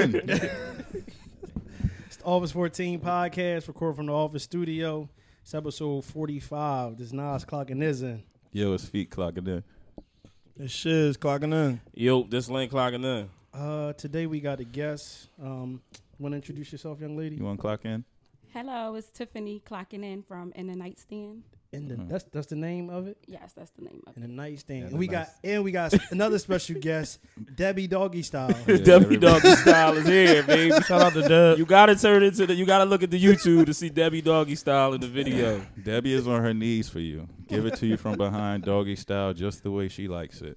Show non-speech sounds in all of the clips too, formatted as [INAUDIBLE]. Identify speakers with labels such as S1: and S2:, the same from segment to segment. S1: in.
S2: It's the Office 14 podcast, recorded from the office studio. It's episode 45. This Nas clocking is in.
S1: Yo, his feet clocking in.
S3: This shit is clocking in.
S4: Yo, this lane clocking in.
S2: Uh, today we got a guest. Um, Want to introduce yourself, young lady?
S1: You want to clock in?
S5: Hello, it's Tiffany clocking in from In the Nightstand.
S2: In the,
S1: Mhm.
S2: that's that's the name of it.
S5: Yes, that's the name of
S2: In
S5: it.
S2: the nightstand.
S1: Yeah,
S2: and we
S1: the
S2: got and we
S1: [LAUGHS]
S2: got another special guest, Debbie Doggy Style.
S1: Yeah,
S4: Debbie
S1: everybody-
S4: Doggy Style is here, baby.
S3: Shout out to Deb.
S4: You gotta turn into the. You gotta look at the YouTube to see Debbie Doggy Style in the video.
S1: Debbie is on her knees for you. Give it to you from behind, doggy style, just the way she likes it.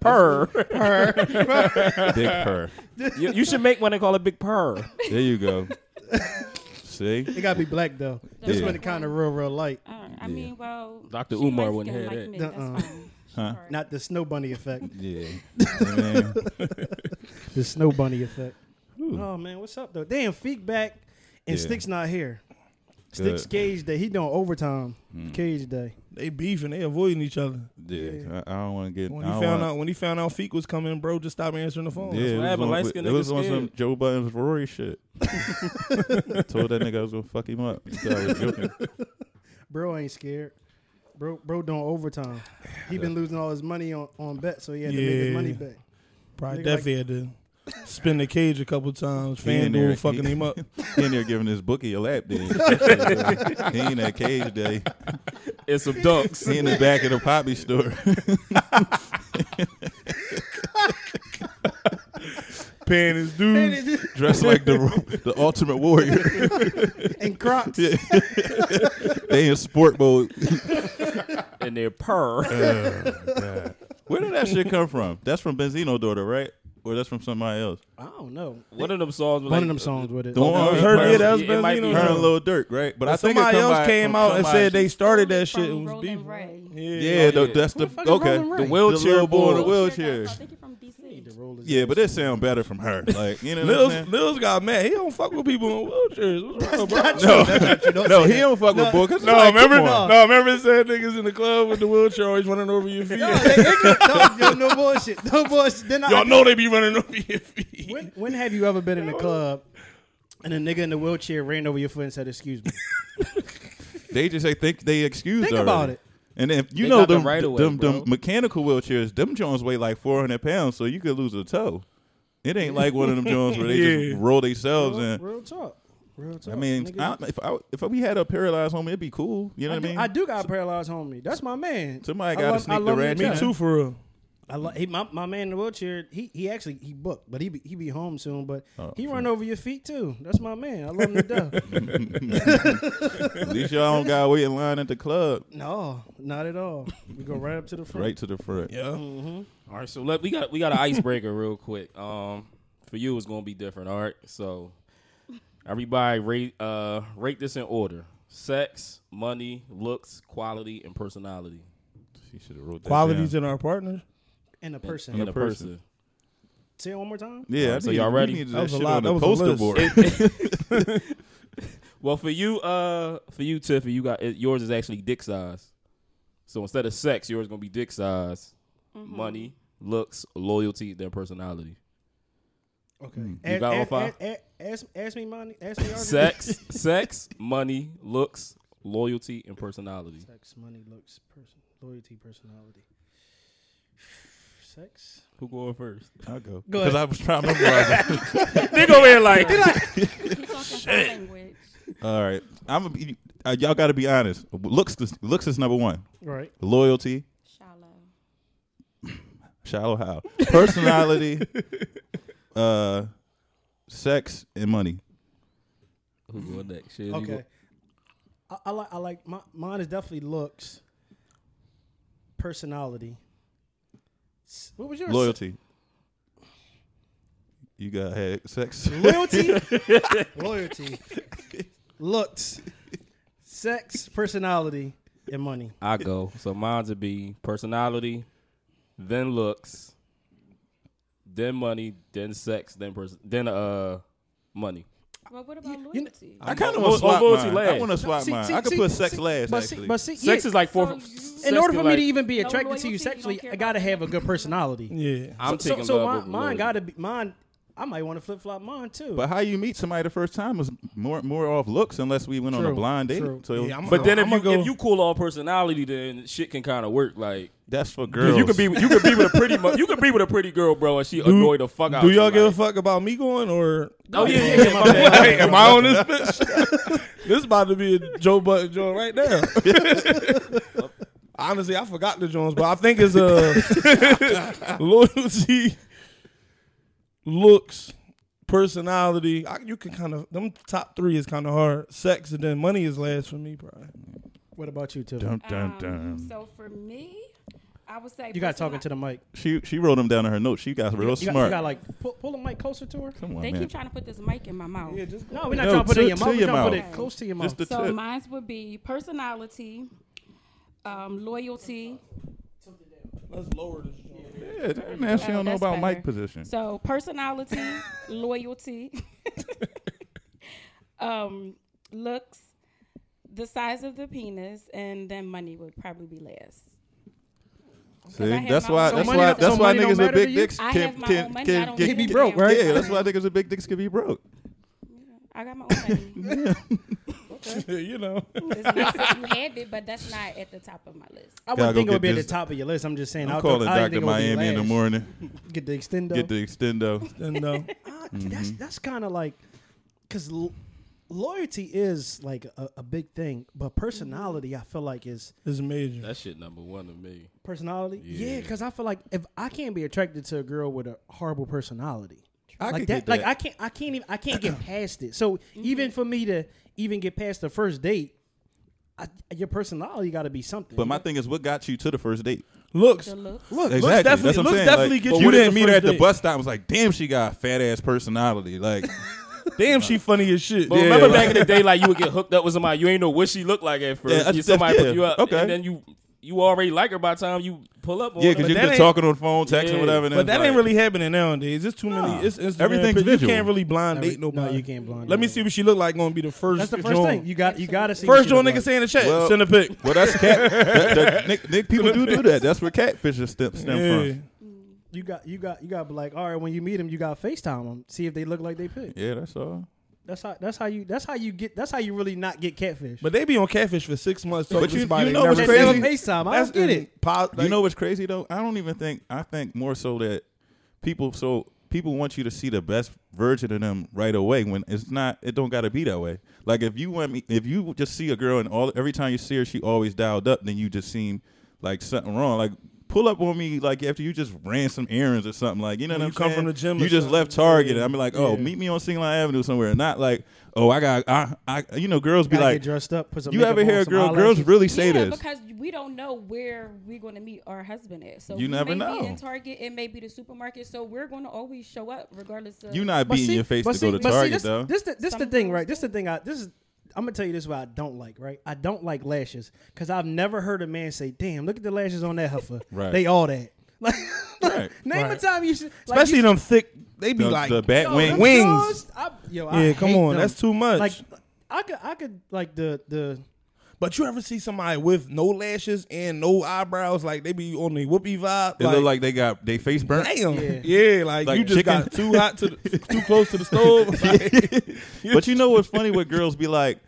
S4: Purr.
S1: Big purr.
S4: [LAUGHS] you, you should make one and call it Big Purr.
S1: There you go. See?
S2: It gotta be black though. This
S1: Yeah.
S2: one kind of real, real light.
S5: Uh, I mean, well,
S4: Dr.
S5: she
S4: Umar
S5: light-skinned
S4: wouldn't have
S5: like
S4: that.
S5: me, that's
S2: Nuh-uh.
S5: fine.
S1: Huh?
S5: Sure.
S2: Uh-uh. Not the snow bunny effect.
S1: Yeah. I mean,
S2: The snow bunny effect. Oh man, what's up though? Damn, feedback and
S1: Yeah.
S2: Sticks not here.
S1: Good.
S2: Sticks Cage Day. He doing overtime.
S1: mm,
S2: Cage Day.
S3: They beefing. They avoiding each other.
S1: yeah. I, I don't want to get.
S3: When
S1: I
S3: he
S1: don't
S3: found
S1: wanna-
S3: out, when he found out Feek was coming, bro, just stopped answering the phone.
S1: Yeah,
S4: what
S1: it
S4: happened.
S1: was,
S4: Light
S1: on,
S4: skinned
S1: it was
S4: niggas
S1: on some
S4: scared.
S1: Joe Button's Rory
S4: [LAUGHS]
S1: shit. Told that nigga I was gonna fuck him up. So I was joking.
S2: Bro ain't scared. Bro, bro doing overtime. He been losing all his money on, on bet, so he had to make his
S3: Yeah.
S2: money back.
S3: Probably
S2: Nigga
S3: definitely had to spin the cage a couple times.
S1: He in there,
S3: FanDuel fucking
S1: he-
S3: him [LAUGHS] up.
S1: He in there giving his bookie a lap
S3: [LAUGHS]
S1: dance. he in that cage day.
S4: It's some ducks.
S1: He in the back of the poppy store.
S3: [LAUGHS] Paying his dues.
S1: dressed like the the Ultimate Warrior.
S2: [LAUGHS] and Crocs.
S1: Yeah. they in sport mode.
S4: And they're purr.
S1: Where did that shit come from? That's from Benzino daughter, right? Or that's from somebody else.
S2: I don't know.
S4: One of them songs. was
S2: One
S4: like-
S2: of them songs with it.
S1: The one-
S3: I
S1: Oh,
S3: was heard
S1: yeah,
S3: yeah, that was
S4: it might be
S3: Benzino.
S1: Her and Lil Dirk, right? But I think it
S3: somebody
S1: come
S3: else
S1: by-
S3: came
S1: from
S3: out and
S1: somebody-
S3: said they started
S5: Rolling
S3: that shit. It
S5: from
S3: was
S5: Rolling
S3: beef.
S5: Ray.
S1: Yeah,
S4: Oh,
S1: tho-
S4: yeah.
S1: that's
S2: Who
S1: the
S2: the fuck is
S1: okay.
S2: Rolling Ray?
S1: The
S2: The
S1: wheelchair
S4: wheelchair
S1: boy in the
S4: boy.
S1: wheelchair.
S5: I think you're from DC.
S2: The rollers.
S1: Yeah, but it sound better from her. Like you know what I'm
S3: Lils,
S1: saying?
S3: Lils got mad. He don't fuck with people in wheelchairs. What's [LAUGHS] wrong, bro?
S1: No, he don't fuck with boy. Cause
S3: No,
S1: like,
S3: remember?
S1: come on.
S3: No, remember it said niggas in the club with the wheelchair always running over your feet.
S2: No, they ignorant. No, yo, no bullshit. No bullshit. Then I-
S3: Y'all know they be running over your feet.
S2: When, when have you ever been in a club and a nigga in the wheelchair ran over your foot and said, "Excuse me"?
S1: They just say think they excused.
S2: Think about
S1: already.
S2: it.
S1: And if you
S4: They
S1: know
S4: got the
S1: them,
S4: right of way,
S1: them, them
S4: bro.
S1: mechanical wheelchairs, them Jones weigh like four hundred pounds, so you could lose a toe. It ain't like one of them Jones where they
S3: [LAUGHS] Yeah.
S1: just roll themselves
S2: Real,
S1: in.
S2: real talk. Real talk.
S1: I mean,
S2: nigga.
S1: I, if I, if we had a paralyzed homie, it'd be cool. You know
S2: I
S1: what I
S2: do,
S1: mean?
S2: I do got paralyzed, homie. That's my man.
S1: Somebody
S2: I
S1: gotta
S2: love- I
S1: sneak the
S2: love me
S1: rat.
S2: to
S3: Me
S1: in.
S2: death.
S3: too, for real.
S2: I lo- he, my, my man in the wheelchair. He he actually he booked, but he be, he be home soon. But
S1: Oh,
S2: he run over your feet too. That's my man. I love him to
S1: [LAUGHS]
S2: death.
S1: At least y'all don't gotta wait in line at the club.
S2: No, not at all. We go right up to the front.
S1: Right to the front.
S3: Yeah.
S4: All right, so let we got we got an icebreaker real quick. Um, for you it's gonna be different. All right, so everybody rate uh rate this in order: sex, money, looks, quality, and personality.
S1: She should have wrote that
S3: Qualities
S1: down.
S3: in our partners.
S2: And a
S4: In
S2: person.
S1: And
S4: a
S1: the person.
S4: person.
S2: Say it one more time.
S1: Yeah,
S4: Alright,
S1: I
S4: so
S1: need-
S4: y'all
S1: we
S4: ready?
S1: needed
S3: That
S1: That
S3: was a
S1: shit
S3: lot-
S1: on
S3: that
S1: the
S3: was a
S1: poster
S3: list.
S1: board.
S4: Well, for you, uh, for you, Tiffy, you got it, yours is actually dick size. So instead of sex, yours gonna be dick size,
S2: Mm-hmm.
S4: money, looks, loyalty, then
S2: [LAUGHS]
S4: personality.
S2: Okay.
S4: You got all five?
S2: Ask, ask, ask me money. Ask me argument.
S4: Sex, sex, money, looks, loyalty, and personality.
S2: Sex, money, looks, person, loyalty, personality. [SIGHS] Sex.
S4: Who going first?
S1: I'll go.
S2: Go
S1: Because I was trying to memorize it.
S4: They go in like
S1: [LAUGHS]
S5: He talking some language.
S1: All right. I'm gonna be, uh, y'all gotta be honest. Looks is- looks is number one.
S2: Right.
S1: Loyalty,
S5: Shallow.
S1: shallow how.
S2: [LAUGHS]
S1: Personality, uh, sex and money.
S4: Who going next? Shiz, you
S2: Okay. I, I like. I like. My, mine is definitely looks. Personality. S- What was yours?
S1: Loyalty. You got had sex.
S2: Loyalty.
S4: [LAUGHS]
S2: loyalty. Looks. Sex, personality, and money.
S4: I go. So mine would be personality, then looks, then money, then sex, then person, then uh, money.
S5: Well, what about
S2: you- you kn-
S5: loyalty? Um,
S1: I kind of
S4: Well,
S1: want to swap
S4: loyalty
S1: mine. I
S4: last.
S1: want to swap
S2: See-
S1: mine.
S2: see-
S1: I could
S2: see-
S1: put sex
S2: see-
S1: last
S2: but see-
S1: actually.
S2: but see,
S4: Sex
S2: yeah,
S4: is like four.
S5: So
S4: sex
S5: you-
S4: is
S5: In
S2: in order for me
S4: like-
S2: to even be attracted
S5: loyalty,
S2: to
S5: you
S2: you
S5: don't
S2: sexually,
S5: care
S2: I gotta
S5: about
S2: have a good
S5: nothing.
S2: personality.
S3: Yeah.
S4: I'm
S2: so,
S4: taking
S2: so, so
S4: love
S2: my-
S4: over
S2: mine
S4: loyalty.
S2: gotta be mine. I might want to flip flop mine too.
S1: But how you meet somebody the first time is more more off looks unless we went on a
S2: True,
S1: blind date.
S2: true.
S1: So
S3: Yeah, I'm-
S4: But then if
S3: I'ma
S4: you
S3: go-
S4: if you cool all personality, then shit can kind of work. Like
S1: that's for
S4: 'cause
S1: girls.
S4: you could be you could be with a pretty mu- you could be with a pretty girl, bro, and she annoy the fuck out.
S3: Do
S4: you,
S3: y'all give a
S4: like-
S3: fuck about me going or?
S4: Oh yeah,
S3: [LAUGHS]
S4: yeah, yeah. my bad.
S3: Hey, am I on this bitch? [LAUGHS] this is about to be a Joe Button joint right now. [LAUGHS] Honestly, I forgot the Jones, but I think it's a [LAUGHS] loyalty, looks, personality. I, you can kind of them top three is kind of hard. Sex and then money is last for me, probably.
S2: what about you, Tiffany?
S1: Dun, dun,
S5: Um,
S1: dun.
S5: So for me, I would say
S2: You got talking to the mic.
S1: she she wrote them down in her notes. She got real
S2: You got,
S1: smart.
S2: you got like pull, pull the mic closer to her.
S1: Come on,
S5: They
S1: Oh, man.
S5: keep trying to put this mic in my mouth.
S3: just
S2: No, we're not
S1: No,
S2: trying to put it
S1: to-
S2: in your
S1: to
S2: mouth. We're
S1: your
S2: trying to put
S1: mouth.
S2: it close to your
S1: Just
S2: mouth.
S1: the
S5: so
S1: [LAUGHS] tip.
S5: mine would be personality, um, loyalty.
S3: let's lower this. Joint.
S1: Yeah, that- now she
S5: Oh,
S1: don't know
S5: that's
S1: about mic
S5: better.
S1: position.
S5: So
S1: [LAUGHS]
S5: personality, loyalty, [LAUGHS] um, looks, the size of the penis, and then money would probably be last.
S1: See,
S5: I have
S1: that's
S5: my
S1: why.
S5: own
S1: That's
S2: money.
S1: why.
S2: So
S1: That's why
S2: money don't
S1: niggas with
S2: matter to
S1: big
S2: you?
S1: dicks
S5: I have
S1: can
S5: my own
S1: can
S5: money. I
S1: can
S5: don't
S1: can-
S5: get
S2: Be
S1: can-
S2: broke, right?
S1: Yeah, that's why niggas with big dicks can be broke.
S5: I got my own money.
S2: [LAUGHS]
S3: [LAUGHS] you know,
S5: it's nice that you have it, but that's not at the top of my list.
S2: I
S1: Gotta
S2: wouldn't think
S1: go
S2: it would be
S1: get
S2: at the
S1: this-
S2: top of your list. I'm just saying.
S1: I'm
S2: I'll
S1: calling
S2: I didn't
S1: Doctor
S2: think it would be
S1: Miami in the
S2: last.
S1: morning.
S2: Get the extendo.
S1: Get the Mm-hmm. extendo.
S3: and uh,
S2: Ah, That's that's kind of like because lo- loyalty is like a, a big thing, but personality I feel like is
S3: it's major.
S4: That shit number one to me.
S2: personality. Yeah,
S4: Yeah.
S2: because I feel like if I can't be attracted to a girl with a horrible personality,
S1: I
S2: like
S1: could get
S2: like
S1: that.
S2: I can't I can't even I can't
S1: [CLEARS THROAT]
S2: get past it. So even for me to even get past the first date, I, your personality got to be something.
S1: But my thing is, what got you to the first date?
S3: Looks,
S5: The looks.
S3: look,
S1: Exactly.
S3: looks definitely,
S1: That's what I'm
S3: looks
S1: saying.
S3: definitely
S1: like,
S3: get
S1: but
S3: you.
S1: you
S3: to
S1: didn't meet her at
S3: first
S1: the
S3: date.
S1: bus stop. and was like, damn, she got a fat ass personality.
S3: [LAUGHS]
S1: Like,
S3: Damn, she funny as shit.
S4: But
S1: Yeah.
S4: remember back in the day, like you would get hooked up with somebody you ain't know what she looked like at first.
S1: Yeah,
S4: You-
S1: that's-
S4: somebody
S1: that's-
S4: hook you
S1: yeah.
S4: up,
S1: Okay.
S4: and then you you already like her by the time you pull up. On
S1: yeah,
S4: her.
S1: because
S3: but
S1: you've
S3: that
S1: been
S3: ain't-
S1: talking on the phone, texting,
S4: Yeah.
S1: whatever. and
S3: But
S1: it's
S3: that
S1: like-
S3: ain't really happening nowadays. It's too many. It's Instagram.
S1: Everything's
S3: pictures. You
S1: visual.
S3: can't really blind
S2: Every-
S3: date nobody.
S2: no, you can't blind
S3: Let me
S2: date.
S3: see what she look like. Going to be the first.
S2: that's the first
S3: joint.
S2: thing you got. You got to see what
S3: First
S2: she
S3: joint
S2: look
S3: nigga
S2: like.
S3: say in the chat.
S1: Well-
S3: send
S1: [LAUGHS]
S3: a pic.
S1: Well, that's cat. that, that, Nick, Nick, people do do that. That's where catfishing stem, stem
S3: Yeah.
S1: from.
S2: You got you got you got to be like all right when you meet them you got to Facetime them see if they look like they pick.
S1: Yeah, that's all.
S2: That's how that's how you that's how you get that's how you really not get catfish.
S3: But they be on catfish for six months.
S1: But
S3: talking
S1: you-
S3: to
S1: you
S3: somebody they
S1: know
S3: never
S1: what's
S2: They
S1: crazy?
S3: seen.
S2: never FaceTime. I
S3: That's
S2: don't get it.
S3: impo- like,
S1: you know what's crazy though? I don't even think. I think more so that people. So people want you to see the best version of them right away. When it's not, it don't got to be that way. Like if you want me, if you just see a girl and all every time you see her, she always dialed up. Then you just seem like something wrong. Like. Pull up on me like after you just ran some errands or something like you know
S3: When
S1: what
S3: you
S1: I'm
S3: come
S1: saying?
S3: from the gym or
S1: You just
S3: something.
S1: left Target and
S3: Yeah.
S1: I'm like, oh,
S3: Yeah.
S1: meet me on Single Line Avenue somewhere. Not like, oh, I got I, I you know girls be
S2: Gotta
S1: like,
S2: get dressed up. Put some
S1: you
S2: makeup
S1: ever
S2: on,
S1: hear a
S2: some
S1: girl? Girls
S2: eyelashes.
S1: really say
S5: yeah,
S1: this.
S5: because we don't know where we're going to meet our husband at. So
S1: You
S5: we
S1: never
S5: may
S1: know.
S5: Be in Target, it may be the supermarket. So we're going to always show up regardless of.
S1: You're not
S2: But
S1: beating
S2: see-
S1: your face
S2: but
S1: to
S2: see-
S1: go to
S2: but see,
S1: Target
S2: this,
S1: though.
S2: This the, this the thing, right? This the thing. I this is. I'm gonna tell you this: is what I don't like, right? I don't like lashes because I've never heard a man say, "Damn, look at the lashes on that heifer."
S1: [LAUGHS] Right.
S2: They all that. [LAUGHS] Like,
S1: Right.
S2: name
S3: Right.
S2: a time you should, like,
S3: especially
S2: you-
S3: them thick. They [LAUGHS] be
S1: the,
S3: like
S1: the bat
S2: yo,
S1: wing.
S2: them
S3: wings.
S2: girls, I, yo, I
S3: Yeah, come
S2: hate
S3: on,
S2: them.
S3: that's too much.
S2: Like, I could, I could, like the the.
S3: But you ever see somebody with no lashes and no eyebrows? Like they be on the whoopee vibe.
S1: They look like they got they face burnt.
S3: damn.
S2: Yeah.
S3: Yeah, like,
S1: Like
S3: you just
S1: chicken.
S3: got too hot to the, too close to the stove.
S1: [LAUGHS]
S3: Like,
S1: But you know what's funny? What girls be like?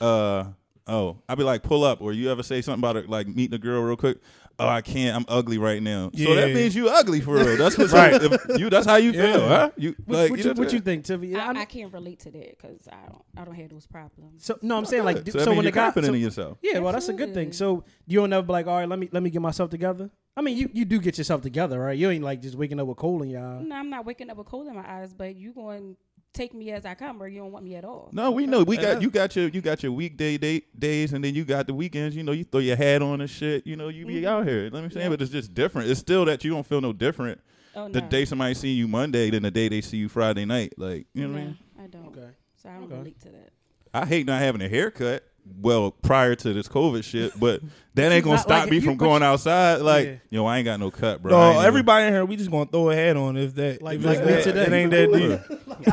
S1: uh Oh, I be like pull up, or you ever say something about it, like meeting a girl real quick. Oh, I can't. I'm ugly right now. So that
S3: Yeah.
S1: means you ugly for real. That's what's
S3: [LAUGHS] Right.
S1: If you that's how you feel,
S3: Yeah.
S1: huh? You
S2: What,
S1: like
S2: what you,
S1: you know
S2: what you
S1: what
S2: think, Tiffy?
S5: I,
S2: I'm-
S5: I can't relate to that because I don't. I don't have those problems.
S2: so no, I'm saying like,
S1: I'm
S2: do-
S1: saying?
S2: so,
S1: that means
S2: when the
S1: you're
S2: guy,
S1: confident
S2: so-
S1: in yourself.
S2: Yeah, well, that's a good thing.
S5: Absolutely.
S2: So you don't ever be like, all right, let me let me get myself together. I mean, you you do get yourself together, right? You ain't like just waking up with coal in your eye.
S5: No, I'm not waking up with coal in my eyes, but you going to take me as I come, or you don't want me at all.
S1: No, we know we
S3: Yeah.
S1: got you got your you got your weekday date days, and then you got the weekends. You know, you throw your hat on and shit. You know, you
S2: Mm-hmm.
S1: be out here. Let me say, but it's just different. It's still that you don't feel no different
S5: Oh, no.
S1: the day somebody see you Monday than the day they see you Friday night. Like, you know what I
S5: No,
S1: mean?
S5: I don't.
S2: Okay.
S5: So I don't
S2: Okay.
S5: relate to that.
S1: I hate not having a haircut. Well, prior to this COVID
S2: [LAUGHS]
S1: shit, but that ain't gonna
S2: Not
S1: stop
S2: like
S1: me
S2: you-
S1: from
S2: but
S1: going outside. Like,
S2: Yeah.
S1: yo, I ain't got no cut, bro. I ain't
S3: no,
S1: even-
S3: everybody in here, we just gonna throw a hat on if that.
S2: Like-
S3: if
S2: like
S3: it's
S2: me
S3: that,
S2: today.
S3: It ain't that deep.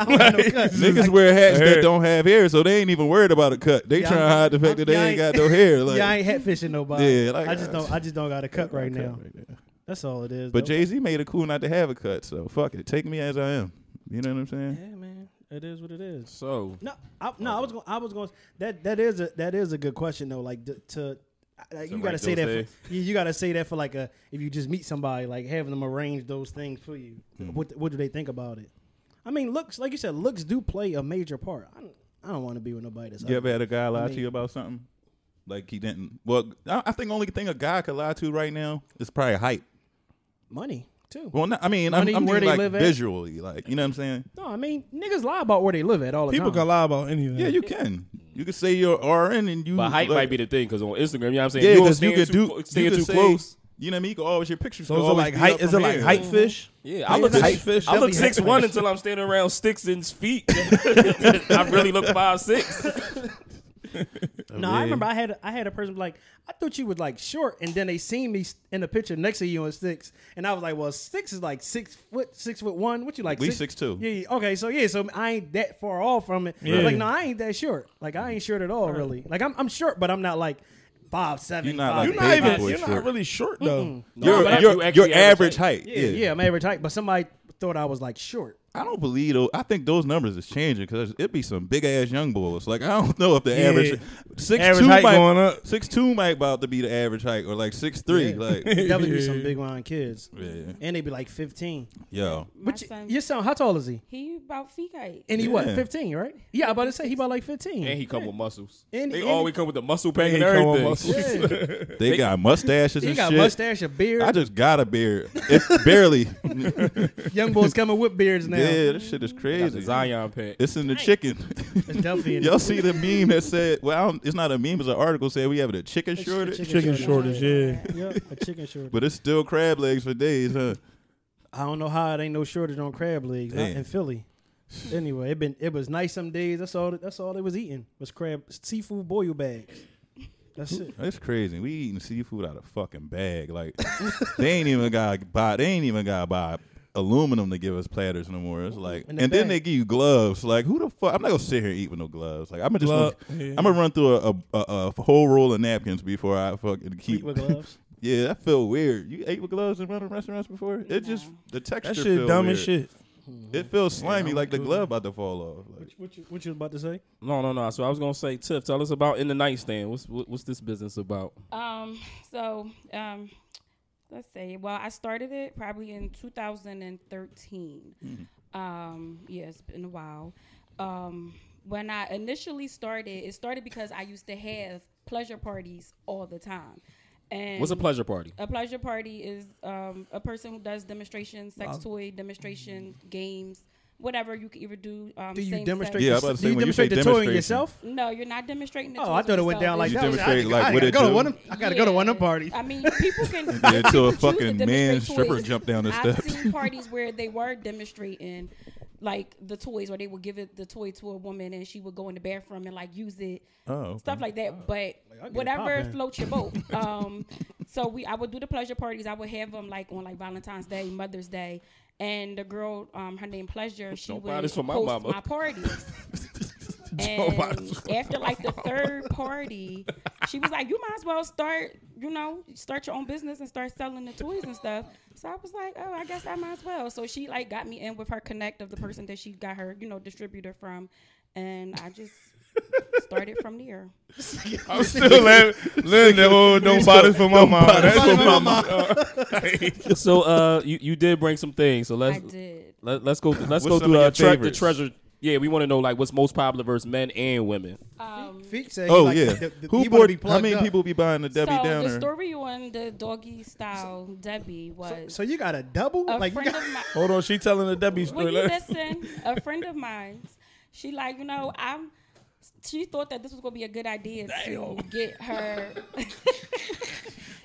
S2: [LAUGHS] I don't have no cut.
S1: [LAUGHS] Niggas wear hats
S3: Hair.
S1: that don't have hair, so they ain't even worried about a cut. They
S2: Yeah,
S1: trying to
S2: I'm-
S1: hide the
S2: I'm-
S1: fact that they
S2: yeah, I
S1: ain't got
S2: ain't-
S1: no hair.
S2: [LAUGHS]
S1: Like,
S2: yeah, I ainain't hat fishing nobody.
S1: Yeah, like,
S2: I just
S1: uh,
S2: don't. I just don't got a cut right now. That's all it is.
S1: But
S2: though.
S1: Jay Z made it cool not to have a cut, so fuck it. Take me as I am. You know what I'm saying?
S2: yeah, man, it is what it is.
S4: So
S2: No, I, no, I was going. I was going. That that is a that is a good question though. Like d- to. I- Like, you
S4: rank
S2: gotta say
S4: those
S2: that.
S4: days.
S2: For, you, you gotta say that for like a if you just meet somebody, like having them arrange those things for you. What what do they think about it? I mean, looks like you said, looks do play a major part. I don't, I don't want to be with nobody that's
S1: You ever had a guy lie
S2: mean-
S1: to you about something? Like he didn't. Well, I I think only thing a guy could lie to right now is probably hype.
S2: money too.
S1: Well, not, I mean,
S2: Money,
S1: I'm, I'm
S2: where
S1: thinking,
S2: they
S1: like
S2: live at?
S1: visually, like you know what I'm saying?
S2: No, I mean niggas lie about where they live at all the
S3: People
S2: time.
S3: can lie about anything.
S1: Yeah, you can. You can say you're RN and you.
S4: but height
S1: Mm, like-
S4: might be the thing because on Instagram, you know what I'm saying?
S1: Yeah,
S4: you don't
S1: because you
S4: stand
S1: could
S4: too
S1: do.
S4: clo-
S1: you
S4: stand
S1: could
S4: too
S1: say-
S4: close.
S1: You know what I mean? You could always your pictures.
S3: So
S1: could
S3: is it
S1: always
S3: like
S1: be
S3: height?
S1: up
S3: Is it
S1: from
S3: like
S1: here.
S3: height fish?
S4: Yeah, I
S2: Yeah,
S4: look
S2: that's
S4: height
S2: height
S3: fish.
S4: I
S2: That'd
S4: look
S2: be
S4: six
S2: height
S4: one
S2: fish.
S4: until I'm standing around sticks and [LAUGHS] feet. I really look five six.
S2: No, I remember I had I had a person like I thought you would like short, and then they seen me s- in the picture next to you in six, and I was like, well, six is like six foot six foot one. What you like?
S1: We six two.
S2: Yeah, yeah. Okay. So yeah. So I ain't that far off from it.
S3: Yeah.
S2: Like no, I ain't that short. Like I ain't short at all, really. Like I'm I'm short, but I'm not like five seven.
S1: You're not
S2: five,
S1: like
S3: You're
S2: eight,
S3: not
S1: Baby
S3: even.
S2: five-
S1: boy
S3: You're
S1: short.
S3: not really short though.
S4: No, but
S1: Your
S4: if you
S1: your
S4: actually
S1: your average height.
S2: Yeah, yeah, I'm average height, but somebody thought I was like
S5: [LAUGHS]
S2: short.
S1: I don't believe though. I think those numbers is changing because it'd be some big ass young boys. Like I don't [LAUGHS] know if the
S3: Yeah.
S1: average six
S3: Average
S1: two
S3: height
S1: might
S3: going up.
S1: six two might about to be the average height or like six three.
S2: Yeah. [LAUGHS]
S1: Like
S2: It'd definitely be
S3: Yeah.
S2: some big line kids,
S1: Yeah.
S2: and they'd be like fifteen.
S1: yo,
S5: My
S2: But y-
S5: son,
S2: your son, how tall is he?
S5: he about feet height.
S2: And he what,
S1: Yeah.
S2: 15, right? Yeah, I about to say he about like 15.
S4: And he come with muscles.
S2: And-
S4: they
S2: and-
S4: always come with the muscle pack
S3: They
S4: and
S3: come with
S4: everything.
S1: [LAUGHS]
S3: muscles.
S2: Yeah.
S1: they, got mustaches
S2: he
S1: and
S2: got
S1: shit.
S2: mustache, a beard.
S1: I just got a beard, It- barely. yeah,
S2: Young boys coming with beards now.
S1: this shit is
S4: Got the
S1: crazy.
S4: Zion pack.
S1: It's in the chicken. [LAUGHS]
S2: It's definitely in
S1: Y'all see the meme that said, well, I don't, it's not a meme, it's an article said we have a chicken shortage,
S3: Chicken shortage. Yeah.
S2: Yep, a chicken shortage.
S1: but it's still crab legs for days, huh?
S2: I don't know how it ain't no shortage on crab legs not
S1: Damn.
S2: in Philly. Anyway, it been it was nice some days. That's all. That's all they was eating was crab seafood boil bags. That's it.
S1: That's crazy. We eating seafood out of fucking bag. Like they ain't even got buy. They ain't even got buy aluminum to give us platters no more. It's like,
S2: In
S1: and
S2: the
S1: then
S2: bag.
S1: they give you gloves. Like who the fuck? I'm not gonna sit here and eat with no gloves. Like I'm gonna just.
S3: Glove-
S1: gonna-
S3: yeah.
S1: I'm gonna run through a, a, a, a whole roll of napkins before I fucking keep.
S2: Eat with gloves.
S1: [LAUGHS] yeah, that feel weird. You ate with gloves in running restaurants before? It just the texture.
S3: That shit
S1: feel
S3: dumb
S1: weird.
S3: as shit.
S1: It feels slimy, like the glove about to fall off. Like,
S2: What you, what you was about to say?
S4: [LAUGHS] No, no, no. So I was gonna say, Tiff, tell us about in the nightstand. What's what, what's this business about?
S5: Um, so um, let's say, well, I started it probably in 2013. Um, yeah, it's been a while. Um, when I initially started, it started because I used to have pleasure parties all the time. And
S4: What's a pleasure party?
S5: a pleasure party is um, a person who does demonstrations, sex toy demonstration games, whatever you can either do. Um,
S2: Do you
S5: same-sex-
S2: demonstrate?
S1: Yeah, I
S2: the-
S1: was about
S2: do
S1: to say,
S2: you
S1: when you say
S2: demonstrate the toy on
S1: demonstration-
S2: yourself?
S5: No, you're not demonstrating. The
S2: Oh,
S5: toys
S2: I thought it went
S5: yourself.
S2: down like
S1: You
S2: that. I was like, I
S1: demonstrate,
S2: gotta-
S1: like,
S2: I
S1: what
S2: gotta
S1: it
S2: go to
S1: do.
S2: one. Of, I gotta go to one of them
S5: Yeah.
S2: parties.
S5: I mean,
S1: [LAUGHS]
S5: people can.
S1: Yeah, till a
S5: people choose to
S1: fucking
S5: demonstrate
S1: man stripper
S5: toys.
S1: jumped down the
S5: I've
S1: steps.
S5: seen parties where they were demonstrating, like the toys, or they would give it the toy to a woman and she would go in the bathroom and like use it,
S1: oh,
S5: stuff like that. But
S2: get it
S5: whatever
S2: poppin'.
S5: floats your boat.
S2: [LAUGHS]
S5: Um, so we, I would do the pleasure parties. I would have them like on like Valentine's Day, Mother's Day. And the girl, um, her name Pleasure, she
S4: Don't buy
S5: would
S4: this for my
S5: host
S4: mama.
S5: my parties.
S3: Don't buy this
S5: And
S3: for
S5: after like the third party, she was like, "You might as well start, you know, start your own business and start selling the toys and stuff." So I was like, "Oh, I guess I might as well." So she like got me in with her connect of the person that she got her, you know, distributor from, and I just started from there.
S3: I'm [LAUGHS] still laughing. Linda,
S1: [LAUGHS]
S3: oh, don't buy this for my mom. That's for my
S4: [LAUGHS]
S3: mom.
S4: so uh, you, you did bring some things. So
S5: I
S4: let's
S5: did.
S4: let, let's go th- let's
S1: What's
S4: go
S1: some
S4: through uh,
S1: of
S4: the,
S1: your
S4: tre- the
S1: favorites?
S4: treasure. Yeah, we want to know like what's most popular versus men and women.
S5: Um,
S2: Feet said he
S1: Oh
S2: like-
S1: yeah,
S2: the- the-
S1: who
S2: he wanna
S1: bought?
S2: be
S1: How
S2: plugged
S1: many
S2: up.
S1: people be buying the Debbie
S5: so
S1: Downer?
S5: the story on the doggy style Debbie was
S2: So you got a double?
S5: a
S2: like you
S5: friend
S2: got,
S5: of mine.
S3: Hold on, she telling the Debbie
S5: When
S3: story. [LAUGHS]
S5: you
S3: Let-
S5: listen, a friend of mine, she like, you know, I'm. She thought that this was gonna be a good idea to get
S3: [LAUGHS]
S5: her,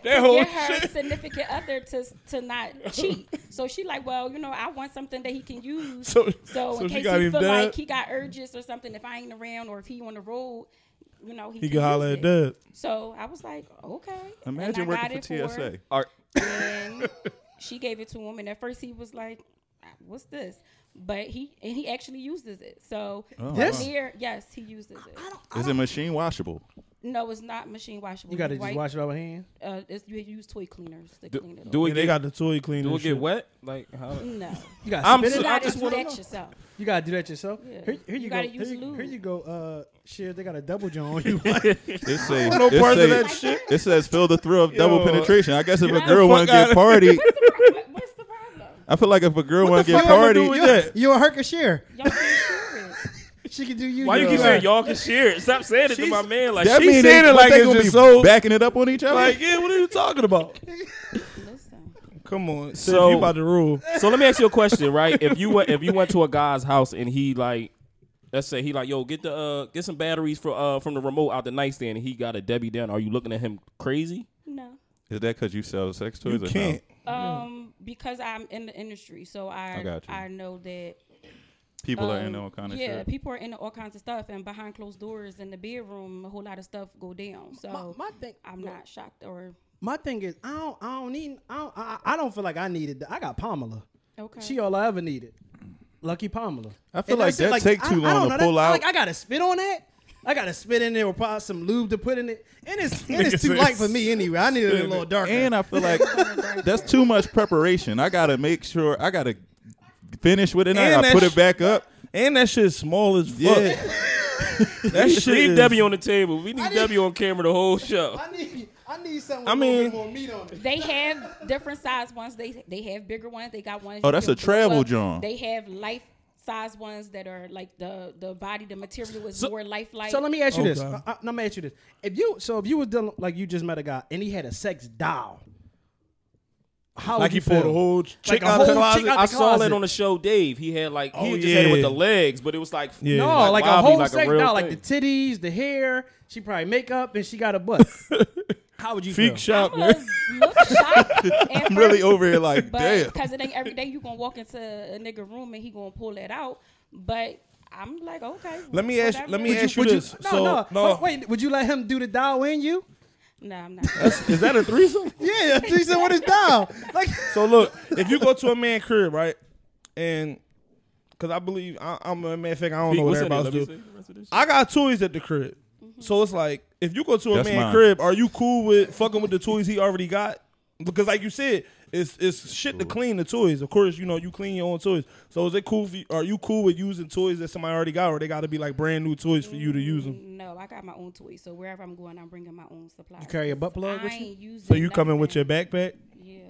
S3: That whole
S5: get
S3: Oh, shit.
S5: her significant other to to not cheat. So she like, well, you know, I want something that he can use.
S3: So-
S5: So,
S3: so
S5: in
S3: she
S5: case
S3: got
S5: he
S3: him
S5: feel
S3: done?
S5: like he got urges or something, if I ain't around or if he on the road, you know, he,
S3: He
S5: can
S3: can holler
S5: use
S3: at
S5: it.
S3: Deb.
S5: So I was like, okay. And I
S1: Imagine
S5: got
S1: working for
S5: it her
S1: TSA.
S4: Are,
S5: and she gave it to him. And at first he was like, what's this? But he and he actually uses it. So
S1: Oh,
S2: This?
S5: Premier, yes, he uses it.
S1: Is it machine washable?
S5: No, it's not machine washable.
S2: You gotta
S5: wipe-
S2: just wash it out with hand.
S5: Uh, it's, you use toy cleaners to
S4: Do,
S5: clean it.
S4: do
S5: off.
S4: it
S3: Yeah, they
S4: get,
S3: got the toy cleaner.
S4: do it
S3: and
S4: get
S3: shit.
S4: wet? Like how?
S2: [LAUGHS]
S5: No,
S2: You gotta
S4: I'm
S2: spit
S4: so-
S2: it
S5: you
S2: out.
S5: gotta
S4: just
S5: do
S4: wanna
S5: that
S4: know.
S2: [LAUGHS]
S5: yourself.
S2: You gotta do that yourself.
S5: Yeah.
S2: Here, here you,
S5: You
S2: go.
S5: gotta
S2: here,
S5: use
S2: you-
S5: lube.
S2: here you go. Uh, shit, they got a double joint on you. Like,
S5: [LAUGHS]
S1: It says,
S3: No
S1: it,
S3: parts of
S1: say-
S3: that shit.
S1: it says fill the thrill of double
S3: Yo.
S1: penetration. I guess if a
S5: the
S1: girl want to
S3: fuck outta
S1: get partied,
S5: What's the, pro- what- what's the problem?
S1: I feel like if a girl want to get
S3: fuck I'ma do
S1: partied,
S3: with
S2: you,
S3: that?
S2: you and her can share.
S5: Y'all can't share it.
S2: She can do you.
S4: [LAUGHS]
S2: uh,
S4: Why you keep
S2: can
S4: saying
S2: share.
S4: y'all can share it? Stop saying it to my man. Like
S1: that
S3: She
S1: means
S3: said
S1: they,
S3: it
S1: what,
S3: like
S1: they
S3: it's
S1: gonna be
S3: just so-
S1: backing it up on each other.
S3: Like, yeah, what are you talking about?
S5: Listen,
S3: Come on, so
S4: So-
S3: you about to rule?
S4: So let me ask you a question, right? If you went, if you went to a guy's house and he like, let's say he like, yo, get the uh, get some batteries for uh from the remote out the nightstand, and he got a Debbie down. Are you looking at him crazy?
S5: no.
S1: Is that because you sell sex toys?
S3: You
S1: or no?
S3: can't.
S5: Um, because I'm in the industry, so I
S1: I got you.
S5: I know that
S1: People are in
S5: um,
S1: all kind of
S5: yeah,
S1: shit.
S5: people are into all kinds of stuff, and behind closed doors in the bedroom, a whole lot of stuff go down. So
S2: my thing-
S5: I'm
S2: go-
S5: not shocked or
S2: My thing is, I don't, I don't need, I don't, I, I don't feel like I needed. that. I got Pamela.
S5: okay.
S2: She all I ever needed. Lucky Pamela.
S1: I feel
S2: And
S1: like
S2: that's it,
S1: that take too long
S2: don't
S1: to
S2: know,
S1: pull
S2: that-
S1: out.
S2: Like I gotta spit on that. I gotta spit in there or probably some lube to put in it. And it's and it's
S3: Nigga
S2: too
S3: said
S2: light for me anyway. I need it a little darker.
S1: And I
S5: [LAUGHS]
S1: feel like that's too much preparation. I gotta make sure I gotta finish with it. and I
S3: And
S1: gotta put
S3: that's-
S1: it back up.
S3: And that shit's small as fuck.
S1: Yeah,
S3: That shit.
S4: Leave
S3: is-
S4: Debbie on the table. We need
S2: didn't-
S4: Debbie on camera the whole show.
S2: I need I need something with
S3: I
S2: a little
S3: mean-
S2: bit more meat on it.
S5: They have different size ones. They they have bigger ones. They got ones.
S1: Oh,
S5: you
S1: that's
S5: can
S1: a travel
S5: blow up.
S1: John.
S5: They have life size ones that are like the the body, the material is more lifelike.
S2: So let me ask you this.
S3: Okay.
S2: I, I, let me ask you this. If you so if you was dealing like you just met a guy and he had a sex doll, how
S3: Like
S2: would you
S3: he pulled
S2: feel?
S3: a whole chick
S2: a
S3: out of the
S2: whole chick
S3: closet.
S2: out
S4: I
S2: the
S4: saw
S2: closet.
S4: that on the show, Dave. He had like he
S3: Oh,
S4: just had it with
S3: yeah.
S4: the legs, but it was like
S3: Yeah.
S2: No, like, a
S4: wobbly,
S2: whole
S4: like a
S2: sex
S4: real
S2: doll, like the
S4: thing.
S2: titties, the hair. She probably makeup and she got a butt. how would you feel?
S3: Freak
S5: I
S3: shop,
S5: was
S3: man.
S5: looked
S1: [LAUGHS]
S5: shocked. at
S1: I'm really
S5: first,
S1: over here like,
S5: But
S1: damn.
S5: because it ain't every day you gonna walk into a nigga room and he gonna pull that out. But I'm like, okay.
S3: Let me ask-
S5: whatever.
S3: let me
S5: Would you-
S3: ask you
S2: Would you?
S3: this.
S2: No,
S3: So,
S2: no,
S3: no.
S2: But Wait, would you let him do the doll in you?
S5: No, I'm not.
S1: [LAUGHS]
S3: Is that a threesome?
S2: Yeah, she said, "What is doll?" Like,
S3: So look, if you go to a man crib, right, and because I believe I, I'm a man, fact, I don't know what
S4: What's in it?
S3: everybody's
S4: Let me
S3: doing.
S4: see the rest of this shit.
S3: I got toys at the crib, so it's like if you go to a
S1: That's
S3: man
S1: mine.
S3: crib, are you cool with fucking with the toys he already got? Because like you said, it's it's shit to clean the toys. Of course, you know you clean your own toys. So is it cool? For you, are you cool with using toys that somebody already got, or they got to be like brand new toys for you to use them?
S5: No, I got my own toy. So wherever I'm going, I'm bringing my own supply. You
S2: carry a butt plug with you?
S3: So you coming with your backpack?
S5: Yeah.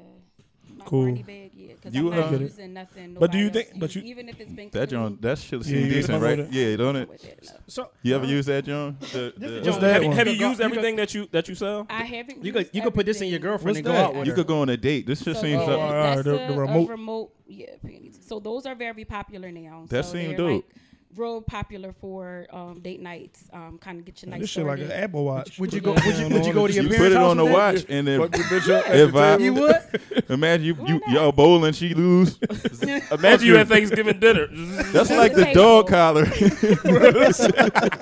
S5: My
S3: Cool.
S5: Barney Bag, yeah, because
S1: You,
S5: I'm not
S1: uh,
S5: using nothing.
S3: But do you
S5: nobody
S3: think-
S5: else
S3: but you-
S5: used, even if it's been
S1: That
S5: cleaned
S1: John, that shit
S3: Yeah,
S1: seem
S3: you
S1: decent,
S3: come
S1: right?
S3: with it.
S1: Yeah, don't it?
S5: with it, no.
S2: so
S1: You ever use that, John? The- the-
S2: John.
S3: What's that
S4: Have you,
S3: one?
S4: have you
S2: You got-
S4: used
S2: you got-
S4: everything that you that you [LAUGHS] sell?
S5: I haven't.
S2: you could
S5: used
S2: you could put this in your
S5: everything.
S2: girlfriend and go
S3: What's that?
S2: out with
S1: You
S2: her.
S1: could go on a date. This just
S5: So
S1: seems
S5: that-
S3: Oh,
S1: up.
S2: uh,
S3: wow. alright,
S5: that's
S3: the-
S5: a,
S3: the
S5: a
S3: remote.
S5: remote, yeah, panties. So those are very popular now.
S1: That
S5: so
S1: seem
S5: they're,
S1: dope.
S5: Like, real popular for um, date nights. Um, kind of get your night
S3: This shit like an
S5: started.
S3: Apple Watch.
S2: Would you go?
S3: [LAUGHS]
S2: Would [LAUGHS] you, would you go to your
S1: You
S2: parents'
S1: put it
S2: house
S1: on the
S2: with that?
S1: watch, and then
S3: If
S1: if I
S2: You would?
S1: [LAUGHS] imagine you, you y'all bowling, she
S2: [LAUGHS]
S1: lose.
S4: Imagine you at Thanksgiving dinner.
S1: That's
S5: That's
S1: like
S5: the
S1: the dog
S5: table.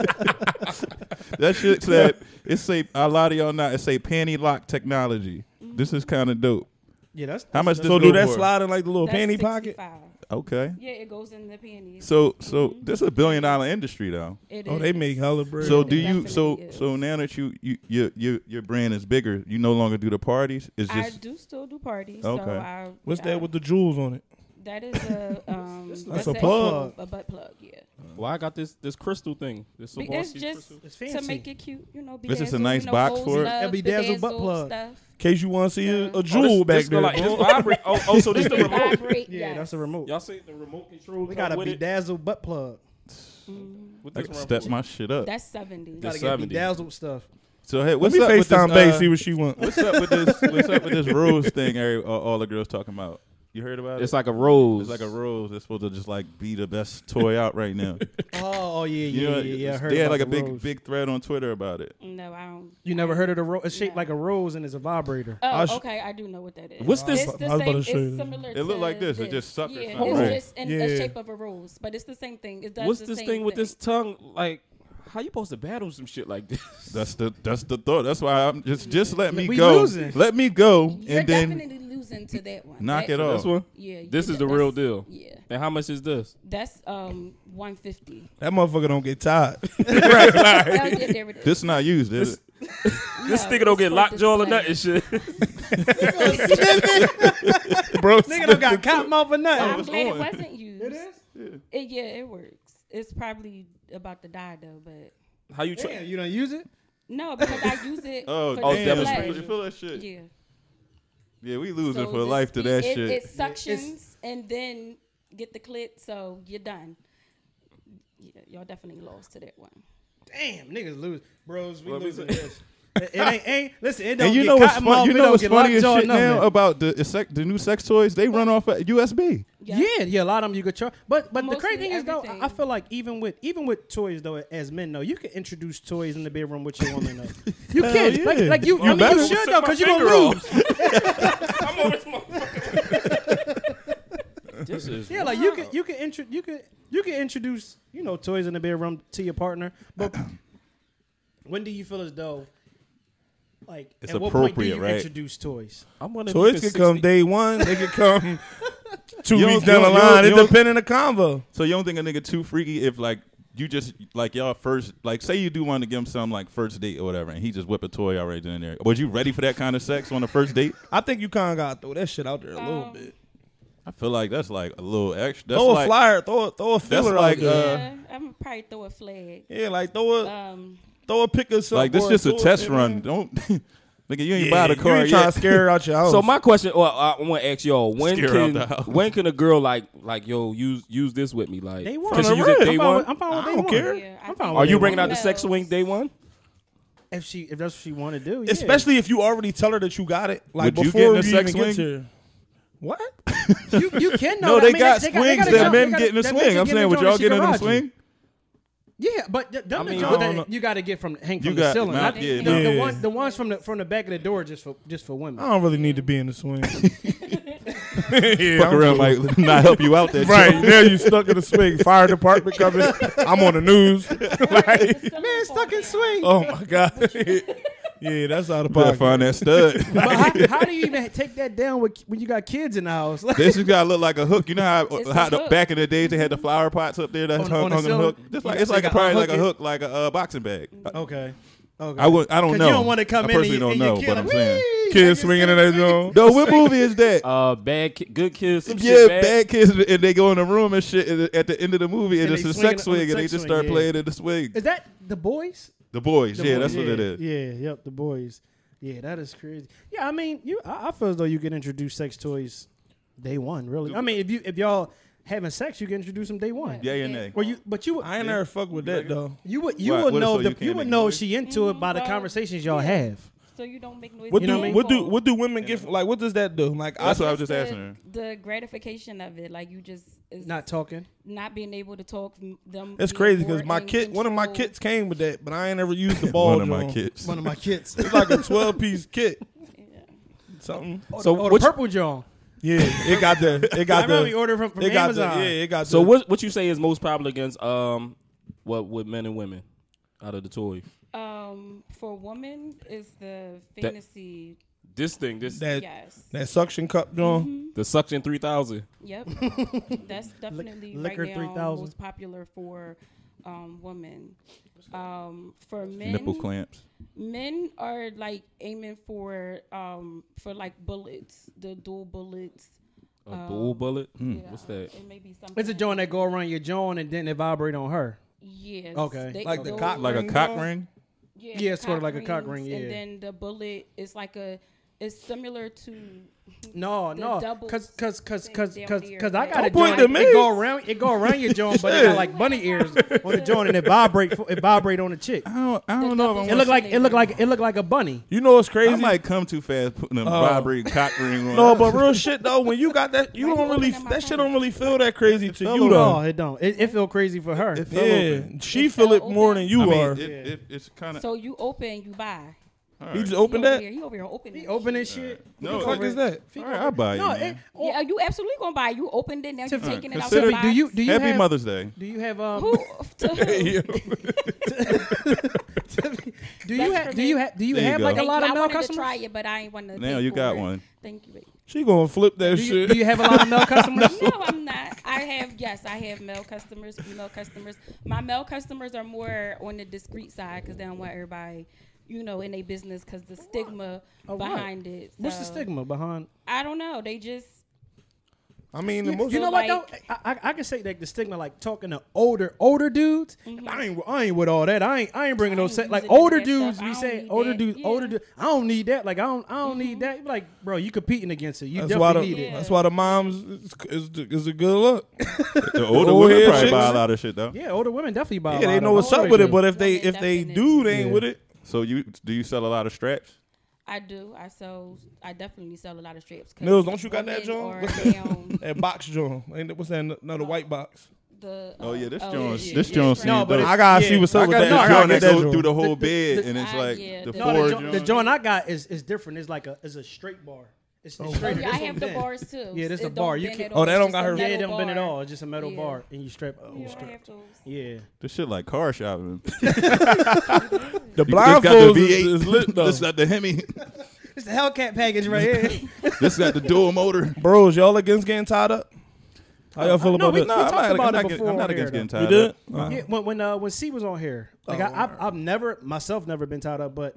S2: [LAUGHS]
S1: collar. [LAUGHS] that shit said it say a lot of y'all not it say panty lock technology. This is
S2: Mm-hmm.
S1: kind of dope.
S2: Yeah, that's
S1: How much
S3: So
S1: this
S3: do
S1: go
S3: that
S1: for?
S3: slide in like the little
S5: That's
S3: panty pocket?
S5: 65.
S1: Okay.
S5: Yeah, it goes in the panties.
S1: So so this is a billion dollar industry though.
S5: It
S3: Oh,
S5: is.
S3: they make hella bread.
S1: So
S5: It
S1: do you
S5: definitely
S1: so
S5: is.
S1: so now that you you your your your brand is bigger, you no longer do the parties. It's
S5: I
S1: just
S5: do still do parties. So
S1: Okay.
S5: I,
S3: What's
S5: I-
S3: that with the jewels on it?
S5: That is a um.
S3: a plug.
S5: A butt plug, yeah.
S4: Well, I got this this crystal thing. This
S5: Be-
S4: Swarovski
S5: it's just
S4: crystal.
S2: It's
S5: to
S2: fancy.
S5: make it cute, you know.
S1: This is a
S5: bedazzled,
S1: nice
S5: you know,
S1: box
S5: bows
S1: for it?
S5: love,
S2: Yeah, bedazzled butt
S5: bedazzled
S2: plug.
S5: Stuff.
S3: [LAUGHS] In case you want to see a, a
S4: Oh, this,
S3: jewel back
S4: this
S3: there.
S4: go like this
S3: bro.
S4: vibrate. Oh, oh, so [LAUGHS] this the
S5: It
S4: remote.
S5: vibrate,
S2: Yeah,
S5: yes.
S2: that's a remote.
S4: Y'all see the remote control?
S2: We got a
S4: come with it?
S2: bedazzled butt plug.
S1: I
S4: With this
S1: can
S4: remote.
S1: step my shit up.
S5: That's seventy.
S4: That's
S2: Gotta get
S4: 70.
S2: bedazzled stuff.
S1: So hey,
S3: Let
S1: what's
S3: me
S1: up with this?
S3: FaceTime Bay,
S1: uh,
S3: see what she wants.
S1: what's up with this?
S3: [LAUGHS]
S1: What's up with this rules thing? every- All, all the girls talking about. You heard about it?
S4: It's like a rose.
S1: It's like a rose. It's supposed to just like be the best toy out right
S2: [LAUGHS]
S1: now.
S2: Oh, oh yeah,
S1: You
S2: yeah,
S1: know,
S2: yeah, yeah. I
S1: it's-
S2: heard
S1: they had
S2: about
S1: like a
S2: the
S1: big
S2: rose.
S1: big thread on Twitter about it.
S5: No, I don't.
S2: You never heard of the rose? It's shaped like a rose and it's a vibrator.
S5: Oh,
S3: I sh-
S5: okay, I do know what that is.
S4: What's this?
S5: It's the
S3: I was about
S5: same.
S3: to
S5: It's
S3: show you this.
S5: similar.
S1: It look
S5: to
S1: like this, it just suck or
S5: yeah,
S1: something,
S5: It's
S1: right?
S5: just in
S3: Yeah.
S5: the shape of a rose, but it's the same thing. It does
S4: What's
S5: the
S4: this
S5: same
S4: thing with this tongue? Like, how you supposed to battle some shit like this? [LAUGHS]
S1: That's the that's the thought. That's why I'm just just let me
S2: We
S1: go.
S2: losing.
S1: Let me go,
S5: You're
S1: and then
S5: definitely losing listen to that one.
S1: Knock
S5: That-
S1: it off.
S4: This one.
S5: Yeah, you
S4: This
S5: got-
S4: is the real
S5: that's-
S4: deal.
S5: Yeah,
S4: And how much is this?
S5: that's um one fifty.
S3: That motherfucker don't
S4: [LAUGHS]
S3: get tired.
S5: They'll get there with
S1: This not used. Is it?
S4: This
S5: No,
S4: nigga don't
S5: it's
S4: get
S5: for
S4: lockjaw or
S5: display.
S4: nothing shit.
S2: [LAUGHS]
S5: [LAUGHS]
S3: Bro,
S2: Nigga don't got cop mouth for
S5: I'm
S2: nothing.
S5: glad
S1: on.
S5: it wasn't used. It
S2: is?
S5: Yeah. It, yeah, it works. It's probably about to die though, but
S4: How you
S2: Damn,
S4: try?
S2: you don't use it?
S5: no, because I use it.
S1: [LAUGHS] Oh,
S5: for
S1: oh
S5: display.
S1: damn.
S4: demonstration.
S1: Feel that shit. Yeah,
S5: Yeah.
S1: we losing
S5: So
S1: for
S5: this
S1: life to
S5: be-
S1: that
S5: it,
S1: shit.
S5: It suctions and then get the clit, so you're done. Yeah, y'all definitely lost to that one.
S2: Damn, niggas lose. Bros, we
S4: Let me
S2: losing
S4: see.
S2: this. It it ain't, ain't, listen, it don't
S1: and you
S2: get
S1: know what's
S2: cotton
S1: fun,
S2: mouth,
S1: you
S2: it
S1: know
S2: don't
S1: what's
S2: get
S1: funny as
S2: lockjaw,
S1: shit now
S2: nothing.
S1: about the sec- the new sex toys. They run off at USB.
S5: Yeah.
S2: Yeah, yeah, a lot of them you could charge, but but the crazy
S5: Mostly
S2: thing is though, I- I
S5: everything.
S2: feel like even with even with toys though, as men though, you can introduce toys in the bedroom with your woman though. You
S3: Hell
S2: can, like,
S3: yeah.
S2: like you,
S1: Oh,
S2: I mean,
S3: better.
S2: you should though,
S4: my
S2: because you gonna
S4: finger
S2: lose.
S4: off. [LAUGHS] I'm over this [LAUGHS] motherfucker. [LAUGHS] This is
S2: Yeah, like you can you can intro you can you can introduce you know toys in the bedroom to your partner, but [CLEARS THROAT] when do you feel as though like
S1: It's
S2: at what point do
S1: appropriate,
S2: you
S1: right?
S2: introduce toys?
S4: I'm wondering if
S3: Toys
S4: you
S3: could
S4: could
S3: come
S4: 60
S3: day one. They
S4: [LAUGHS]
S3: could come two
S1: You
S3: weeks
S1: don't-
S3: down the
S1: you don't-
S3: line.
S1: you
S3: It
S1: don't-
S3: depends on the convo.
S1: So you don't think a nigga too freaky if like you just like y'all first like say you do want to give him some like first date or whatever, and he just whip a toy already in there. Was you ready for that kind of sex on the first date?
S3: I think you kind of got to throw that shit out there a little
S5: Um,
S3: bit.
S1: I feel like that's like a little extra. That's
S3: Throw a
S1: like,
S3: flyer. Throw a, throw a
S1: That's
S3: filler
S1: like
S3: out there.
S1: uh,
S5: yeah, I'm gonna probably throw a flag.
S3: yeah, like throw a
S5: Um,
S3: throw a pick or something.
S1: like this
S3: or
S1: just a
S3: toy,
S1: test
S3: you know?
S1: run. Don't [LAUGHS] nigga, you ain't
S3: Yeah,
S1: buy the car
S3: You ain't trying
S1: yet.
S3: to scare her out your house.
S4: [LAUGHS] So my question, well, I want to ask y'all: When
S1: Scare out
S4: can
S1: the house.
S4: when can a girl like like yo use use this with me? Like,
S2: They
S4: can
S2: want
S3: From
S4: she
S3: the
S4: use it
S3: rib.
S4: day
S2: I'm fine with,
S4: one?
S2: I'm fine with
S3: I
S2: day
S3: don't
S2: one.
S3: care.
S5: yeah, I
S2: I'm fine
S5: think-
S2: with
S4: Are
S2: day
S4: you bringing
S2: one.
S4: out the sex
S5: No.
S4: swing day one?
S2: if she if that's what she want to do, yeah.
S3: especially if you already tell her that you got it. Like
S1: Would you
S3: before
S1: get in a
S3: you
S1: sex
S3: even
S1: swing?
S3: get to her. What?
S2: you, you can know
S1: No,
S2: that.
S1: they
S2: I mean,
S1: got
S2: they
S1: swings
S2: they
S1: that
S2: got-
S1: men
S2: they
S1: get in a
S2: got- that
S1: swing.
S2: bitch
S1: I'm
S2: get in
S1: saying,
S2: the
S1: would
S2: joint
S1: y'all
S2: she
S1: get in a
S2: garage you.
S1: swing?
S2: Yeah, but th- them
S4: mean,
S2: the
S4: I
S2: joint
S4: don't
S2: that
S4: know.
S2: you got to get from hang
S1: You
S2: from
S1: got-
S2: the ceiling.
S1: nah,
S2: not-
S1: yeah,
S2: the, the
S3: yeah.
S2: one, the ones from the from the back of the door just for just for women.
S3: I don't really need to be in
S1: [LAUGHS]
S3: the swing.
S1: Fuck around might not help you out there.
S3: Right now, you stuck in the swing. Fire department coming. I'm on the news.
S5: It's
S3: like,
S5: a
S2: Man,
S5: ceiling
S2: stuck
S5: fall
S2: in
S5: down.
S2: swing.
S3: oh my god. [LAUGHS] yeah, that's out of
S1: You better
S3: pocket.
S1: find that stud.
S2: But how, [LAUGHS] how do you even take that down with, when you got kids in the house? [LAUGHS] Like,
S1: This just gotta look like a hook. You know
S5: It's
S1: how,
S5: a
S1: how the,
S5: hook.
S1: back in the days they had the flower pots up there that
S2: On-
S1: hung
S2: on
S1: on,
S2: the
S1: a hook.
S2: ceiling?
S1: Just
S2: You
S1: like
S2: got-
S1: it's like
S2: you
S1: a,
S2: gotta
S1: probably like a
S2: unhook it.
S1: hook, like a uh, boxing bag.
S2: okay, okay.
S1: I would. I don't
S2: 'Cause
S1: know.
S2: you don't want to come
S1: I
S2: in.
S1: personally
S2: and,
S1: don't
S2: and
S1: know,
S2: you kill
S1: but
S2: him.
S1: I'm saying.
S2: Whee!
S3: Kids swinging in that zone.
S1: No, what movie is that?
S4: Uh, bad ki- good kids. Some
S1: yeah,
S4: shit bad.
S1: bad. kids, and they go in the room and shit. And at the end of the movie, and,
S2: And
S1: it's
S2: they
S1: a
S2: swinging
S1: sex
S2: on the
S1: swing, and they
S2: sex
S1: just
S2: swing,
S1: start
S2: yeah.
S1: playing in the swing.
S2: Is that the boys?
S1: the boys,
S2: The
S1: yeah,
S2: boys,
S1: that's what it
S2: yeah,
S1: is.
S2: Yeah, yep, the boys. Yeah, that is crazy. Yeah, I mean, you. I, I feel as though you get introduced sex toys day one. Really, I mean, if you if y'all having sex, you can introduce them day one.
S1: Yeah, yeah, nay.
S2: Or you, but you would
S3: I ain't never fuck with that though.
S2: you would you
S1: Why-
S2: would
S1: what
S2: know the,
S1: so you
S2: you,
S1: can't
S2: would
S1: make
S2: know
S1: noise?
S2: she into it by the
S5: Mhm,
S2: conversations y'all
S5: yeah.
S2: have.
S5: So you don't make noise.
S3: What
S5: when
S2: know
S3: do
S2: what I mean?
S3: what do
S5: fall.
S3: what do women get? Like, what does that do? Like, I,
S1: That's what I was just
S5: the-
S1: asking her.
S5: The gratification of it, like you just is not
S2: Not talking.
S5: not being able to talk. m- Them.
S3: it's
S5: being
S3: crazy because
S5: bored
S3: my
S5: and
S3: kid, one of my
S5: controlled.
S3: kits came with that, but I ain't ever used the ball.
S1: One of my
S3: joint.
S1: kids.
S2: One of my kids.
S3: It's like a twelve piece kit. Something.
S4: So
S2: or the
S4: what? you-
S2: purple John.
S3: Yeah, it got the
S2: [LAUGHS]
S3: it
S2: I
S3: got
S2: remember we
S3: the
S2: ordered from, from
S3: it got the
S2: Amazon.
S3: yeah it got
S4: So
S3: the-
S4: what? What you say is most popular against um, what with men and women out of the toy?
S5: Um, for women is the fantasy.
S4: This thing, this
S3: that
S5: yes.
S3: that suction cup joint.
S2: Mm-hmm.
S4: the suction three thousand.
S3: [LAUGHS]
S5: Yep. That's definitely
S2: Liquor
S5: right now
S2: 3000.
S5: most popular for um, women. Um, for men,
S1: Nipple clamps.
S5: men are like aiming for um, for like bullets, the dual bullets.
S4: A
S2: Oh.
S4: dual bullet.
S3: Hmm.
S5: Yeah,
S4: What's that?
S5: It may be something.
S2: It's a joint that go around your joint and then it vibrate on her.
S5: Yes.
S2: Okay.
S3: Like the
S5: those
S3: cock
S5: are-
S1: Like a
S3: Ring
S1: cock
S3: ball?
S1: ring.
S5: Yeah,
S2: Yeah, it's sorta like a cock ring,
S5: rings,
S2: yeah.
S5: And then the bullet is like a, it's similar to.
S2: No,
S5: The
S2: no,
S5: double
S2: cause cause cause
S5: thing
S2: cause
S5: down
S2: cause,
S5: to your
S2: cause I
S5: head.
S2: got a
S3: Don't point
S2: joint.
S3: to
S2: It
S3: me.
S2: go around, it go around your joint, but it got like bunny ears on the joint, and it vibrate for, it vibrate on the chick.
S1: I don't. I don't
S5: The
S1: know.
S5: double-
S1: If
S2: It
S1: I'm
S2: look like it look like it look like a bunny.
S3: You know what's
S1: I
S3: crazy?
S1: might come too fast putting a vibrating cock ring [LAUGHS] on.
S3: no, but real shit though. When you got that, you
S5: Why
S3: don't
S5: you
S3: really
S5: opening my
S3: that shit
S5: phone?
S3: don't really feel that crazy to you
S2: No,
S3: though.
S2: it don't. It, it feel crazy for her.
S1: It fell
S3: Yeah,
S1: open.
S3: she
S5: It
S3: feel
S5: fell
S3: it more
S5: open.
S3: than you
S1: I mean,
S3: are.
S1: it, it, it's kind of.
S5: So you open, you buy.
S3: He just
S5: He
S3: opened
S5: over
S3: that.
S5: here, he over here opening.
S2: He
S5: that
S2: open
S5: shit.
S2: this shit.
S1: no,
S3: What the fuck is that?
S1: All right, I'll buy you.
S2: No, it,
S1: man.
S2: oh,
S5: Yeah, you absolutely gonna buy. it. You opened it now. You're
S2: Tiffany,
S5: taking it out.
S1: consider-
S5: the
S2: Tiffany, do you
S5: box. [LAUGHS]
S2: do you
S1: Happy
S2: have
S1: Mother's [LAUGHS] Day.
S2: do you have [LAUGHS] um
S5: Who? to
S3: [LAUGHS]
S5: who?
S2: do you
S5: That's
S2: have
S5: for
S2: do
S5: me.
S2: you have do you
S1: There you
S2: have like
S1: go.
S2: a
S5: Thank
S2: lot
S5: you.
S2: of
S5: I
S2: male
S5: wanted to
S2: customers?
S5: try it, but I ain't want to.
S1: Now you got one.
S5: Thank you, baby.
S3: She gonna flip that
S2: Do you,
S3: shit.
S2: do you have a lot of male customers?
S5: [LAUGHS] No, I'm not. I have yes, I have male customers, female customers. My male customers are more on the discreet side because they don't want everybody, you know, in their business because the stigma
S2: Oh, right.
S5: behind it.
S2: What's the
S5: So,
S2: stigma behind?
S5: I don't know. They just
S3: I mean, the most.
S2: You know what though?
S5: like-
S2: I, I, I can say like the stigma, like talking to older older dudes. I ain't I ain't with all that. I ain't I ain't bringing
S5: Mm-hmm.
S2: no
S5: I ain't
S2: set like
S5: using
S2: older
S5: that stuff.
S2: dudes.
S5: I
S2: We
S5: don't
S2: say
S5: need
S2: older
S5: that.
S2: dudes,
S5: Yeah. Mm-hmm.
S2: older dudes. I don't need that. Like I don't I don't need that. You're Like bro, you competing against it. You
S3: That's why the
S2: definitely need it.
S3: that's why the moms is, is, is a good look.
S1: The older
S3: Oh,
S1: women
S3: yeah,
S1: probably
S3: chicks.
S1: buy a lot of shit though.
S2: Yeah, older women definitely buy. a
S3: Yeah,
S2: lot
S3: they
S2: of
S3: know
S2: them.
S3: what's
S2: Oh,
S3: up
S2: Always
S3: with it,
S2: do.
S3: but if they
S5: Women
S3: if they
S5: definitely.
S3: do, they ain't
S2: Yeah.
S3: with it.
S1: So you do you sell a lot of straps?
S5: I do. I sell. I definitely sell a lot of strips. 'cause
S3: Mills, don't you got that,
S5: women
S3: John?
S5: are
S3: [LAUGHS] What's that?
S5: down
S3: That box joint. Ain't that- What's that? Another white box.
S5: the,
S1: [LAUGHS] Oh yeah, this
S5: uh,
S1: Jones,
S5: yeah,
S1: this
S5: yeah,
S1: Jones.
S5: right.
S2: No, but
S3: I gotta see what's
S1: I
S3: up
S1: got
S3: with that.
S1: that
S3: I
S1: joint
S3: gotta
S1: that
S3: get
S1: goes
S3: that
S1: through
S3: joint.
S1: the whole
S2: the-
S1: bed,
S2: the-
S1: and it's
S5: Ah,
S1: like
S5: yeah,
S1: the
S5: the-
S2: No,
S1: four
S2: the, jo- the
S1: joints.
S2: joint I got is is different. It's like a is a straight bar. It's just
S5: Oh,
S2: straight.
S5: yeah, I have the bars too.
S2: Yeah, this
S5: It
S2: a
S5: don't
S2: bar. You
S5: bend
S2: can-
S5: at
S3: Oh,
S5: all.
S3: they
S5: It's
S3: don't
S5: just
S3: got
S5: a
S3: her-
S2: Yeah, it
S5: metal
S2: don't bend at
S5: bar.
S2: all. It's just a metal
S5: Yeah.
S2: bar, and you strap. Oh,
S5: You don't
S2: strap.
S5: have those.
S2: Yeah.
S1: This shit like car shopping.
S3: The
S1: You just got
S3: blindfolds
S1: the
S3: is, is
S1: V8.
S3: lit though.
S1: This got the Hemi.
S2: It's the Hellcat package right [LAUGHS] here.
S1: This got the dual motor.
S3: Bros, y'all against getting tied up? How y'all feel
S2: no,
S3: about
S2: we- we
S3: that?
S2: talked
S1: I'm not,
S2: about
S1: I'm
S2: it
S1: not against-
S2: before
S1: I'm not
S2: on
S1: against
S2: here,
S1: getting
S3: You
S1: tied
S3: did?
S1: up.
S3: Uh,
S2: yeah, when when uh, when C was on here, like I, I've, I've never myself never been tied up, but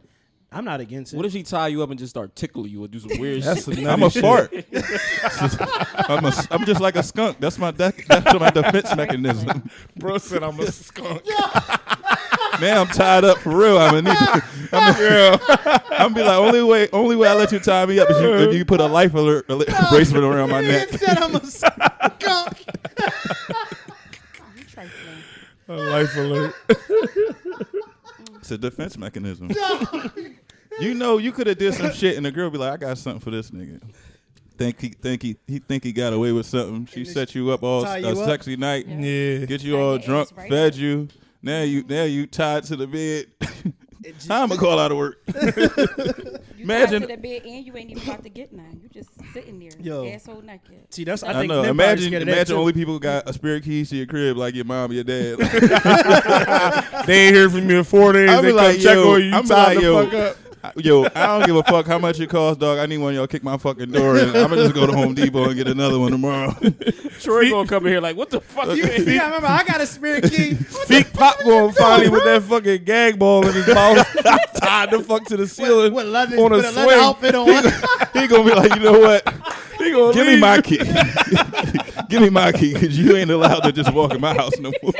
S2: I'm not against it. [LAUGHS]
S4: What if she tie you up and just start tickling you or do some weird
S3: [LAUGHS] That's
S4: shit?
S3: a
S1: I'm a fart.
S3: [LAUGHS]
S1: I'm, a, I'm just like a skunk. That's my that, that's my defense mechanism.
S3: Bro said I'm a skunk.
S1: Man, I'm tied up for real. I'm gonna need. To, I'm, [LAUGHS] I'm be like only way only way I let you tie me up is you, if you put a life alert, alert bracelet around my neck.
S2: said I'm a
S1: [LAUGHS]
S2: skunk.
S5: You trifling.
S3: A
S2: [LAUGHS]
S3: life alert.
S1: It's a defense mechanism. you know, you could have did some shit, and the girl be like, "I got something for this nigga." Think he think he he think he got away with something. She
S2: they
S1: set you up all
S2: tie
S1: a
S2: you up?
S1: sexy night,
S3: Yeah.
S1: get you all
S5: Tie your
S1: drunk,
S5: ass right
S1: fed
S5: up.
S1: you. Now you now you tied to the bed. [LAUGHS] I'm gonna call out of work.
S5: You
S1: Imagine-
S5: imagine to the bed and you ain't even about to get none. You just sitting there,
S2: Yo.
S5: asshole naked.
S2: See, that's I,
S1: I,
S2: think
S1: know.
S2: men probably
S1: Imagine
S2: scared of that,
S1: imagine
S2: too. [LAUGHS]
S1: only people who got a spare keys to your crib like your mom, or your dad.
S3: They ain't hear from you in four days.
S1: I'm
S3: they come
S1: like,
S3: check
S1: yo,
S3: on you. You
S1: I'm
S3: tied
S1: like,
S3: the
S1: yo,
S3: fuck up.
S1: [LAUGHS] Yo, I don't give a fuck how much it costs, dog. I need one of y'all kick my fucking door, and I'm gonna just go to Home Depot and get another one tomorrow. [LAUGHS]
S4: Troy gonna come in here like, what the fuck?
S3: [LAUGHS]
S4: you ain't
S2: yeah, I remember I got a
S1: [LAUGHS]
S2: spare key.
S3: Feet pop going finally with that fucking gag ball in his mouth. [LAUGHS] tied the fuck to the
S2: [LAUGHS]
S3: ceiling.
S2: with leather,
S3: On a
S2: with a leather
S3: swing.
S2: outfit
S1: [LAUGHS]
S2: on. [LAUGHS]
S1: he gonna be like, you know what?
S3: He gonna
S1: Give me
S3: leave.
S1: my key. [LAUGHS] Give me my key because you ain't allowed to just walk in my house no more.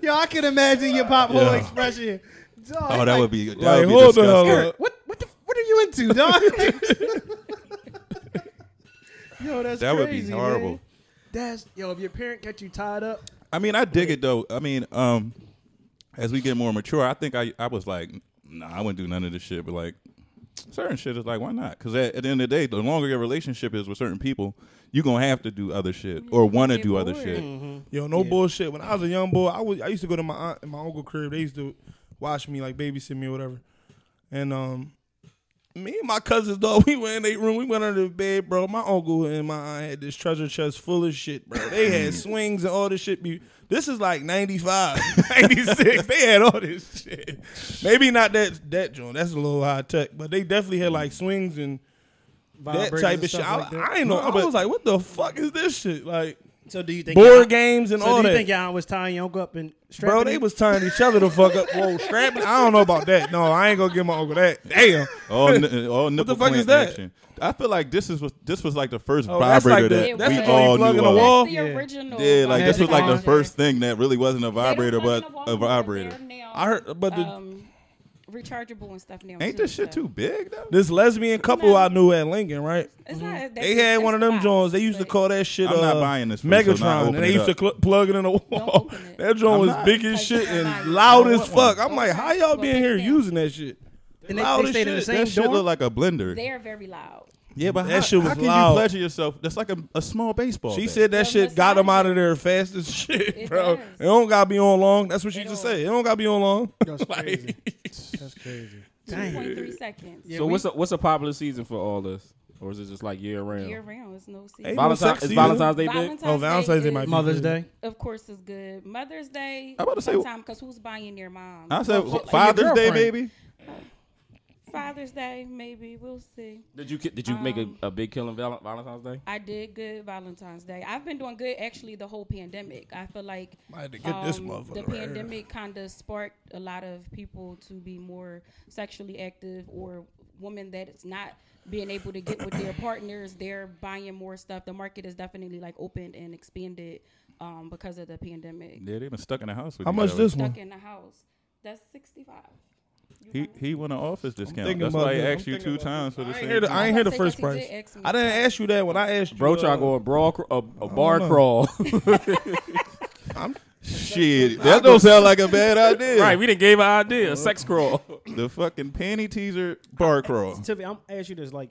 S2: Yo, I can imagine your pop whole
S1: Yeah.
S2: expression. Dog,
S1: Oh, that would be that
S3: Like,
S1: would be
S3: hold the hell
S1: disgusting.
S3: up.
S2: What what the, what are you into,
S1: [LAUGHS]
S2: dog? [LAUGHS] yo, that's
S1: That would be
S2: crazy,
S1: horrible.
S2: man. That's yo. If your parent got you tied up,
S1: I mean, I dig it though. I mean, um, as we get more mature, I think I I was like, nah, I wouldn't do none of this shit. But like, certain shit is like, why not? Because at, at the end of the day, the longer your relationship is with certain people, you gonna have to do other shit or want to
S5: Get
S1: do other
S5: bored.
S1: shit.
S3: Yo, no bullshit. When I was a young boy, I was I used to go to my aunt and my uncle crib. They used to watch me, like babysit me or whatever. And um, me and my cousins, dog, [LAUGHS] we went in their room. We went under the bed, bro. My uncle and my aunt had this treasure chest full of shit, bro. They had swings and all this shit. Be- This is like [LAUGHS] 95, 96. they had all this shit. Maybe not that that joint. That's a little high tech, but they definitely had like swings and that
S2: vibrators
S3: type
S2: and
S3: of shit.
S2: stuff
S3: I,
S2: like that.
S3: I ain't know. I was like, what the fuck is this shit? Like
S2: So do you think
S3: board games and
S2: So
S3: all
S2: do you
S3: that.
S2: think y'all was tying your uncle up and strapping?
S3: Bro, they was tying each other the fuck up.
S5: [LAUGHS]
S3: Whoa, strapping? I don't know about that. No, I ain't gonna give my uncle that. Damn.
S1: All,
S3: [LAUGHS]
S1: n- all nipple
S3: fuck
S1: clamp
S3: is that?
S1: action. I feel like this is what this was like the first
S3: Oh, that's
S1: vibrator
S3: like the-
S1: that
S5: that's
S1: we
S5: the joint you
S1: all
S3: plug
S1: knew
S3: in the
S1: of.
S3: wall?
S5: That's the
S2: Yeah.
S5: original.
S1: Yeah, like
S5: um,
S1: this was like the
S2: Vibrator.
S1: first thing that really wasn't a
S5: They don't
S1: vibrator,
S5: plug
S1: but
S5: in the wall
S1: a
S5: because
S1: vibrator.
S5: they're now,
S3: I heard- but the-
S5: um, rechargeable and stuff now.
S1: Ain't
S5: too,
S1: this shit
S5: so.
S1: too big though?
S3: This lesbian couple I knew at Lincoln, right?
S5: It's
S2: Mm-hmm.
S5: not, that
S3: They
S5: big,
S3: had
S5: that's
S3: one of them
S5: fine,
S3: Jones. They used to
S5: but
S3: call that shit
S1: I'm not
S3: uh,
S1: buying this one, so
S3: Megatron,
S1: now open
S3: and they
S1: it
S3: used to
S1: up.
S3: cl- plug it in the wall.
S5: open it.
S3: That joint
S1: I'm
S3: was
S1: not.
S3: big
S5: Because
S3: as shit
S5: you're not
S3: and
S5: buying
S3: loud
S5: it.
S3: as fuck. I'm
S5: Okay.
S3: like, how y'all
S5: Well,
S3: being
S5: big
S3: here
S5: fan.
S3: using that shit?
S2: and they,
S3: loud
S2: they
S3: as
S2: stayed in the
S3: shit.
S1: That
S2: same
S1: shit look
S2: dorm.
S1: like a blender.
S5: They are very loud.
S1: Yeah, but
S3: That
S1: how,
S3: shit was
S1: how can
S3: loud.
S1: you pleasure yourself? That's like a, a small baseball.
S3: She
S1: bat.
S3: said that
S5: The
S3: shit got them out
S5: massage-
S3: of there fast as [LAUGHS] shit,
S5: It
S3: bro.
S5: does.
S3: It don't gotta be on long. That's what she
S5: It
S3: just
S5: don't.
S3: said. It don't gotta be on long. [LAUGHS]
S2: That's crazy. That's crazy. Dang.
S5: 2.3 seconds.
S4: So what's a, what's a popular season for all this, or is it just like year round?
S5: Year round, it's no season.
S3: Ain't no
S4: Valentine,
S3: sex
S4: is
S3: season.
S4: Valentine's Day big?
S5: Valentine's
S3: Oh, Valentine's Day might be
S2: Mother's Day.
S3: good.
S5: of course, is good. Mother's Day,
S1: I'm about to say-
S5: sometime because who's buying their mom?
S1: I said
S2: Well, for- for your
S1: Father's Day,
S2: girlfriend.
S1: baby.
S5: Father's Day, maybe we'll see.
S4: Did you ki- did you make a,
S5: Um,
S4: a big killing val- Valentine's Day?
S5: I did good Valentine's Day. I've been doing good actually the whole pandemic. I feel like
S3: I had to get this
S5: um,
S3: motherfucker
S5: the
S3: right here.
S5: pandemic kind of sparked a lot of people to be more sexually active or women that it's not being able to get with
S3: [COUGHS]
S5: their partners they're buying more stuff the market is definitely like opened and expanded um, because of the pandemic
S1: Yeah, they've been stuck in the house. With
S3: How
S1: you
S3: much
S1: that way.
S3: this
S5: stuck
S3: one?
S5: in the house that's 65
S1: He he won an office discount.
S3: thinking
S1: That's why
S3: about
S1: he
S3: this.
S1: asked you two times for the
S3: I ain't hear
S1: same.
S3: the, I ain't hear the first
S5: Because
S3: price.
S5: he did ask me.
S3: I didn't ask you that when I asked you.
S4: Bro,
S3: uh,
S4: trying to go a, brawl, cr- a, a bar crawl. [LAUGHS]
S1: Shit, that don't sound like a bad idea.
S4: right, we didn't gave an idea. A sex crawl.
S1: The fucking panty teaser bar crawl.
S2: Tiffany, I'm gonna ask you this: like,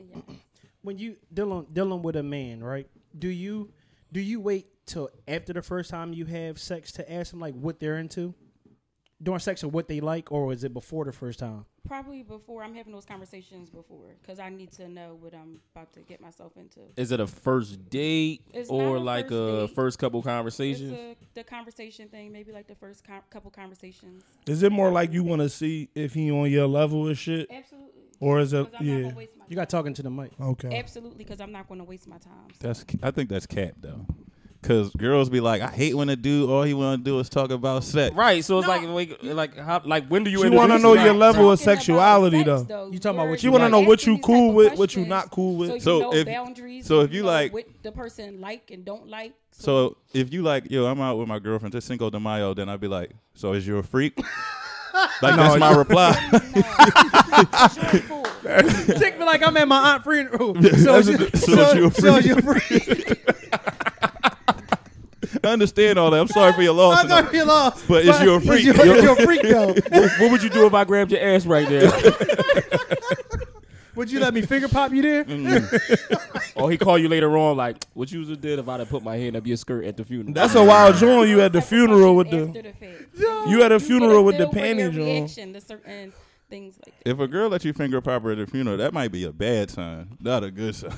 S2: when you dealing dealing with a man, right? Do you do you wait till after the first time you have sex to ask them like what they're into during sex or what they like, or is it before the first time?
S5: probably before i'm having those conversations before because i need to know what i'm about to get myself into
S4: Is it a first date
S5: It's
S4: or
S5: not a
S4: like
S5: first
S4: a
S5: date.
S4: first couple
S5: it's
S4: conversations?
S5: a, the conversation thing maybe like the first com- couple conversations
S3: Is it more like you want to see if he on your level and shit,
S5: absolutely
S3: or is it
S5: 'Cause I'm not
S3: yeah?
S5: gonna waste my
S2: You got talking to the
S1: [LAUGHS]
S2: mic.
S3: Okay.
S5: Absolutely, because I'm not going to waste my time.
S1: That's I think that's cap though, because girls be like, I hate when a dude all he want to do is talk about sex.
S4: Right, so it's like like like how like when do you
S3: She
S4: introduce
S3: wanna know
S4: yourself?
S3: your level of
S5: Talking about
S3: sexuality,
S5: sex,
S3: though.
S2: You talking about
S5: you're-
S2: what you
S5: you're
S2: wanna know
S5: asking
S3: what
S5: these
S3: you
S5: type
S3: cool
S5: of
S3: with, what you
S5: questions
S3: not cool with.
S5: So you
S1: So
S5: know
S1: if-
S5: boundaries.
S1: so if you
S5: know
S1: like-
S5: what the person like and don't like.
S1: So if you like, yo, I'm out with my girlfriend to Cinco de Mayo, then I'd be like, so is you a freak? like that's
S2: [LAUGHS]
S1: my
S3: [LAUGHS]
S1: reply. [LAUGHS]
S5: No. It's your fault.
S2: Chick be like, I'm at my aunt
S1: [LAUGHS]
S2: funeral. So
S1: That's
S2: is
S1: what
S2: you-
S1: the- so
S2: so
S1: is you
S2: so
S1: a
S2: is you free.
S1: I understand all that. I'm sorry for your loss.
S2: I'm [LAUGHS]
S1: and all.
S2: gonna be lost.
S1: But is you a freak?
S2: Is you, is you a freak
S1: [LAUGHS]
S2: though?
S4: what would you do if I grabbed your ass right there?
S2: Would you let me finger pop you there?
S4: or he call you later on like, what you would've did if I'd have put my hand up your skirt at the funeral?
S3: That's a wild joint you at the
S5: Type of
S3: funeral with
S5: questions
S3: the
S5: after fact.
S3: you at a funeral with the
S5: You get a feel
S3: panties
S5: for their
S3: on.
S5: Reaction to certain things like that.
S1: If a girl let you finger pop her at a funeral, that might be a bad sign, not a good sign.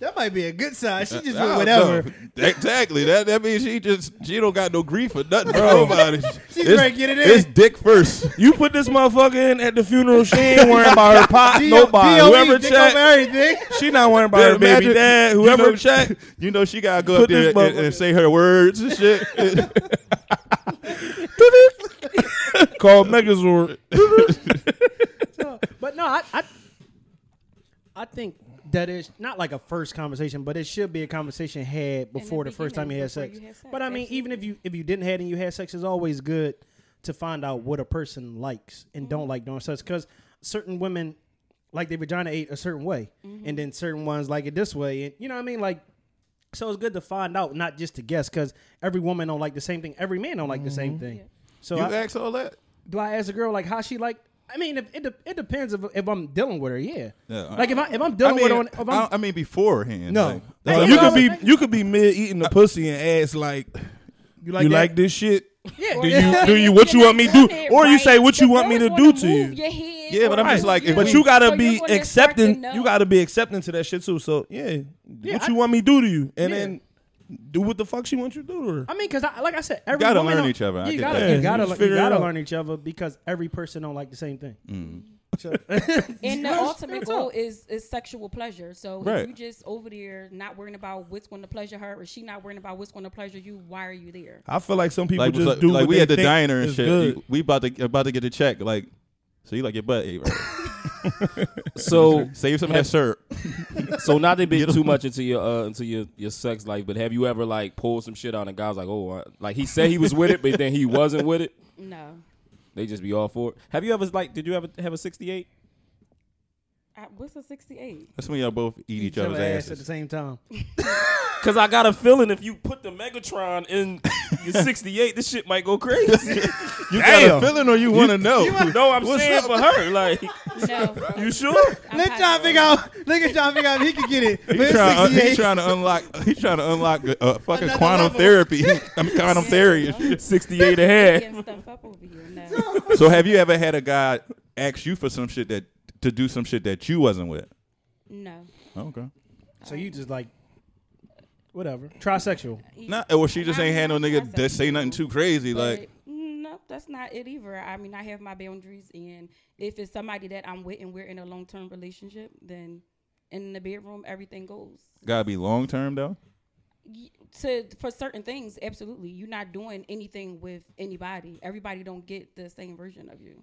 S2: That might be a good sign. She just
S1: [LAUGHS] I
S2: went
S1: don't
S2: whatever.
S1: know. Exactly. That that means she just she don't got no grief for nothing. Bro. Nobody. She's
S2: ready to get it in.
S1: [LAUGHS] It's dick first. [LAUGHS]
S3: You put this motherfucker in at the funeral. She ain't worrying about her pop.
S2: D-
S3: nobody.
S2: DOE,
S3: Whoever
S2: dick over
S3: checked,
S2: everything.
S3: she not worrying about her baby
S1: Imagine-
S3: dad.
S1: you
S3: Whoever
S1: know-
S3: checked,
S1: You know she gotta go
S3: Put
S1: up there
S3: this
S1: and, and
S3: motherfucker-
S1: say her words and
S2: [LAUGHS]
S1: shit.
S3: called Megazord.
S2: No, but no, I, I I think that is not like a first conversation, but it should be a conversation had before the, first time you
S5: beginning,
S2: had
S5: before
S2: sex.
S5: you had sex,
S2: But I mean, even if you if you didn't had and you had sex, it's always good to find out what a person likes and
S5: Mm-hmm.
S2: don't like during sex because certain women like their vagina ate a certain way,
S5: Mm-hmm.
S2: and then certain ones like it this way, and you know what I mean, like. So it's good to find out, not just to guess, because every woman don't like the same thing. Every man don't like the
S5: Mm-hmm.
S2: same thing. So
S1: you
S2: I-
S1: ask all that?
S2: do I ask a girl like how she like? I mean, if, it de- it depends if, if I'm dealing with her, yeah.
S1: Yeah, I-
S2: like if I if I'm
S1: I
S2: dealing
S1: mean,
S2: with her, on, if
S1: I,
S2: I'm,
S1: I mean beforehand.
S2: No.
S1: Like,
S2: Hey,
S1: that's
S3: you
S1: what I'm
S3: could
S1: saying.
S3: be you could be mid eating the pussy and ask like, you like
S2: that?
S3: this shit?
S2: yeah,
S3: Do
S2: yeah.
S5: [LAUGHS]
S3: you do you what you want me to
S5: Done
S3: do?
S5: it
S3: Or you
S5: right.
S3: say what you
S5: The
S3: want me to
S5: girls
S3: do
S5: wanna
S3: to
S5: move
S3: you?
S5: your head
S1: Yeah, but I'm
S5: around
S1: just like, if
S5: you.
S1: we-
S3: But you gotta
S5: So you're
S3: be
S5: gonna start to
S3: accepting.
S5: know.
S3: You gotta be accepting to that shit too. So yeah, what
S2: I-
S3: you want me to do to you, and
S2: Yeah.
S3: then do what the fuck she wants you to do to her.
S2: [LAUGHS] I mean, because I, like I said, every
S1: gotta
S2: woman
S1: learn
S2: don't-
S1: each other. I
S2: You
S1: get
S2: gotta
S1: that.
S3: Yeah,
S2: you gotta
S3: just
S2: learn- you
S3: figure it
S2: gotta
S3: out.
S2: learn each other because every person don't like the same thing.
S1: Mm-hmm.
S5: And the ultimate
S2: real
S5: goal
S2: talk.
S5: is is sexual pleasure. So
S1: Right.
S5: if you just over there not worrying about what's going to pleasure her, or she not worrying about what's going to pleasure you, why are you there?
S3: I feel like some people
S1: Like,
S3: just
S1: like,
S3: do
S1: like
S3: what
S1: we
S3: they
S1: at the
S3: think
S1: diner and
S3: is
S1: shit.
S3: good.
S1: You- We about to about to get a check. Like, so you like your butt ate, [LAUGHS] right?
S4: So
S1: Save some of that syrup.
S4: so not to be too much into your uh, into your, your sex life, but have you ever like pulled some shit out and guys like, oh, I, like he said he was with it, but then he wasn't with it.
S5: No,
S4: They just be all for it. Have you ever like? Did you ever have a sixty eight?
S5: I, what's a sixty-eight?
S1: That's when y'all both eat each
S2: Your
S1: other's
S2: ass at the
S1: asses.
S2: same time.
S4: Cause I got a feeling if you put the Megatron in your
S3: [LAUGHS]
S4: sixty eight, this shit might go crazy.
S1: You
S3: Damn.
S1: got a feeling or [LAUGHS] you want to know?
S4: no, I'm saying for her, like
S3: [LAUGHS]
S5: No,
S4: you sure?
S5: I'm
S2: Let
S5: hot.
S2: John figure out. Look at John figure out if he could get it.
S1: He's
S2: But
S1: trying, [LAUGHS] he
S2: 68
S1: trying to unlock. [LAUGHS] He's trying to unlock uh, fucking
S2: Another
S1: quantum
S2: level.
S1: therapy. [LAUGHS] I mean,
S2: [LAUGHS]
S1: quantum theory. and shit.
S4: Sixty eight ahead.
S5: Getting stuff up over here. No,
S1: So, have you ever had a guy ask you for some shit that to do some shit that you wasn't with?
S5: no.
S1: Okay.
S2: so you just like whatever trisexual.
S1: Nah, or she
S2: [LAUGHS]
S1: just
S5: I'm
S1: ain't had no
S5: not
S1: nigga that say
S5: bisexual,
S1: nothing too crazy.
S5: but
S1: Like,
S5: no, that's not it either. I mean, I have my boundaries, and if it's somebody that I'm with and we're in a long term relationship, then in the bedroom everything goes.
S1: Gotta be long term [LAUGHS] though.
S5: Y- To for certain things, absolutely, you're not doing anything with anybody. Everybody don't get the same version of you.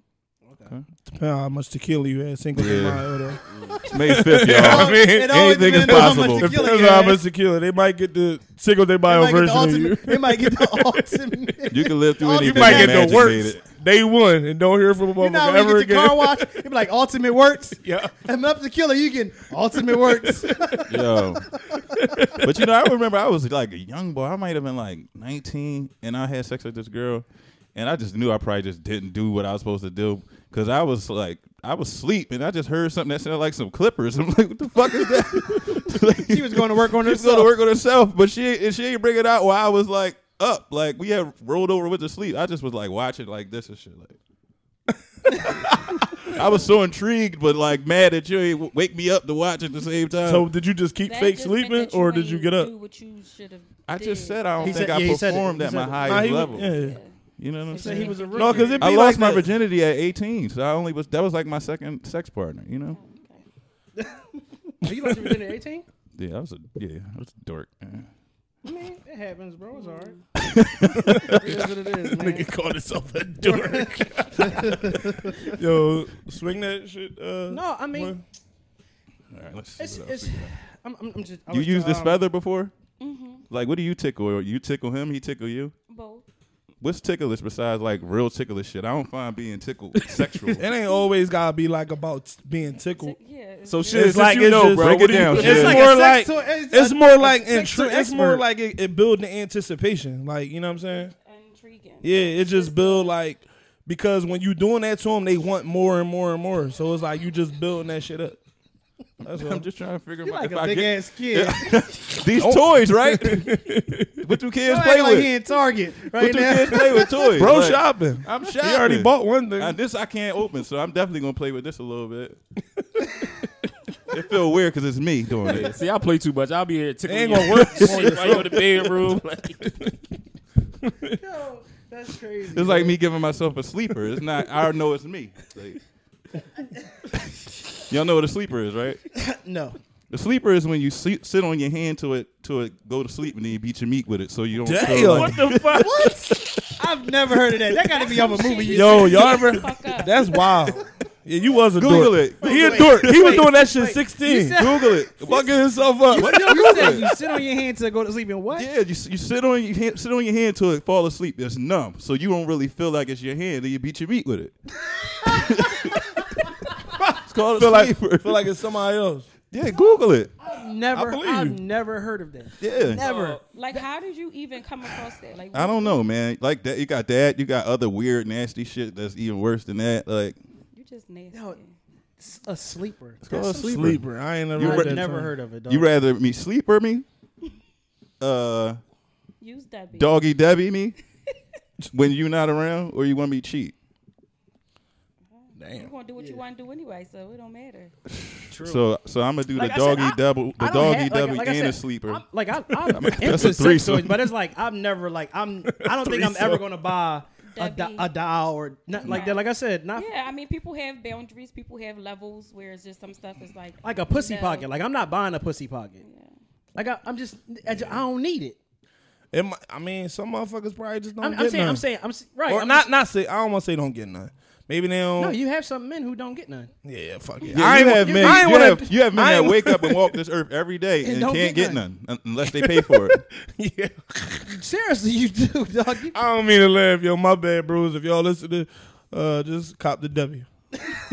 S3: Depends on how much tequila you had, single
S1: Yeah.
S3: de [LAUGHS] Mayo, though.
S1: It's May fifth, y'all.
S3: mean,
S1: It always anything is depends on how much possible.
S3: Depends
S1: tequila
S3: on
S2: you
S3: how
S2: had.
S3: much tequila. They might get the single de
S2: They
S3: Mayo
S2: might get the
S3: version of you.
S2: ultimate- They might get the [LAUGHS]
S1: [LAUGHS]
S2: ultimate.
S1: [LAUGHS] You can live through
S2: You
S1: anything.
S3: You might
S1: and
S3: get the
S1: imagine
S3: works.
S1: made it.
S3: Day one, and don't hear from a
S2: You know
S3: motherfucker
S2: when
S3: ever
S2: you get your car
S3: again.
S2: wash, you be like ultimate works.
S3: [LAUGHS] Yeah.
S2: And up tequila, you can ultimate works.
S1: Yo. but you know, I remember I was like a young boy. I might have been like 19, and I had sex with this girl, and I just knew I probably just didn't do what I was supposed to do because I was like, I was asleep, and I just heard something that sounded like some clippers. I'm like, what the fuck is that? [LAUGHS]
S2: she was going to work on
S1: She was going
S2: herself.
S1: to work on herself, but she and she didn't bring it out while I was like up, like we had rolled over with the sleep. I just was like watching like this and shit. Like [LAUGHS] I was so intrigued, but like mad that you ain't wake me up to watch at the same time.
S3: So did you just keep
S5: That
S3: fake
S5: just meant
S3: sleeping,
S5: that
S3: or did
S5: ain't
S3: you get up?
S5: Do what you should have.
S1: I just
S5: did.
S1: said I don't
S2: He
S1: think
S2: said-
S1: I
S2: yeah, he said it.
S1: performed
S2: He
S1: at
S2: said
S1: my
S2: it.
S3: Nah,
S1: highest
S3: he was-
S1: level.
S3: yeah.
S1: You know what I'm
S5: So
S2: [LAUGHS]
S1: saying?
S2: he was a rookie.
S3: No, because it be
S1: I
S3: like
S1: lost my
S3: this.
S1: virginity at 18, so I only was that was like my second sex partner. You know?
S2: you lost your virginity at 18?
S1: Yeah, I was a yeah, I was a dork. man.
S2: I mean, it happens, bro. It's all
S3: [LAUGHS]
S2: right. it is what it is, man.
S3: Nigga called himself
S2: [LAUGHS]
S3: a dork. Yo, swing that shit. Uh,
S2: No, I mean,
S3: one.
S1: All right, let's. see
S2: it's,
S1: what else
S2: it's,
S1: we got.
S2: I'm, I'm, I'm just. I
S1: You
S2: was
S1: used
S2: tell-
S1: this
S2: um,
S1: feather before?
S5: Mm-hmm.
S1: Like, what do you tickle? You tickle him, he tickle you.
S5: Both.
S1: What's ticklish besides like real ticklish shit? I don't find being
S2: [LAUGHS]
S1: tickled sexual.
S3: it ain't always gotta be like about t- being tickled.
S5: Yeah. it's
S1: So
S5: good.
S1: shit,
S3: It's
S1: since
S3: like
S1: you
S3: it's
S1: know,
S3: just-
S1: bro.
S3: break
S1: What do
S3: it
S1: you-
S3: down.
S1: Yeah.
S3: It's like-
S2: a
S3: more
S2: sex-
S3: like-
S2: it's,
S3: It's
S2: a-
S3: more
S2: a
S3: like
S2: sexual
S3: intri- it's more
S2: expert.
S3: like it, it build the anticipation. Like you know what I'm saying?
S5: Intriguing.
S3: Yeah, it just build like because when you doing that to them, they want more and more and more. So it's like you just building that shit up. That's what
S1: I'm [LAUGHS] just trying to figure
S2: You
S1: out
S2: like
S1: if
S2: a
S1: I
S2: big
S1: get
S2: ass kid. [LAUGHS]
S1: these toys, right? what do kids
S2: Don't
S1: play
S2: act like
S1: with?
S2: he in Target
S1: What
S2: right
S1: do
S2: now.
S1: kids
S2: [LAUGHS]
S1: play with toys?
S3: bro
S1: Like,
S3: shopping.
S1: I'm shopping.
S3: He already bought one thing.
S1: Now, this I can't open, so I'm definitely gonna play with this a little bit. it feel weird because it's me doing
S4: Yeah,
S1: it.
S4: see, I play too much. I'll be here tickling
S3: ain't
S4: your
S3: gonna work.
S4: [LAUGHS] shit while you in the
S3: [LAUGHS]
S4: bedroom. Like,
S2: Yo, that's crazy.
S1: It's like me giving myself a sleeper. It's not. I already know it's me. Like- y'all know what a sleeper is, right?
S2: No.
S1: The sleeper is when you sleep, sit on your hand till it till it go to sleep and then you beat your meat with it, so you don't.
S3: Damn.
S1: feel like-
S4: what the fuck?
S2: I've never heard of that. That got to be off a movie. You
S3: Yo, y'all ever?
S5: Fuck up.
S3: [LAUGHS] That's wild. Yeah, you was a
S1: Google
S3: dork.
S1: it.
S3: He a
S2: Wait,
S3: dork. He was
S2: wait,
S3: doing that shit
S2: wait. You
S3: 16.
S2: said-
S1: Google it.
S3: Fucking himself up.
S2: you said you sit on your hand to go to sleep and what?
S1: Yeah, you, s- you sit on your hand, sit on your hand till it fall asleep. It's numb, so you don't really feel like it's your hand. Then you beat your meat with it. [LAUGHS] it's called a
S3: Feel like,
S1: sleeper.
S3: feel like it's somebody else.
S1: yeah, Google it.
S2: Never.
S3: I believe
S2: I've
S3: you.
S2: never heard of that.
S1: Yeah.
S2: Never.
S5: Like, how did you even come across that? Like,
S1: I don't know, man. Like that, you got that. You got other weird, nasty shit that's even worse than that. Like
S5: You just nasty.
S2: Yo, S- A sleeper.
S1: it's called a sleeper.
S3: Sleeper. I ain't never
S1: You
S3: heard
S1: re-
S2: I've
S3: that
S2: never
S3: term.
S2: heard of it. Dog.
S1: You rather me sleeper me, uh,
S5: Use that. bitch.
S1: doggy Debbie me, when you not around, or you want me cheat?
S5: You're gonna do what you want to do anyway, so it don't matter.
S1: So, so I'm gonna do
S2: Like I
S1: the
S2: said,
S1: doggy
S2: I-
S1: double, the
S2: I don't
S1: doggy
S2: have- like-
S1: double,
S2: like I
S1: and
S2: said,
S1: a sleeper.
S2: I'm, like
S1: [LAUGHS]
S2: I, I'm
S1: That's a
S2: into sex
S1: threesome.
S2: toys, but it's like I'm never like I'm. I don't think I'm ever gonna buy a, do-
S5: Debbie.
S2: a doll or not like that. Like I said, not
S5: Yeah, I mean, people have boundaries. People have levels where it's just some stuff is like
S2: like a pussy
S5: No.
S2: pocket. Like I'm not buying a pussy pocket. Like I, I'm just I, just, I don't need it.
S3: It mi- I mean, some motherfuckers probably just don't
S2: I'm,
S3: get
S2: I'm saying,
S3: none.
S2: I'm saying, I'm s- right.
S3: or
S2: I'm
S3: not,
S2: just-
S3: not say. I don't want to say don't get none. Maybe they don't.
S2: no, you have some men who don't get none.
S3: yeah, fuck it.
S1: Yeah,
S3: I
S1: you
S3: ain't
S1: have
S3: wa-
S1: men.
S3: I ain't
S1: you,
S3: wanna-
S1: have, you have men
S3: I
S1: that
S3: ain't-
S1: wake up and walk this earth every day and,
S2: don't
S1: can't
S2: get
S1: get none. un- unless they pay for
S3: [LAUGHS]
S1: it.
S3: [LAUGHS] yeah.
S2: Seriously, [LAUGHS] you do, dog. You,
S3: I don't mean to laugh, yo. My bad, bros. If y'all listen to, uh, just cop the W.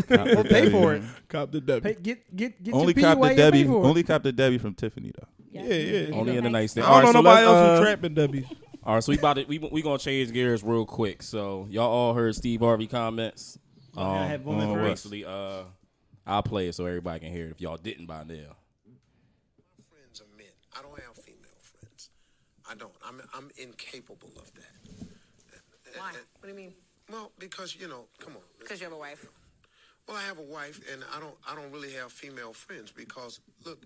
S1: We'll
S2: pay for it.
S3: Cop the W.
S2: Pay, get get get
S1: Only
S2: your
S1: cop the
S2: PUA and pay
S1: Debbie.
S2: for it.
S1: Only cop the Debbie from Tiffany though.
S3: Yeah, yeah.
S4: Only in the nightstand.
S3: I don't know
S4: All right, so
S3: nobody
S4: let's,
S3: else
S4: uh,
S3: who trapping W's.
S4: All right, so we about to, we we gonna change gears real quick. So y'all all heard Steve Harvey comments. Um,
S2: I have woman
S1: on
S2: for
S1: what?
S2: us.
S4: Basically, uh, I'll play it so everybody can hear it. If y'all didn't by now,
S6: friends are men. I don't have female friends. I don't. I'm I'm incapable of that.
S7: Why? What do you mean?
S6: Well, because you know, come on.
S7: Because you have a wife.
S6: Well, I have a wife, and I don't I don't really have female friends because look.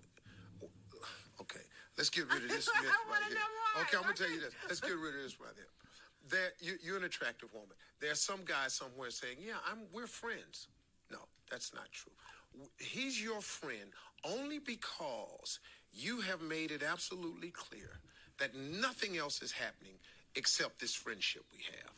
S6: Okay, let's get rid of this myth
S7: [LAUGHS] I wanna
S6: right here.
S7: know why.
S6: Okay, I'm gonna tell you this. Let's get rid of this right here. there you, you're an attractive woman. There's some guy somewhere saying, "Yeah, I'm we're friends." No, that's not true. W- He's your friend only because you have made it absolutely clear that nothing else is happening except this friendship we have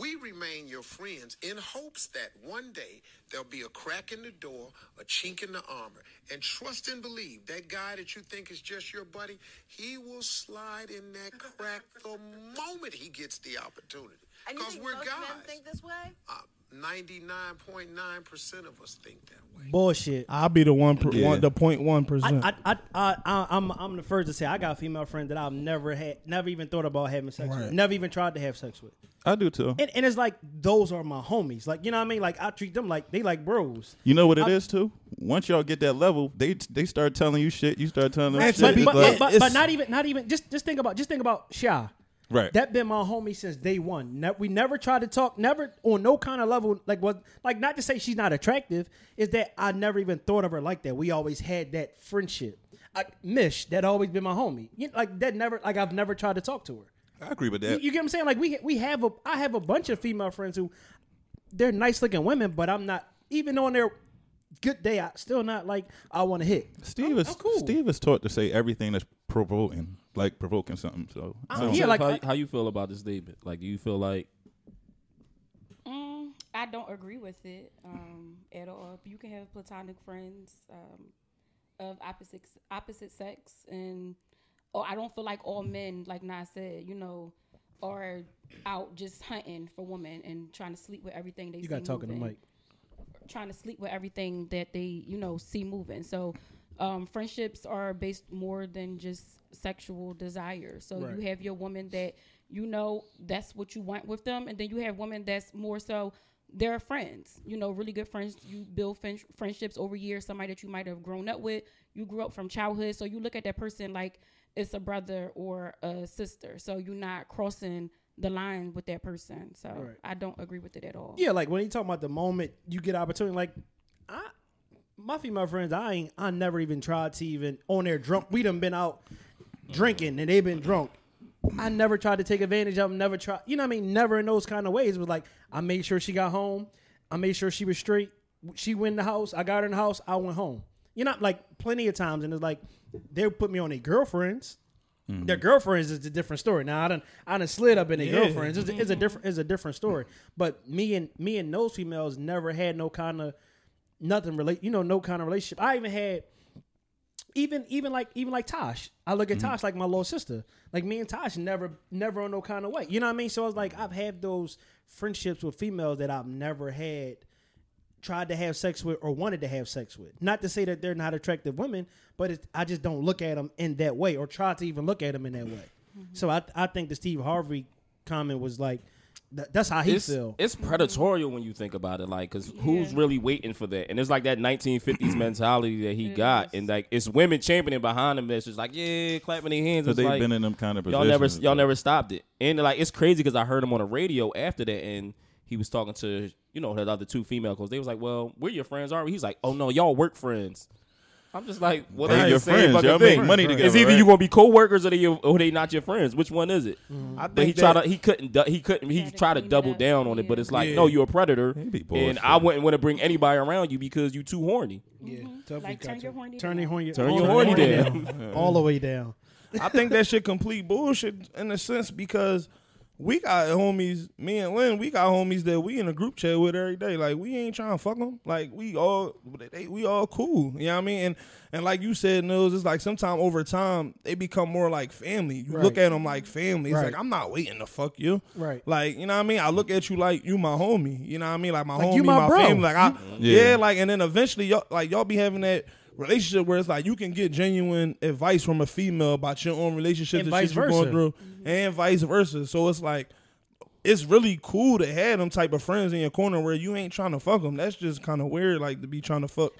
S6: we remain your friends in hopes that one day there'll be a crack in the door, a chink in the armor. And trust and believe that guy that you think is just your buddy, he will slide in that crack the moment he gets the opportunity.
S7: And you
S6: Because
S7: think
S6: we're
S7: most men
S6: guys.
S7: think this way?
S6: Uh, 99.9% of us think that way.
S2: Bullshit.
S3: I'll be the one, per,
S1: Yeah.
S3: one the point one percent.
S2: I, I, I, I, I, I'm, I'm the first to say I got a female friend that I've never had, never even thought about having sex
S3: Right.
S2: with, never even tried to have sex with.
S1: I do too.
S2: And, and it's like those are my homies. Like you know what I mean? Like I treat them like they like bros.
S1: You know what it
S2: I-
S1: is too. Once y'all get that level, they they start telling you shit. You start telling them
S3: Right,
S1: shit.
S2: But
S3: be-
S1: It's
S2: but, but,
S1: like,
S2: but, but
S3: it's-
S2: not even not even just just think about just think about Shy.
S1: Right.
S2: That been my homie since day one. Ne- we never tried to talk, never on no kind of level. Like what? Like not to say she's not attractive, is that I never even thought of her like that. We always had that friendship. I, Mish, that always been my homie. You know, like that never. Like I've never tried to talk to her.
S1: I agree with
S2: You,
S1: that.
S2: you get what I'm saying? Like we we have a I have a bunch of female friends who they're nice looking women, but I'm not even on their good day. I still not like I want to hit.
S1: Steve
S2: I'm-
S1: is
S2: I'm cool.
S1: Steve is taught to say everything that's provoking, like provoking something. So I
S2: I'm
S1: don't-
S2: Yeah,
S4: So
S2: like,
S4: how,
S2: I-
S4: how you feel about this statement? Like, do you feel like
S5: Mm, I don't agree with it um, at all. You can have platonic friends um, of opposite opposite sex, and oh, I don't feel like all men, like Nas said, you know, are out just hunting for women and trying to sleep with everything they
S2: You
S5: see
S2: got talking to
S5: moving
S2: Mike.
S5: trying to sleep with everything that they you know see moving so um, friendships are based more than just sexual desire so
S2: Right.
S5: you have your woman that you know that's what you want with them and then you have women that's more so they're friends you know really good friends you build friend- friendships over years somebody that you might have grown up with you grew up from childhood so you look at that person like it's a brother or a sister so you're not crossing the line with that person so
S2: Right.
S5: i don't agree with it at all
S2: Yeah, like when you talking about the moment you get opportunity, like I my female friends, I ain't I never even tried to even on their drunk. We done been out drinking and they been drunk. I never tried to take advantage of them, never tried you know what I mean, never in those kind of ways. But like I made sure she got home, I made sure she was straight. She went in the house, I got her in the house, I went home. You know, like plenty of times and it's like they put me on their girlfriends. Their girlfriends is a different story. Now I done I done slid up in their girlfriends. It's, it's a different it's a different story. But me and me and those females never had no kind of nothing relate. You know, no kind of relationship. I even had even even like even like Tosh. I look at Tosh like my little sister. Like me and Tosh never never on no kind of way. You know what I mean? So I was like, I've had those friendships with females that I've never had tried to have sex with or wanted to have sex with. Not to say that they're not attractive women, but it's, I just don't look at them in that way or try to even look at them in that way. So I I think the Steve Harvey comment was like, that, that's how he
S4: it's,
S2: feel.
S4: it's predatorial when you think about it, like, because who's really waiting for that? And it's like that 1950s mentality that he got, and like it's women championing behind him that's just like, yeah, clapping their hands.
S1: So
S4: It's
S1: they've
S4: like,
S1: been in them kind of
S4: y'all never
S1: positions.
S4: y'all never stopped it, and like it's crazy because I heard him on the radio after that, and he was talking to you know the other two female because they was like, well, we're your friends, are we? He's like, oh no, y'all work friends. I'm just like, well,
S1: They
S4: that's
S1: your
S4: the same
S1: friends.
S4: fucking
S1: Y'all make
S4: thing.
S1: money together,
S4: It's either
S1: right?
S4: you gonna be coworkers or they your- or they not your friends. Which one is it?
S3: Mm-hmm. I
S4: But he
S3: think
S4: tried
S3: that-
S4: to he couldn't du- he couldn't he
S5: Tried to
S4: tried to
S5: clean it
S4: double
S5: up.
S4: down on it, but
S5: Yeah.
S4: it's like
S3: Yeah.
S4: no, you're a predator,
S1: They be
S4: and
S1: bullshit.
S4: I wouldn't want to bring anybody around you because you too horny.
S2: yeah,
S5: Mm-hmm. Like, turn your horny
S2: turn
S5: down.
S2: your horny,
S4: Turn
S2: all
S4: your
S2: the
S4: horny
S2: way
S4: down.
S2: all the way down.
S3: I think that shit complete bullshit in a sense because we got homies, me and Lynn, we got homies that we in a group chat with every day. Like we ain't trying to fuck them. Like we all, they, we all cool. You know what I mean? And and like you said, Nils, it's like sometime over time they become more like family. You look
S2: Right.
S3: at them like family. It's
S2: Right.
S3: like I'm not waiting to fuck you.
S2: Right.
S3: Like you know what I mean? I look at you like you my homie. You know what I mean? Like my
S2: Like,
S3: homie,
S2: you my bro.
S3: family. Like I,
S4: Mm-hmm.
S1: Yeah.
S3: yeah, like and then eventually y'all like y'all be having that relationship where it's like you can get genuine advice from a female about your own relationship
S2: And
S3: that shit
S2: vice
S3: you're
S2: versa.
S3: going
S2: Mm-hmm.
S3: through and vice versa. So it's like it's really cool to have them type of friends in your corner where you ain't trying to fuck them. That's just kind of weird, like to be trying to fuck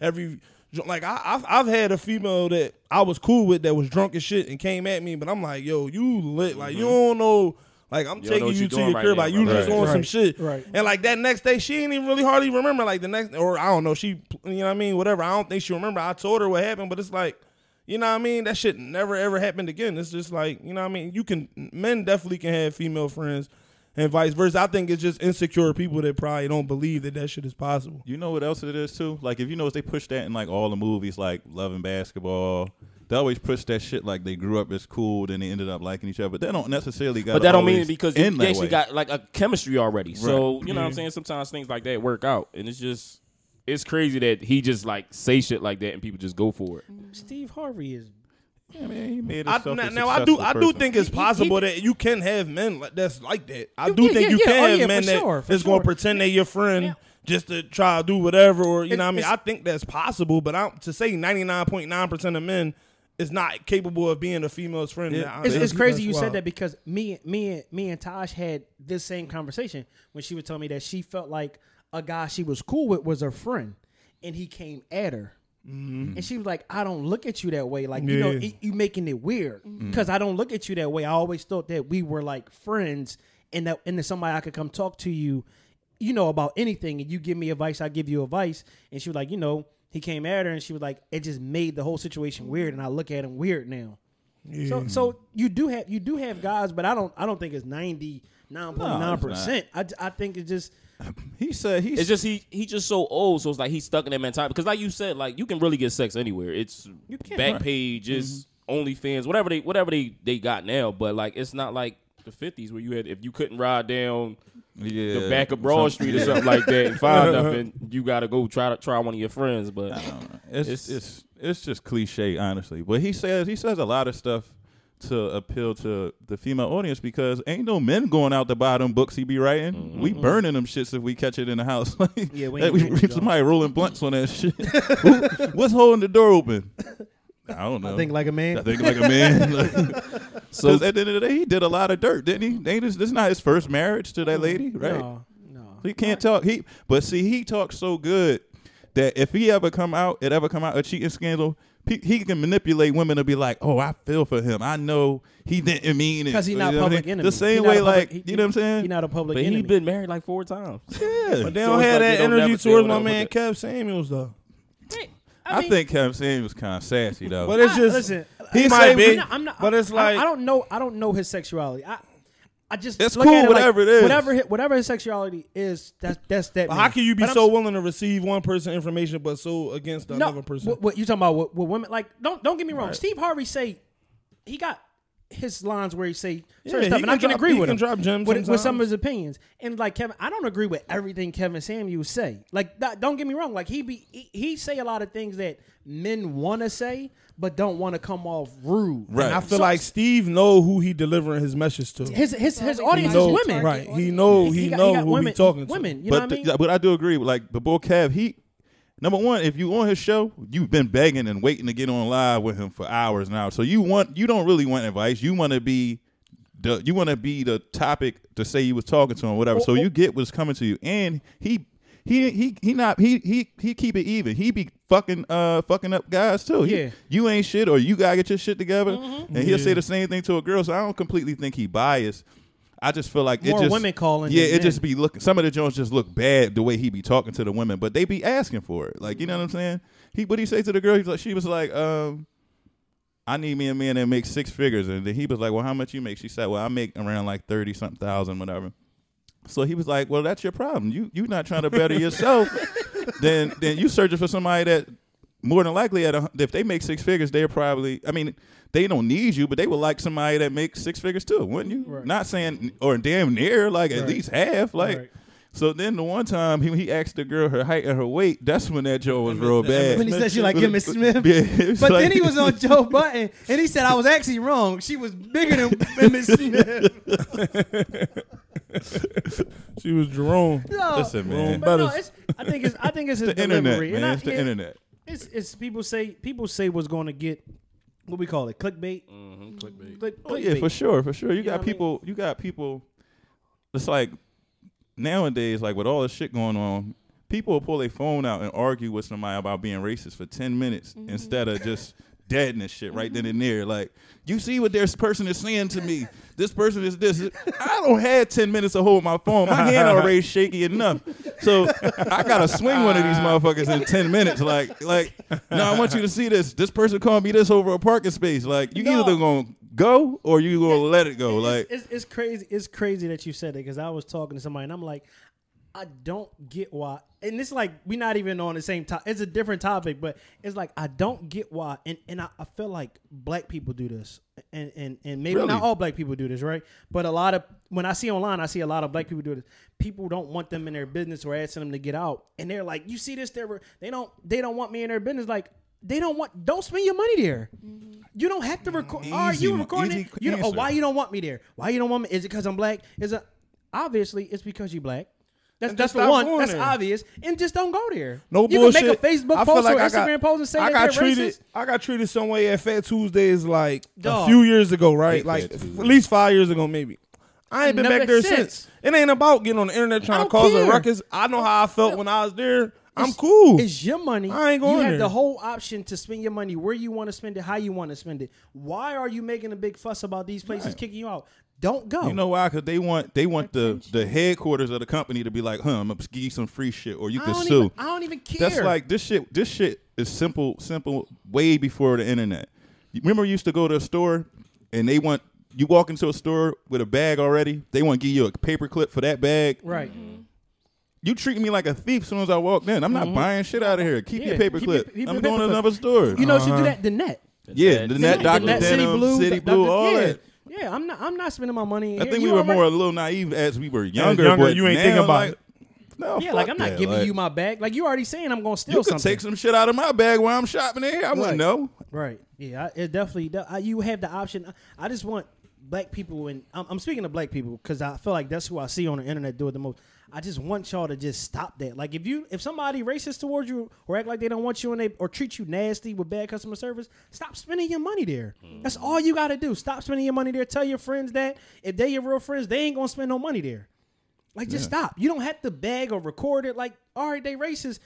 S3: every. Like I, I've I've had a female that I was cool with that was drunk as shit and came at me, but I'm like, yo, you lit, like you don't know, like I'm
S4: Mm-hmm. You don't know
S3: taking
S4: what
S3: you
S4: you
S3: to
S4: doing
S3: your
S4: right
S3: crib,
S4: now,
S3: like you
S4: brother.
S3: just on
S2: Right.
S3: some shit,
S2: Right.
S3: and like that next day, she ain't even really hardly remember. Like the next, or I don't know, she, you know what I mean, whatever. I don't think she remember. I told her what happened, but it's like, You know what I mean? That shit never ever happened again. It's just like, you know what I mean? You can men definitely can have female friends and vice versa. I think it's just insecure people that probably don't believe that that shit is possible.
S1: You know what else it is too? Like if you notice, they push that in like all the movies, like Love and Basketball. They always push that shit like they grew up as cool, then they ended up liking each other. But that don't necessarily got.
S4: But that don't mean it because you they actually got like a chemistry already. So you know what I'm saying. Sometimes things like that work out, and it's just it's crazy that he just like say shit like that and people just go for it.
S2: Steve Harvey is
S1: I mean, he made
S3: I,
S1: himself
S3: now,
S1: a
S3: now I do
S1: successful
S3: I do
S1: person.
S3: think it's possible that you can have men like that's like that. I do
S2: yeah,
S3: think
S2: yeah,
S3: you
S2: yeah.
S3: can
S2: Oh,
S3: have
S2: yeah,
S3: men
S2: for
S3: that
S2: sure, for
S3: is going
S2: sure.
S3: to pretend they your friend just to try to do whatever or you know what I mean.
S2: it's-
S3: I think that's possible, but I don't- to say ninety nine point nine percent of men is not capable of being a female's friend. nah,
S2: It's,
S3: that's-
S2: it's crazy
S3: that's
S2: you
S3: wild.
S2: said that because me, me, and me and Taj had this same conversation when she was telling me that she felt like a guy she was cool with was her friend, and he came at her, and she was like, "I don't look at you that way. Like you know,
S3: Mm-hmm. Yeah. Mm-hmm.
S2: it, you making it weird because I don't look at you that way. I always thought that we were like friends, and that and that somebody I could come talk to you, you know, about anything, and you give me advice, I give you advice." And she was like, "You know." He came at her and she was like, it just made the whole situation weird, and I look at him weird now.
S1: Mm.
S2: So so you do have you do have guys, but I don't I don't think it's ninety nine point nine percent. I I think it's just
S1: He said he.
S4: It's just he he just so old, so it's like he's stuck in that mentality. Because like you said, like you can really get sex anywhere. It's
S2: can.
S4: Backpage, it's OnlyFans, whatever they whatever they they got now. But like it's not like the fifties where you had if you couldn't ride down
S1: yeah,
S4: the back of Broad Street or something like that and [LAUGHS] find nothing, you gotta go try to try one of your friends. But
S1: It's,
S4: It's-
S1: it's it's just cliche, honestly. But he says he says a lot of stuff to appeal to the female audience because ain't no men going out the bottom books he be writing. We burning them shits if we catch it in the house. [LAUGHS] Like,
S2: Yeah, we
S1: that
S2: ain't
S1: we,
S2: doing it, y'all.
S1: somebody rolling blunts on
S2: [LAUGHS]
S1: that shit. Who- What's holding the door open? I don't know.
S2: I think like a man.
S1: I think like
S2: [LAUGHS]
S1: a man. [LAUGHS]
S4: so
S1: Because at the end of the day, he did a lot of dirt, didn't he? Ain't this, this not his first marriage to that lady, right?
S2: No, no.
S1: He can't talk. He but see, he talks so good that if he ever come out, it ever come out a cheating scandal, he, he can manipulate women to be like, "Oh, I feel for him. I know he didn't mean it."
S2: 'Cause he
S1: You
S2: not
S1: know what I
S2: public
S1: mean?
S2: enemy. He
S1: The same
S2: not a
S1: way,
S2: public-
S1: like
S2: he-
S1: you know what I'm saying?
S2: He not a public
S4: but
S2: enemy.
S4: he been married like four times.
S1: yeah.
S3: But
S4: So it's
S3: they don't have
S4: like
S3: that
S4: they don't
S3: energy
S4: never say what
S3: towards my
S4: up with
S3: man
S4: it.
S3: Kev Samuels though.
S1: I, think Kevin Samuels was kind of sassy though.
S3: But it's
S2: I-
S3: just
S2: listen,
S3: he
S1: I'm
S3: might
S1: not-
S3: be,
S2: I'm not, I'm not,
S3: but it's
S2: I-
S3: like
S2: I, don't know. I don't know his sexuality. I, I just
S1: It's
S2: look at
S1: cool,
S2: like,
S1: whatever it is.
S2: Whatever, his, whatever his sexuality is, that's that's that.
S3: But
S2: man.
S3: how can you be
S2: But I'm
S3: so willing to receive one person information but so against the
S2: no,
S3: other person?
S2: What, what you talking about? What, what women like? Don't don't get me wrong. Steve Harvey say he got his lines where he say certain
S3: he
S2: stuff,
S3: can
S2: and I can
S3: drop-
S2: agree
S3: he
S2: with
S3: can
S2: him
S3: drop gems
S2: with, with some
S3: sometimes.
S2: of his opinions. And like Kevin, I don't agree with everything Kevin Samuels say. Like that, don't get me wrong. Like he be he, he say a lot of things that men want to say but don't want to come off rude.
S1: right.
S3: And I feel
S2: So-
S3: like Steve know who he delivering his message to.
S2: His his his
S5: He
S3: he
S2: audience
S3: know,
S2: is women.
S3: right? He know he,
S2: got-
S3: know
S2: got
S3: who
S2: women,
S3: he talking to.
S2: Women, you know
S1: but
S2: what I
S1: th-
S2: mean?
S1: but I do agree. with, Like the bull Cav, he number one. If you on his show, you've been begging and waiting to get on live with him for hours and hours. So you want you don't really want advice. You want to be the you want to be the topic to say you was talking to him, whatever. So you get what's coming to you, and he. He, he he not he he he keep it even. He be fucking uh fucking up guys too. He-
S2: Yeah. Mm-hmm.
S1: you ain't shit or you gotta get your shit together. And he'll say the same thing to a girl. So I don't completely think he biased. I just feel like
S2: More
S1: it just,
S2: women calling
S1: Yeah,
S2: than
S1: it just
S2: men.
S1: be be looking. Some of the Jones just look bad the way he be talking to the women, but they be asking for it. Like you know what I'm saying? He what he say to the girl? He's like, she was like, um, I need me a man that makes six figures, and then he was like, well, how much you make? She said, well, I make around like thirty something thousand, whatever. So he was like, well, that's your problem. You you not trying to better
S2: [LAUGHS]
S1: yourself. then then you searching for somebody that. More than likely, at a, hun- if they make six figures, they're probably. I mean, they don't need you, but they would like somebody that makes six figures too, wouldn't you? Not saying or damn near, like at least half, like.
S3: Right.
S1: So then the one time he, he asked the girl her height and her weight, that's when that Joe was real bad.
S2: when he said she like Emmitt Smith.
S1: [LAUGHS] Yeah, it was
S2: but
S1: like-
S2: then he
S3: [LAUGHS]
S2: was on Joe Button and he said I was actually wrong. She was bigger than [LAUGHS]
S3: [LAUGHS]
S2: Emmitt Smith.
S3: She was Jerome.
S2: No,
S1: [LAUGHS] Listen, man.
S2: but no, it's, I think it's I think it's his
S1: The
S2: delivery.
S1: internet,
S2: And
S1: man.
S2: I-
S1: It's the
S2: it-
S1: internet.
S2: It's, it's people say people say what's going to get what we call it clickbait. Click,
S1: Oh yeah,
S2: Mm-hmm, clickbait.
S1: for sure, for sure.
S2: know
S1: You,
S2: what
S1: got
S2: I mean?
S1: people. You got people. It's like nowadays, like with all this shit going on,
S2: Mm-hmm. [LAUGHS]
S1: people will pull their phone out and argue with somebody about being racist for ten minutes instead of just dead in this shit right then and there. Like, you see what this person is saying to me. This person is this. I don't have 10 minutes to hold my phone. My hand
S2: [LAUGHS]
S1: already shaky enough. So I gotta swing one of these motherfuckers in 10 minutes. Like, like, no, I want you to see this. This person called me this over a parking space. Like, you
S2: No.
S1: either gonna go or you gonna let it go. Like
S2: it's, it's crazy. It's crazy that you said that because I was talking to somebody and I'm like, I don't get why. And it's like we're not even on the same topic. It's a different topic, but it's like I don't get why. And and I, I feel like black people do this, and and and maybe
S1: Really?
S2: not all black people do this, right? But a lot of when I see online, I see a lot of black people do this. People don't want them in their business or asking them to get out, and they're like, you see this? They were they don't they don't want me in their business, like. They don't want. Don't spend your money there. You don't have to record. Are
S1: Easy
S2: you
S1: mo-
S2: recording?
S1: easy
S2: it? You know, oh,
S1: answer.
S2: why you don't want me there? Why you don't want me? Is it because I'm black? Is it obviously it's because you black. That's
S3: And
S2: that's
S3: just
S2: the
S3: stop
S2: one.
S3: going
S2: That's
S3: there.
S2: obvious. And just don't go there.
S3: No
S2: you
S3: bullshit.
S2: can make a Facebook
S3: I feel
S2: post
S3: like
S2: or
S3: I
S2: Instagram
S3: got-
S2: post and say
S3: I
S2: that
S3: got
S2: they're
S3: treated.
S2: racist.
S3: I got treated some way at Fat Tuesdays like
S2: Dog.
S3: a few years ago, right?
S1: Hate
S3: Like
S1: Fat
S3: f-
S1: Tuesdays.
S3: at least five years ago, maybe. I ain't been
S2: Never
S3: back there
S2: since.
S3: since. It ain't about getting on the internet trying
S2: don't
S3: to cause
S2: care.
S3: a ruckus. I know how I felt when I was there. I'm cool.
S2: It's your money.
S3: I ain't
S2: You
S3: going
S2: have
S3: there.
S2: the whole option to spend your money where you want to spend it, how you want to spend it. Why are you making a big fuss about these places
S1: Right.
S2: kicking you out? Don't go.
S1: You know why? Because they want they want the the headquarters of the company to be like, huh, I'm gonna give you some free shit, or you
S2: I
S1: can
S2: don't
S1: sue.
S2: even. I don't even care.
S1: That's like this shit. This shit is simple, simple. Way before the internet. You Remember, you used to go to a store, and they want you walk into a store with a bag already. They want to give you a paper clip for that bag.
S2: right.
S1: You treat me like a thief as soon as I walk in. I'm not buying shit out of here.
S2: Mm-hmm.
S1: Keep
S2: Yeah,
S1: your paper
S2: keep your-
S1: clip.
S2: keep
S1: I'm
S2: your paper
S1: going to
S2: clip.
S1: another store. Uh-huh.
S2: You know, what
S3: Uh-huh.
S2: you do that. The net.
S1: yeah, the net,
S4: City
S1: Dr.
S4: Blue.
S1: Denim, City Blue,
S2: Dr.
S1: all
S2: yeah.
S1: that.
S2: Yeah, I'm not. I'm not spending my money.
S1: I
S2: here.
S1: think
S2: You
S1: we were
S2: already-
S1: more a little naive as we were younger.
S3: younger,
S1: but
S3: you ain't
S1: now,
S3: thinking about
S1: like,
S3: it.
S1: No,
S2: Yeah, like
S1: fuck
S2: I'm not
S1: that.
S2: giving
S1: Like,
S2: you my bag. Like you already saying I'm gonna steal
S1: You could
S2: something.
S1: take some shit out of my bag while I'm shopping in here. I
S2: Right.
S1: wouldn't know.
S2: Right. Yeah. I, it definitely. de- I, you have the option. I- I just want black people, and I'm, I'm speaking to black people because I feel like that's who I see on the internet do it the most. I just want y'all to just stop that. Like if you if somebody racist towards you or act like they don't want you and they or treat you nasty with bad customer service, stop spending your money there. That's all you got to do. Stop spending your money there. Tell your friends that if they your real friends, they ain't gonna spend no money there. Like just stop. You don't have to beg or record it. Like all right, they racist.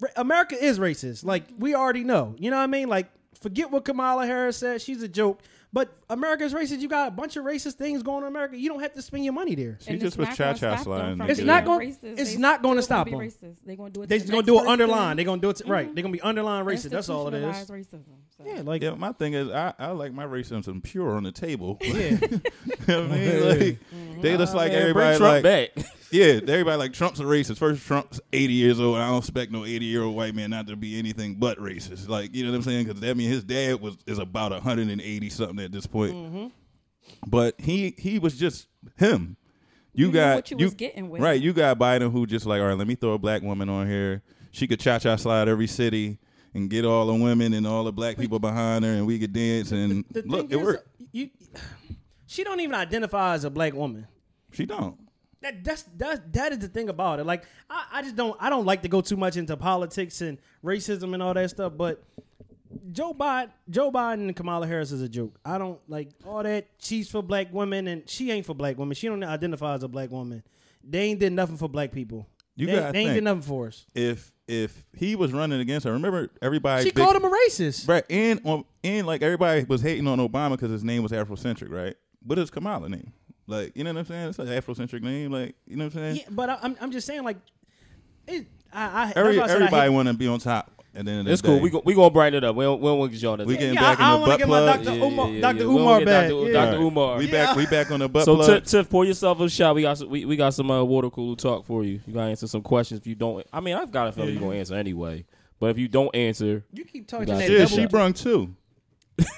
S2: Ra- America is racist. Like we already know. You know what I mean? Like forget what Kamala Harris said. She's a joke. But America is racist. You got a bunch of racist things going on in America. You don't have to spend your money there.
S1: She just was cha cha sliding.
S2: It's
S1: nigga.
S2: not gonna- it's not gonna stop
S5: them.
S2: 'em.
S5: They're gonna do it. to
S2: They're
S5: the
S2: just gonna
S5: next
S2: do it
S5: person.
S2: underline. They're gonna do it right. They're gonna be underline racist. That's all it is.
S5: Institutionalized Racism. So.
S2: Yeah, like
S1: Yeah, my thing is, I, I like my racism pure on the table. [LAUGHS]
S2: yeah. Mm-hmm.
S1: You know what I mean, like, they just like
S4: Man,
S1: everybody
S4: bring Trump
S1: like
S4: back.
S1: yeah, everybody like Trump's a racist. First, Trump's eighty years old. And I don't expect no eighty year old white man not to be anything but racist. Like you know what I'm saying? Because that means his dad was is about hundred and eighty something at this point.
S2: Mm-hmm.
S1: But he he was just him. You,
S5: You knew
S1: got
S5: what you was getting with.
S1: right. You got Biden who just like all right. Let me throw a black woman on here. She could cha cha slide every city. And get all the women and all the black people behind her, and we could dance. And
S2: The thing
S1: look,
S2: is, uh,
S1: it worked.
S2: You, [SIGHS] she don't even identify as a black woman.
S1: She don't.
S2: That that's that that is the thing about it. Like I, I just don't I don't like to go too much into politics and racism and all that stuff, but Joe Biden Joe Biden and Kamala Harris is a joke. I don't like all that she's for black women and she ain't for black women. She don't identify as a black woman. They ain't did nothing for black people.
S1: You
S2: they,
S1: gotta
S2: they ain't
S1: think.
S2: did nothing for us.
S1: if if he was running against her, remember everybody.
S2: She
S1: big-
S2: called him a racist.
S1: right, and on and like everybody was hating on Obama because his name was Afrocentric, right? What is Kamala name? Like you know what I'm saying? It's an Afrocentric name, like you know what I'm saying?
S2: Yeah, but I, I'm I'm just saying like it, I, I that's
S1: Every,
S2: why I said I hate-
S1: everybody want to be on top, and then
S4: It's cool. We
S1: go,
S4: go, we gonna brighten it up. We don't, we don't get you on that.
S1: We getting
S4: thing.
S2: yeah,
S1: back
S2: I, I
S1: in the
S2: want to get
S1: butt
S2: my
S1: plug.
S2: Dr.
S4: Yeah,
S2: Umar,
S4: yeah, yeah,
S2: Dr.
S4: yeah. We don't
S2: Umar
S4: get
S2: back.
S4: Dr.
S2: Yeah.
S4: Dr. Umar.
S1: We back. We back on the butt
S4: So
S1: plug.
S4: Tiff, Tiff, pour yourself a shot. We got some, we, we got some uh, water cooler talk for you. You gotta answer some questions. If you don't, I mean, I've got a feeling you're gonna answer anyway. But if you don't answer,
S2: You keep talking
S4: You got
S2: that
S4: it.
S1: yeah,
S2: double
S1: she brung two.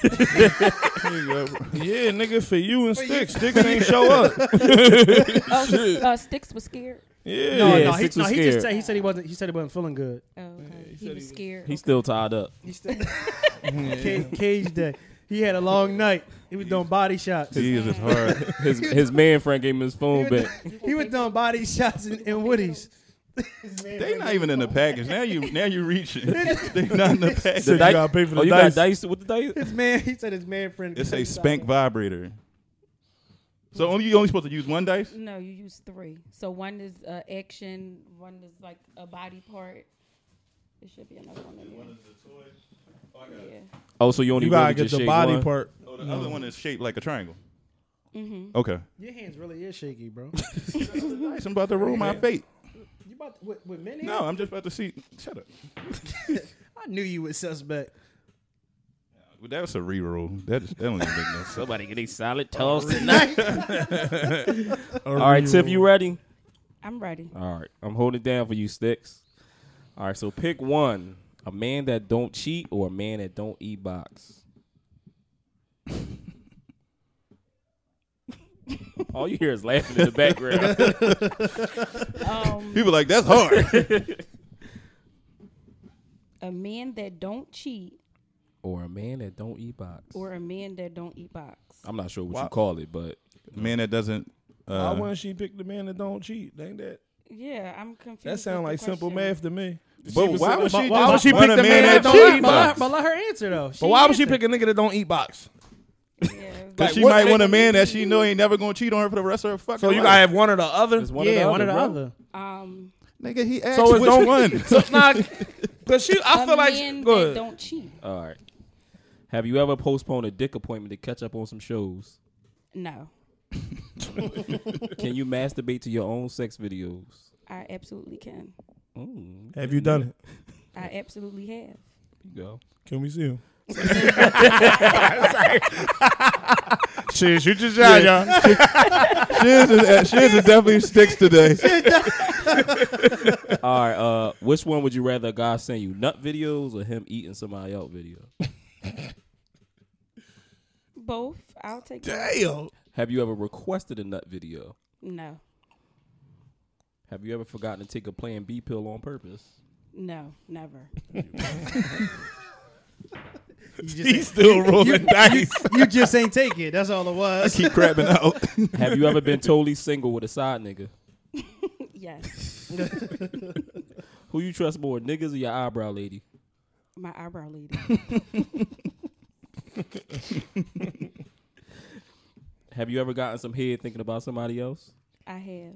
S1: There you go.
S3: yeah, nigga, for you and Sticks. Sticks ain't
S2: [LAUGHS]
S3: show up.
S5: Oh, uh, Sticks was scared.
S3: Yeah.
S2: [LAUGHS] No,
S4: Yeah,
S2: no, he,
S4: Six
S2: no
S4: was
S2: he just
S4: scared.
S2: said he said he wasn't. He said he wasn't feeling good.
S5: Oh, okay. he, was scared.
S4: he's still tied
S3: [LAUGHS]
S4: up.
S2: He still [LAUGHS] Ca- cage day. He had a long night. He was doing body shots.
S1: Jesus,
S4: [LAUGHS]
S1: hard.
S4: His his man friend gave him his phone
S2: He was-
S4: back.
S2: He was doing body shots in, in Woody's. [LAUGHS]
S1: They not even in the package. Now you now you
S4: [LAUGHS]
S1: reaching. They not in the package.
S3: The
S4: Dice-
S3: gotta pay for the
S4: oh, you
S3: dice.
S4: got dice with the dice.
S2: His man, he said his man friend.
S1: It's a spank vibrator. So only you only supposed to use one dice.
S5: No, you use three. So one is uh, action. One is like a body part. There should be another one in there. Yeah.
S4: Oh, so you only
S3: You gotta
S4: really
S3: get
S4: just
S3: the
S4: shake
S3: body
S4: one?
S3: part.
S1: Oh, the other one is shaped like a triangle.
S2: Mm-hmm.
S1: Okay.
S2: Your hands really is shaky, bro.
S1: Nice. I'm about to rule my fate.
S2: you about to, with, with men?
S1: No, I'm just about to see. Shut up.
S2: I knew you was suspect.
S1: That was a reroll. That, is, that don't even make no sense.
S4: Somebody get a solid toss
S3: [LAUGHS]
S4: tonight. All right, Tiff, you ready?
S5: I'm ready.
S4: All right, I'm holding down for you, Sticks. All right, so pick one: a man that don't cheat or a man that don't eat [LAUGHS] box. All you hear is laughing in the
S3: [LAUGHS]
S4: background.
S5: Um,
S1: [LAUGHS] People like that's hard.
S5: a man that don't cheat
S4: or a man that don't eat box.
S5: or a man that don't eat box.
S4: I'm not sure what
S3: Why-
S4: you call it, but
S1: [LAUGHS] Man that doesn't.
S3: Why
S1: Uh,
S3: wouldn't she pick the man that don't cheat? Ain't that?
S5: Yeah, I'm confused.
S3: That sound
S5: with
S3: like
S5: the
S3: simple
S5: question.
S3: math to me.
S1: but why would she?
S2: why
S1: just
S2: would
S3: she
S1: want
S3: pick
S1: a
S3: the man
S1: that
S3: that don't
S1: cheat?
S3: eat
S2: But let,
S3: box?
S2: but let her answer though.
S3: But why would she pick a nigga that don't eat box?
S2: [LAUGHS]
S5: Yeah.
S1: Cause
S3: Like,
S1: she
S3: what
S1: might
S3: make-
S1: want a man that she know ain't never gonna cheat on her for the rest of her fucking
S3: So you gotta
S1: life.
S3: have one or the other.
S4: it's one
S2: yeah,
S4: or
S2: one
S4: the
S2: or the
S4: other. bro. [LAUGHS]
S2: other.
S5: Um,
S1: Nigga, he asked
S3: So it's
S1: which
S3: don't
S1: one.
S3: So
S4: [LAUGHS]
S3: nah, cause she. I
S5: a man
S3: feel like go
S5: that
S3: ahead.
S5: don't cheat.
S4: All right. Have you ever postponed a dick appointment to catch up on some shows?
S5: No,
S4: Can you masturbate to your own sex videos? [LAUGHS]
S5: I absolutely can.
S4: Mm,
S3: [LAUGHS] Have you done it?
S5: I absolutely have.
S4: you go.
S3: Can we see him?
S8: [LAUGHS] Shit, shoot your shot, y'all.
S1: Shiz is, Shiz is definitely sticks [LAUGHS] today.
S4: All right. Uh, which one would you rather a guy send you nut videos or him eating somebody out video?
S5: Both. I'll take. both.
S3: Damn.
S4: Have you ever requested a nut video?
S5: No,
S4: Have you ever forgotten to take a Plan B pill on purpose?
S5: no, never.
S3: [LAUGHS]
S2: You
S3: He's
S2: just,
S3: [LAUGHS] still rolling dice.
S2: ain't, you just ain't take it. That's all it was.
S1: Keep crapping out.
S4: Have you ever been totally single with a side nigga?
S5: Yes,
S4: Who you trust more, niggas or your eyebrow lady?
S5: my eyebrow
S3: [LAUGHS]
S5: lady.
S4: Have you ever gotten some head thinking about somebody else?
S5: I have.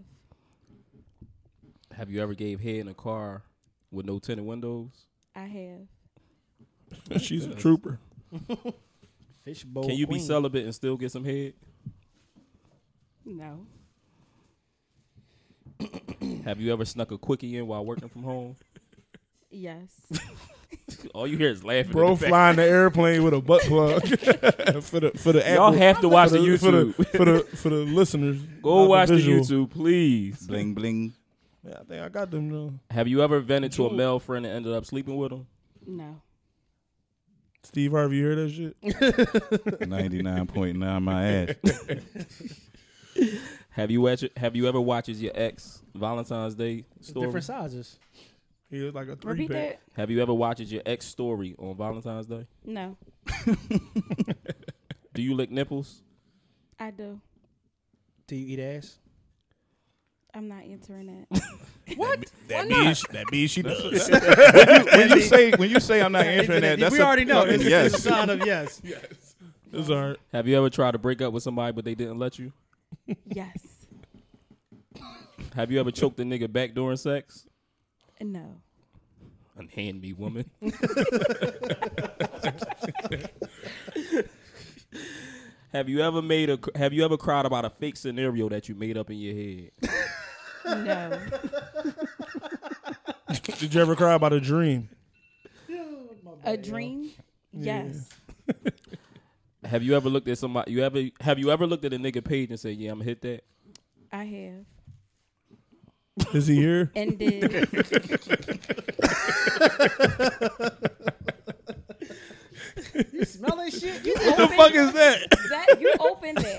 S4: Have you ever gave head in a car with no tinted windows?
S5: I have.
S3: She's a trooper.
S2: Fishbowl.
S4: [LAUGHS] Can you
S2: queen.
S4: be celibate and still get some head?
S5: No,
S4: Have you ever snuck a quickie in while working from home?
S5: yes,
S3: [LAUGHS]
S4: All you hear is laughing. in
S3: Bro
S4: the back.
S3: flying the airplane with a
S8: [LAUGHS]
S3: butt plug for the for the
S4: Y'all
S3: Apple-
S4: have to watch the
S3: for the,
S4: YouTube.
S3: for the for the for the listeners.
S4: [LAUGHS]
S3: not
S4: Go watch the
S3: visual.
S4: YouTube, please.
S1: bling bling.
S3: Yeah, I think I got them though.
S4: Have you ever vented to a male friend and ended up sleeping with him?
S5: no.
S3: Steve Harvey, you heard that shit?
S1: Ninety nine point nine. My ass.
S4: Have you watched, Have you ever watched your ex Valentine's Day story?
S2: different sizes?
S3: He was like a three
S5: Repeat
S3: pack.
S5: that.
S4: Have you ever watched your ex story on Valentine's Day?
S5: No,
S4: Do you lick nipples?
S5: I do.
S2: Do you eat ass?
S5: I'm not answering
S3: [LAUGHS]
S5: that. [LAUGHS]
S8: That means, that means
S2: [LAUGHS]
S8: she does.
S1: [LAUGHS] when you say when you say I'm not answering that, that's
S2: we
S1: a
S2: already know.
S1: fucking
S2: It's,
S1: yes.
S2: it's a sign of yes.
S3: It's all right.
S4: Have you ever tried to break up with somebody but they didn't let you?
S5: yes.
S4: Have you ever choked a nigga back during sex?
S3: [LAUGHS]
S5: No.
S4: Unhand me, woman. have you ever made a Have you ever cried about a fake scenario that you made up in your head?
S5: No.
S3: Did you ever cry about a dream?
S2: Uh,
S5: A dream? Yes.
S4: Have you ever looked at somebody? You ever have you ever looked at a nigga page and said, "Yeah, I'm gonna hit that."
S5: I have.
S3: Is he
S2: [LAUGHS]
S3: here?
S5: And [LAUGHS]
S3: [LAUGHS]
S5: did.
S2: You smell that shit? [LAUGHS] You
S3: What the fuck is [LAUGHS] that?
S5: that you opened
S3: [LAUGHS]
S5: that.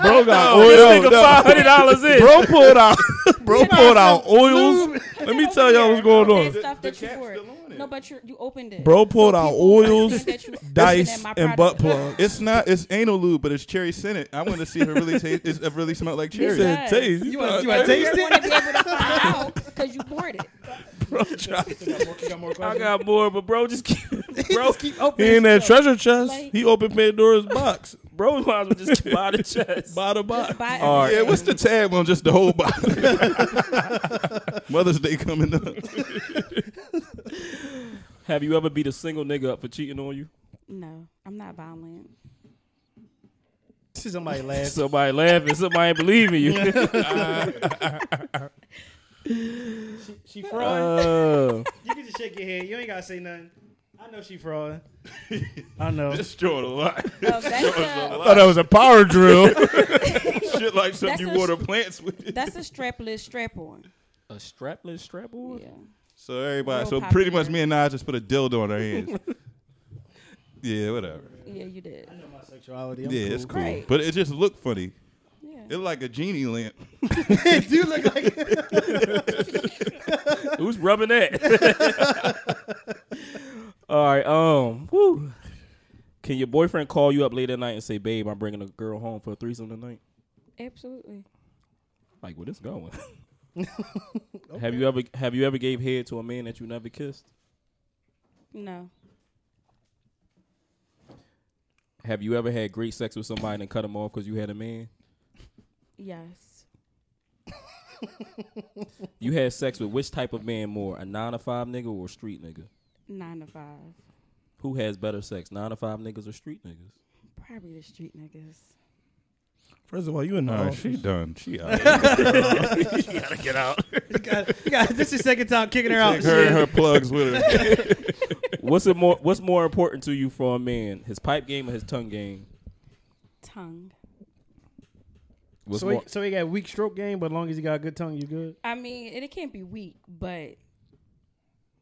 S3: Bro got
S1: no,
S3: oil.
S1: no.
S3: Five hundred dollars in. Bro pulled out. [LAUGHS] Bro pulled out oils. Let me tell y'all what's going
S5: That
S3: on.
S5: Stuff that you poured. No, but you you opened it.
S3: Bro pulled out oils,
S5: That you opened at
S3: dice,
S5: my
S3: and
S5: product.
S3: butt plug. [LAUGHS]
S1: It's not. It's anal lube, but it's cherry scented. I want to see if it really tastes. It really smelled like
S3: He
S1: cherry.
S5: said-
S3: said, "Taste."
S2: You
S3: You
S2: want,
S3: got
S2: you want to taste
S5: You're
S2: it?
S5: going to be able to find out because you poured it.
S4: I got more, but bro, just keep, bro, keep open.
S3: [LAUGHS] He in that treasure chest.
S5: Like-
S3: He opened Pandora's [LAUGHS] box.
S4: Bro, might as well just keep [LAUGHS] out of chest.
S3: By the box.
S5: Buy Mm,
S4: All right.
S1: Yeah, what's the tab on just the whole [LAUGHS] bottle? [LAUGHS] Mother's Day coming up.
S4: Have you ever beat a single nigga up for cheating on you?
S5: No, I'm not violent.
S2: Somebody laugh.
S4: Somebody laughing, somebody ain't believing [LAUGHS] you.
S2: [LAUGHS] she fraud.
S4: Uh,
S2: [LAUGHS] you can just shake your head. You ain't gotta say nothing. I know she fraud. [LAUGHS] I know.
S1: It's showing a lot.
S5: Oh, that's, a,
S8: thought that was a power
S3: [LAUGHS]
S8: drill.
S1: [LAUGHS] Shit like
S5: That's
S1: something
S5: a
S1: you water
S5: sh-
S1: plants with.
S5: that's a strapless strap on.
S4: a strapless strap on?
S5: Yeah.
S1: So everybody,
S5: Real
S1: so pretty
S5: popular.
S1: much me and Nas just put a dildo on our
S5: [LAUGHS]
S1: hands. yeah, whatever.
S5: Yeah, you did.
S2: My sexuality. I'm
S1: Yeah, it's cool,
S5: Right.
S1: but it just looked funny. It
S5: Yeah.
S1: looked like a genie lamp.
S2: Do you look like
S4: Who's rubbing
S3: [LAUGHS]
S4: that? All right. Um. Woo. Can your boyfriend call you up late at night and say, "Babe, I'm bringing a girl home for a threesome tonight"?
S5: Absolutely.
S4: Like, where this going? [LAUGHS] Have you ever Have you ever gave head to a man that you never kissed?
S5: No.
S4: Have you ever had great sex with somebody and cut him off because you had a man?
S5: Yes.
S4: You had sex with which type of man more, a nine to five nigga or a street nigga?
S5: Nine to five.
S4: Who has better sex, nine to five niggas or street niggas?
S5: Probably the street niggas.
S3: First of all, you in the
S5: Oh.
S1: Nah,
S3: office.
S1: she done. She [LAUGHS] out. Take
S2: God, this is second time kicking her out.
S1: her and her plugs with
S5: [LAUGHS]
S1: her.
S4: What's it more What's more important to you for a man, his pipe game or his tongue game?
S5: Tongue.
S4: What's
S2: So he,
S4: more,
S2: so he got weak stroke game, but as long as he got a good tongue, you good.
S5: I mean, it, it can't be weak, but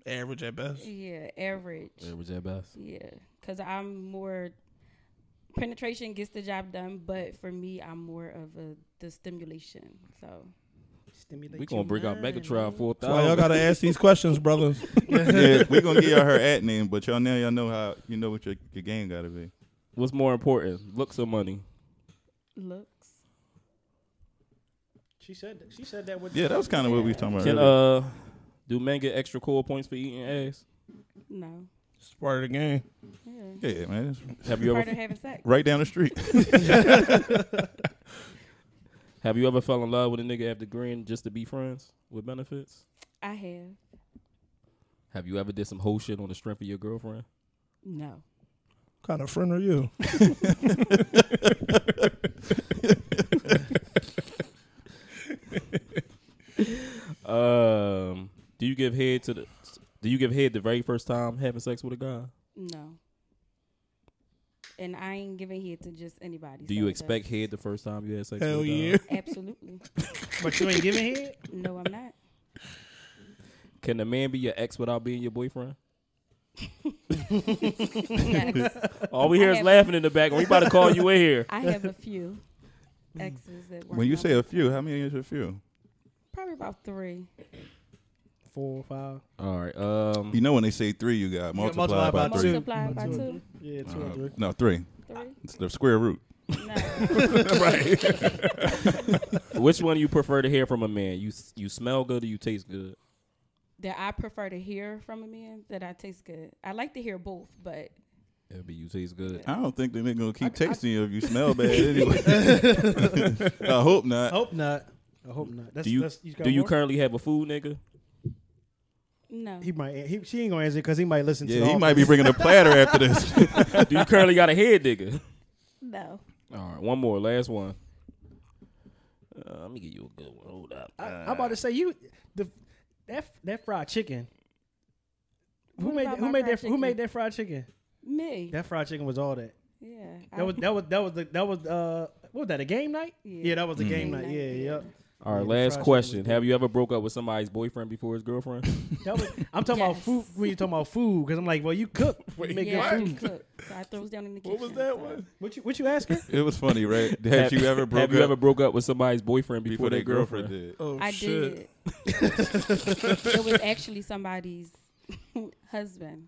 S3: Average at best.
S5: yeah, average.
S4: It was at best.
S5: Yeah, because I'm more penetration gets the job done, but for me, I'm more of a the stimulation. So
S2: Stimulate
S4: We gonna
S2: your
S4: bring out
S2: mind.
S4: Megatron four
S3: That's why y'all
S4: thousand.
S3: gotta ask these [LAUGHS] questions, brothers.
S1: yeah, we gonna give y'all her at name, but y'all now y'all know how you know what your, your game gotta be.
S4: What's more important, looks or money?
S5: looks.
S2: She said. that- She said that with.
S1: Yeah, that was kind of what we was talking about.
S4: Can
S1: earlier.
S4: uh, do men get extra cool points for eating ass?
S5: No.
S3: It's part of the game.
S5: Yeah.
S1: yeah, man, it's
S4: Have you
S5: Part of
S4: ever
S5: having sex.
S1: right down the street. [LAUGHS]
S4: have you ever fell in love with a nigga after agreeing just to be friends with benefits?
S5: I have.
S4: Have you ever did some whole shit on the strength of your girlfriend?
S5: No.
S3: What kind of friend are you?
S4: Um, do you give head to the? Do you give head the very first time having sex with a guy?
S5: No. And I ain't giving head to just anybody.
S4: Do
S5: so
S4: you
S5: that-
S4: expect head the first time you had sex?
S3: Hell
S4: with a guy?
S2: [LAUGHS]
S3: yeah.
S5: Absolutely.
S2: But you ain't giving head.
S5: No, I'm not.
S4: Can a man be your ex without being your [LAUGHS] boyfriend?
S5: Yes.
S4: All we
S5: I
S4: hear is
S5: have-
S4: laughing in the background. We about to call [LAUGHS] you in here.
S5: I have a few exes that work.
S1: when you say a few, how many is a few?
S5: probably about three.
S2: [LAUGHS] Four or five.
S4: All right. Um,
S1: You know when they say three, you got multiplied
S2: multiply
S1: by,
S2: by
S1: three.
S2: two.
S5: Multiply by
S2: Two.
S5: two.
S2: Yeah, two or
S1: Uh,
S2: three.
S1: no, three.
S5: Three?
S1: It's the square root.
S5: No.
S4: [LAUGHS] Which one do you prefer to hear from a man? You s- you smell good or you taste good?
S5: that I prefer to hear from a man that I taste good. I like to hear both, but
S4: It'd be you taste good.
S1: I don't think that nigga gonna keep texting you if you smell bad anyway. I hope not.
S2: Hope not. I hope not. That's,
S4: Do you
S2: that's, got
S4: do you
S2: more?
S4: currently have a food nigga?
S5: no.
S2: He might. He, she ain't gonna answer because he might listen to.
S1: Yeah,
S2: the
S1: he might be
S2: office.
S1: bringing a platter after this.
S2: [LAUGHS]
S4: Do you currently got a head nigga?
S5: No.
S4: [LAUGHS] All right, one more, last one. Uh, let me give you a good one. Hold up.
S2: I, I'm about to say you. The that that fried chicken. Who
S5: What
S2: made
S5: about
S2: who
S5: my
S2: made
S5: fried
S2: that who made
S5: chicken?
S2: that fried chicken?
S5: Me.
S2: That fried chicken was all that.
S5: yeah. I-
S2: That was that was that was the, that was uh what was that a game night?
S5: Yeah.
S2: Yeah, that was a game night.
S5: night,
S2: Yeah,
S5: yeah.
S2: yeah.
S4: All right,
S2: the fried
S4: last
S2: chicken
S4: question.
S2: was
S4: Have you ever broke up with somebody's boyfriend before his girlfriend?
S2: That was I'm talking about
S5: Yes.
S2: food when you talking about food because I'm like, well, you cook, you make
S5: yeah,
S2: good
S5: she
S2: food.
S5: cooked. So I throws down in the kitchen.
S3: What was that
S5: so-
S3: one?
S2: What you what you ask her?
S1: It was funny, right? Have you ever broke
S4: [LAUGHS] [LAUGHS] Have you
S1: up
S4: ever broke up with somebody's boyfriend
S1: before
S4: before, their
S1: that girlfriend,
S4: girlfriend?
S1: did?
S3: Oh
S5: I
S3: shit.
S5: did. [LAUGHS]
S2: [LAUGHS]
S5: it was actually somebody's [LAUGHS] husband.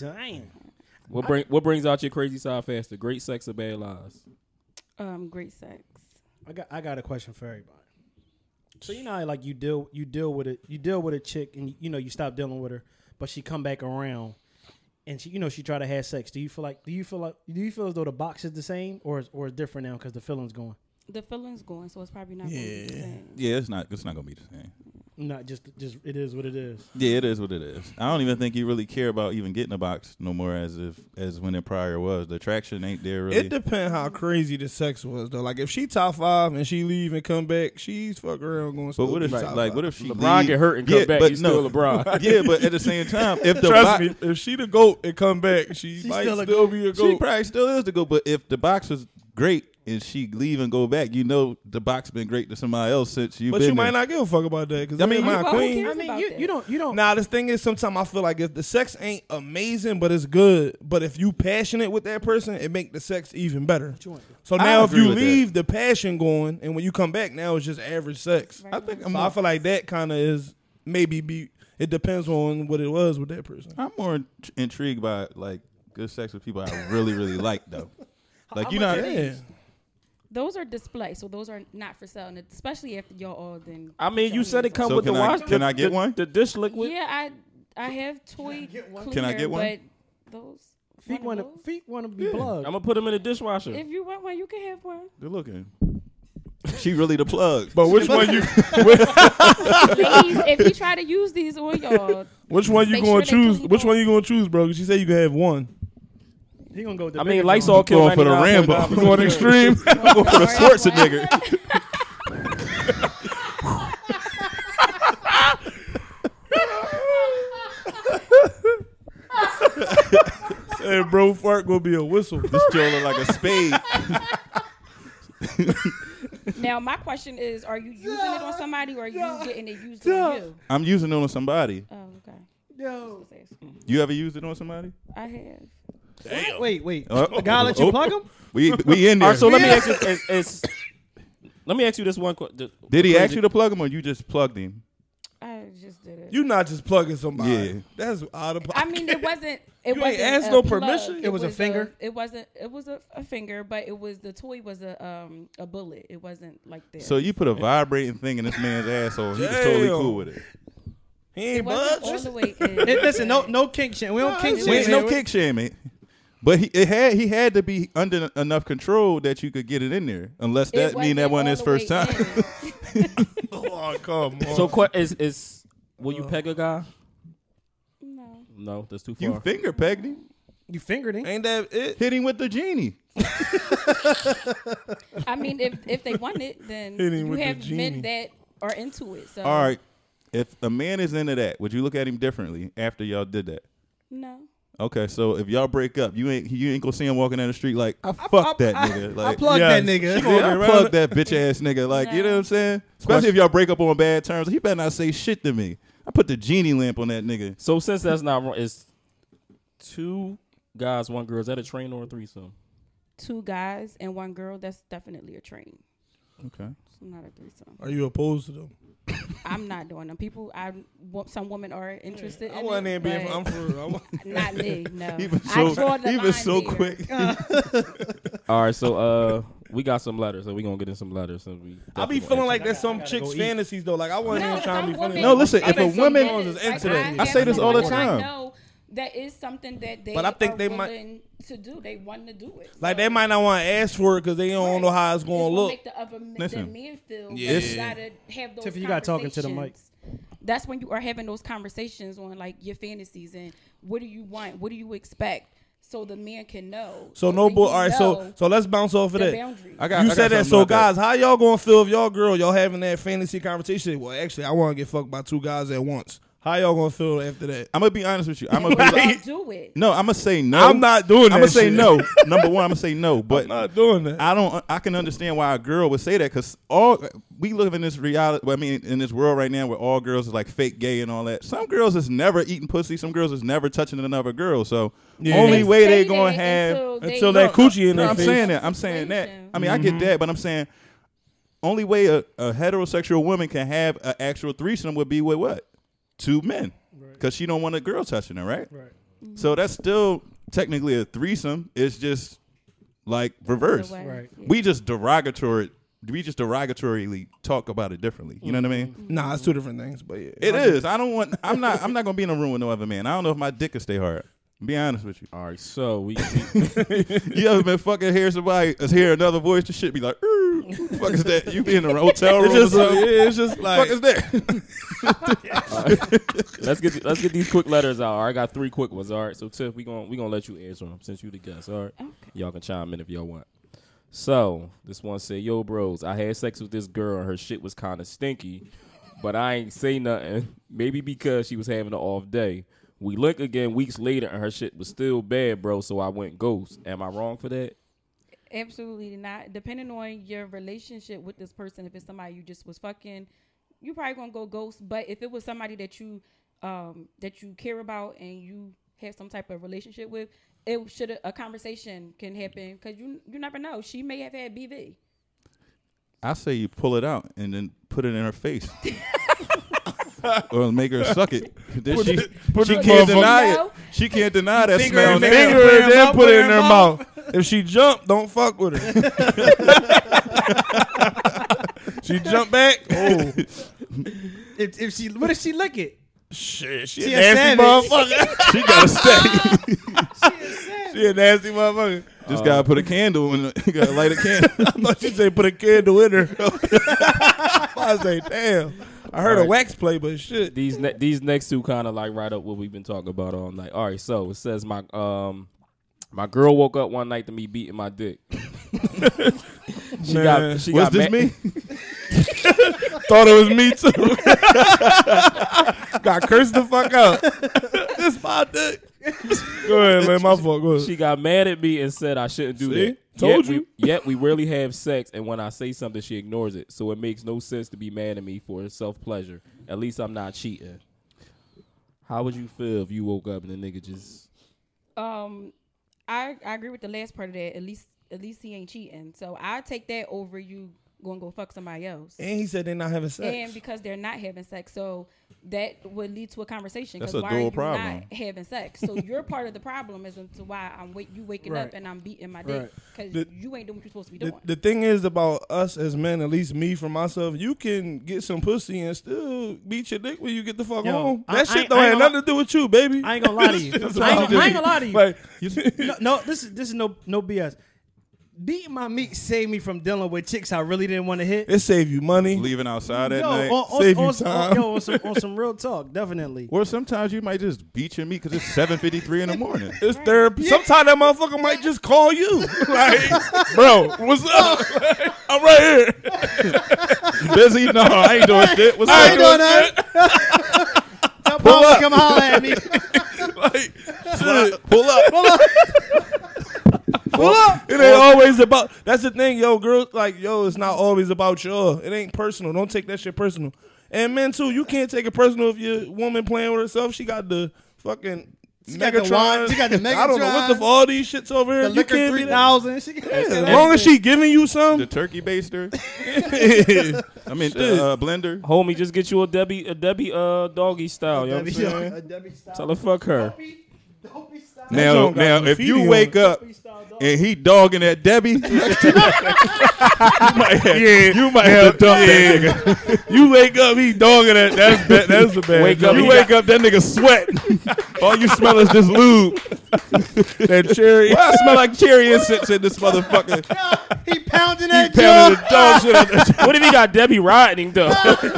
S2: Damn.
S4: What bring what brings out your crazy side faster? Great sex or bad lies?
S5: Um, great sex.
S2: I got I got a question for everybody. So you know, how, like you deal you deal with it you deal with a chick and you know you stop dealing with her, but she come back around, and she you know she try to have sex. Do you feel like do you feel like do you feel as though the box is the same or is, or is different now because the feeling's going?
S5: The feeling's going, so it's probably not going to be the same.
S1: Yeah, it's not. It's not gonna be the same.
S2: Not just just it is what it is.
S1: Yeah, it is what it is. I don't even think you really care about even getting a box no more as if as when it prior was. The attraction ain't there really.
S3: It depends how crazy the sex was though. Like if she top five and she leave and come back, she's fuck around going.
S1: but what if
S3: top
S1: like
S3: five.
S1: what if she
S4: LeBron
S1: leave-
S4: get hurt and come back, he's still
S1: [LAUGHS]
S4: LeBron.
S1: yeah, but at the same time, if the
S3: Trust
S1: box,
S3: me, if she the goat and come back, she might
S2: still
S3: still,
S2: a
S3: be a
S1: she
S3: goat.
S1: probably still is the go. But if the box was great and she leave and go back, you know the box been great to somebody else since you've
S3: but
S1: been
S3: you might
S1: there.
S3: not give a fuck about that because I mean,
S1: mean,
S3: my
S5: Well, who
S3: queen.
S5: cares
S2: I mean,
S5: about
S2: you,
S5: that?
S2: you don't you don't.
S3: Now the thing is, sometimes I feel like if the sex ain't amazing, but it's good, but if you passionate with that person, it make the sex even better.
S2: want?
S3: So
S1: I
S3: now if
S1: agree
S3: you
S1: with that.
S3: leave the passion going, and when you come back, now it's just average sex.
S1: I think I'm
S3: So
S1: more,
S3: I feel like that kind of is maybe be. It depends on what it was with that person.
S1: I'm more int- intrigued by like good sex with people I really really like
S2: [LAUGHS]
S1: though. Like you
S3: Yeah.
S1: know,
S5: Those are display, so those are not for sale, and especially after y'all all then.
S4: I mean, you said it come
S1: So
S4: with
S1: can
S4: the
S1: I-
S4: wash.
S1: can
S4: the-
S1: I get
S4: the-
S1: one?
S4: The dish liquid.
S5: Yeah, I I have toy cleaner,
S1: Can I get one?
S5: but those
S2: feet
S5: one
S2: want
S5: of
S2: to
S5: those?
S2: feet want to be
S4: I'm
S2: plugged.
S4: gonna put them in the dishwasher.
S5: If you want one, you can have one.
S1: Good looking. She really the plug.
S3: But which one you
S5: Please, if you try to use these on y'all,
S3: which one you
S5: Make
S3: gonna
S5: sure they
S3: choose?
S5: clean
S3: Which
S5: up.
S3: one you gonna choose, bro? 'Cause she said you can have one.
S2: He gonna go. With the
S4: I
S2: bigger
S4: mean, Lysol
S2: joint.
S4: kill
S1: [LAUGHS] going for the
S4: 99.9%.
S1: Rambo.
S3: Going extreme.
S1: I'm [LAUGHS] going
S3: [LAUGHS]
S1: for the Schwarzenegger.
S3: hey, bro, fart gonna be a whistle.
S1: this Joe look like a spade.
S5: now my question is: Are you using it on somebody, or are you getting it used on you?
S1: I'm using it on somebody.
S5: Oh, okay.
S2: Yo,
S1: You ever used it on somebody?
S5: I have.
S2: wait, wait.
S1: Oh.
S2: the guy let you
S1: Oh.
S2: plug him?
S1: We we
S3: [LAUGHS]
S1: in
S4: All
S1: there.
S4: right, so let me ask you. Is, is, [COUGHS] let me ask you this one question.
S1: Did he ask you to plug him or you just plugged him?
S5: I just did it.
S3: You not just plugging somebody.
S1: Yeah.
S3: That's out of
S5: I mean, it wasn't. It
S3: You ain't
S5: wasn't
S3: asked
S5: a
S3: no
S5: plug.
S3: permission?
S2: It was a finger?
S5: it wasn't. It was a, a finger, but it was the toy was a um a bullet. It wasn't like this.
S1: So you put a vibrating thing in this man's asshole. He was totally
S3: Damn.
S1: cool with it.
S3: He
S5: it
S3: ain't
S5: wasn't all
S3: budge.
S5: the way in.
S2: Hey, listen, no no kink shit. We don't
S3: No,
S2: kink
S3: it's
S1: We
S2: shit.
S1: ain't no kick shaming. But he it had he had to be under enough control that you could get it in there, unless
S5: It
S1: that mean that
S5: wasn't
S1: wasn't
S5: all
S1: his
S5: the
S1: first
S5: way
S1: time. [LAUGHS]
S5: in.
S3: [LAUGHS] Oh, come on.
S4: So que- is is will you peg a guy?
S5: no.
S4: No, that's too far.
S1: you finger pegged him,
S2: You fingered him.
S3: ain't that it?
S1: hit him with the genie.
S5: I mean, if if they want it, then
S3: Hit him
S5: you
S3: with the
S5: have
S3: genie.
S5: men that are into it. So
S1: All right, if a man is into that, would you look at him differently after y'all did that?
S5: no.
S1: Okay, so if y'all break up, you ain't you ain't gonna see him walking down the street like I fucked that nigga. Like
S2: I plugged
S3: Yes.
S2: that nigga.
S3: She gonna-
S1: Yeah, I
S3: Right.
S1: plug that bitch ass nigga. Like, you know
S5: No.
S1: what I'm saying? Especially if y'all break up on bad terms. He better not say shit to me. I put the genie lamp on that nigga.
S4: So since that's not wrong, it's two guys, one girl. Is that a train or a threesome?
S5: Two guys and one girl. That's definitely a train.
S1: Okay.
S5: It's not a threesome.
S3: Are you opposed to them?
S5: I'm not doing them. People, I some women are interested.
S3: I
S5: in
S3: wasn't
S5: it,
S3: even being.
S5: but-
S3: I'm for. I'm,
S5: [LAUGHS] Not me,
S1: [LAUGHS]
S5: no.
S1: He was
S5: I draw
S1: so,
S5: the
S1: he was
S5: line
S1: so
S5: there. Uh.
S1: quick. [LAUGHS]
S4: All right, so uh, we got some letters, so we gonna get in some letters. And we
S3: I be
S4: definitely-
S3: feeling like that's some
S2: gotta
S3: chicks'
S2: go eat.
S3: fantasies though. Like I wasn't
S5: No,
S3: even
S5: if
S3: trying to
S5: I'm
S3: be funny.
S5: woman-
S1: No, listen, if
S5: I
S1: a
S5: think some
S1: woman-
S5: men is
S3: Like,
S5: into that.
S3: I
S1: say this
S5: have
S1: all the
S5: someone that I
S1: time.
S5: know That is something that they
S3: But I think
S5: are
S3: they might-
S5: willing to do. They want to do it.
S3: Like they might not want to ask for it because they don't know how it's
S5: It's
S3: gonna
S5: gonna
S3: look.
S5: Make the other men,
S1: Listen.
S5: the men feel. but
S3: Yeah.
S5: You gotta have those.
S2: Tiffany, you gotta talk into the mic.
S5: conversations. That's when you are having those conversations on like your fantasies and what do you want, what do you expect, so the man can know.
S3: So no
S5: that
S3: bull.
S5: you
S3: All right, so
S5: know
S3: so let's bounce off of
S5: the
S3: that.
S5: boundaries.
S1: I got-
S3: you
S1: I got
S3: said that.
S1: something
S3: So
S1: about that.
S3: guys, how y'all gonna feel if y'all girl y'all having that fantasy conversation? Well, actually, I want to get fucked by two guys at once. How y'all gonna feel after that?
S1: I'm gonna be honest with you. I'm
S5: I'll
S1: gonna be like,
S5: do
S3: [LAUGHS]
S5: it.
S1: no. I'm gonna say no.
S3: I'm not doing
S1: I'm
S3: that
S1: gonna say
S3: shit.
S1: no. Number one, I'm gonna say no. But
S3: [LAUGHS] I'm [LAUGHS] not doing that.
S1: I don't. I can understand why a girl would say that because all we live in this reality. well, I mean, in this world right now where all girls is like fake gay and all that. Some girls is never eating pussy. Some girls is never touching another girl. So
S3: Yeah.
S1: only
S3: They
S1: way
S5: say
S1: they
S5: that
S1: gonna have
S3: until that coochie in
S1: No,
S3: their
S1: I'm
S3: face. Mm-hmm.
S1: saying that. I'm saying that. I mean, I get that, but I'm saying only way a, a heterosexual woman can have an actual threesome would be with what two men, because she don't want a girl touching her, right? Right. So that's still technically a threesome. It's just like reverse.
S5: Right.
S1: We just derogatory. We just derogatorily talk about it differently. You know what I mean?
S3: Nah, it's two different things. But yeah,
S1: It is. I don't want. I'm not. I'm not gonna be in a room with no other man. I don't know if my dick could stay hard. Be honest with you.
S4: All right, so we. we-
S1: You ever been fucking hear somebody uh, hear another voice? The shit be like, "Ooh." fuck is that? You be [LAUGHS] in the hotel room.
S3: It's [LAUGHS] just,
S1: or
S3: uh,
S1: something?
S3: yeah, it's just like
S1: fuck is that?
S4: Let's get let's get these quick letters out. All right, I got three quick ones. All right, so Tiff, we going we gonna let you answer them since you the guest. All right,
S5: Okay.
S4: y'all can chime in if y'all want. So this one said, "Yo, bros, I had sex with this girl and her shit was kind of stinky, but I ain't say nothing. Maybe because she was having an off day. We looked again weeks later and her shit was still bad, bro. So I went ghost. Am I wrong for that?
S5: Absolutely not. Depending on your relationship with this person, if it's somebody you just was fucking, you probably gonna go ghost. But if it was somebody that you um that you care about and you have some type of relationship with, it should a conversation can happen because you you never know. She may have had BV.
S1: [LAUGHS] I say you pull it out and then put it in her face. [LAUGHS] or make her suck it. Then she she
S5: the
S1: can't
S5: motherfucker-
S1: deny it.
S5: No.
S1: She can't deny that
S2: Finger
S1: smell.
S2: in there.
S1: now.
S3: finger
S2: Put it in her
S3: and then put it
S2: mouth,
S3: in her mouth. [LAUGHS] If she jump, don't fuck with her. [LAUGHS] she jump back. Oh
S2: If, if she, what if she lick
S4: [LAUGHS]
S2: it?
S3: shit! She,
S2: She
S3: a
S2: a
S3: nasty
S2: savage.
S1: [LAUGHS]
S3: motherfucker.
S1: She gotta stay.
S3: [LAUGHS] she a nasty motherfucker.
S1: Just gotta put a candle in. the- [LAUGHS] You gotta light a candle.
S3: I thought you said put a candle in her. I say, damn. I heard a
S4: Alright.
S3: wax play, but shit.
S4: These ne- these next two kind of like right up what we've been talking about all night. All right, so it says my um my girl woke up one night to me beating my dick. she
S3: Man.
S4: got she
S1: What's this
S4: got
S1: [LAUGHS]
S4: mad-
S1: me?
S3: Thought it was me too. Got cursed the fuck [LAUGHS] out. this my dick. Go ahead, man. My fault. Go ahead.
S4: She got mad at me and said I shouldn't do
S3: See?
S4: that.
S3: Told
S4: yet
S3: you.
S4: We, yet we really have sex, and when I say something, she ignores it. So it makes no sense to be mad at me for self pleasure. At least I'm not cheating. How would you feel if you woke up and the nigga just?
S5: Um, I I agree with the last part of that. At least at least he ain't cheating. So I take that over you going to go fuck somebody else.
S3: and he said they're not having sex.
S5: and because they're not having sex, so that would lead to a conversation.
S1: That's
S5: 'cause
S1: a
S5: why
S1: dual
S5: are you
S1: problem.
S5: Not having sex,
S3: [LAUGHS]
S5: so you're part of the problem as to why I'm wait, you waking up
S2: Right.
S5: and I'm beating my
S2: Right.
S5: dick because
S3: The-
S5: you ain't doing what you're supposed to be
S3: the,
S5: doing.
S3: the thing is about us as men, at least me for myself, you can get some pussy and still beat your dick when you get the fuck
S2: Yo,
S3: home.
S2: I-
S3: That
S2: I
S3: shit
S2: ain't-
S3: don't
S2: I ain't
S3: have
S2: gonna-
S3: nothing to do with you, baby.
S2: I ain't gonna lie to
S3: [LAUGHS]
S2: you. I ain't, gonna- I ain't gonna lie to you.
S3: Like,
S2: no, no, this is this is no no BS. Beating my meat saved me from dealing with chicks I really didn't want to hit.
S3: [LAUGHS] it save you
S1: [LAUGHS]
S3: money.
S1: Leaving outside at
S2: yo,
S1: night.
S2: on, on,
S3: save you
S2: on some-
S3: time.
S2: yo, on some on some real talk, definitely.
S1: or sometimes you might just beat your meat because it's seven fifty three in the morning.
S3: It's therapy. Sometimes that motherfucker might just call you, [LAUGHS] like, [LAUGHS] bro, what's up? Like, I'm right
S2: [LAUGHS]
S1: [LAUGHS]
S3: here.
S1: Busy? No, I ain't doing shit. What's
S2: I ain't
S1: up?
S2: doing that. Tell Paul to come holler at me.
S3: [LAUGHS] Like, shit. pull up, pull up. It ain't always about. That's the thing, yo, girls. Like, yo, it's not always about y'all. It ain't personal. Don't take that shit personal. And men too, you can't take it personal if your woman playing with herself. She got the fucking
S2: got the
S3: Megatron.
S2: wand, she got the
S3: [LAUGHS] I don't know what the
S2: Megatron,
S3: f- all these shits over here.
S2: The
S3: you
S2: liquor
S3: can't
S2: three
S3: be that.
S2: thousand. She got-
S3: Yeah, As long as she giving you
S1: The
S3: some,
S1: turkey
S3: [LAUGHS]
S1: baster.
S3: yeah,
S1: I mean, the uh, blender.
S4: Homie, just get you a Debbie, a Debbie, uh, doggy style. You know what I'm saying?
S2: A Debbie style.
S4: Tell her fuck her.
S2: Don't be- don't be style.
S1: Now,
S3: joint got
S1: now, if
S3: graffiti
S1: you
S3: on
S1: wake
S3: it.
S1: up and he dogging at Debbie, [LAUGHS] you might have, you might have to dump that nigga.
S3: you wake up, he dogging that. That's bad. That's a bad.
S4: Wake up,
S3: joke.
S1: You
S4: he
S1: wake up, that nigga sweat. [LAUGHS] All you smell is just [LAUGHS] lube.
S3: that cherry.
S1: I smell like cherry incense in this motherfucker.
S2: [LAUGHS] He pounding that
S1: Pounding
S2: joint.
S1: the dog shit out that
S4: what if he got Debbie riding
S1: [LAUGHS]
S4: though?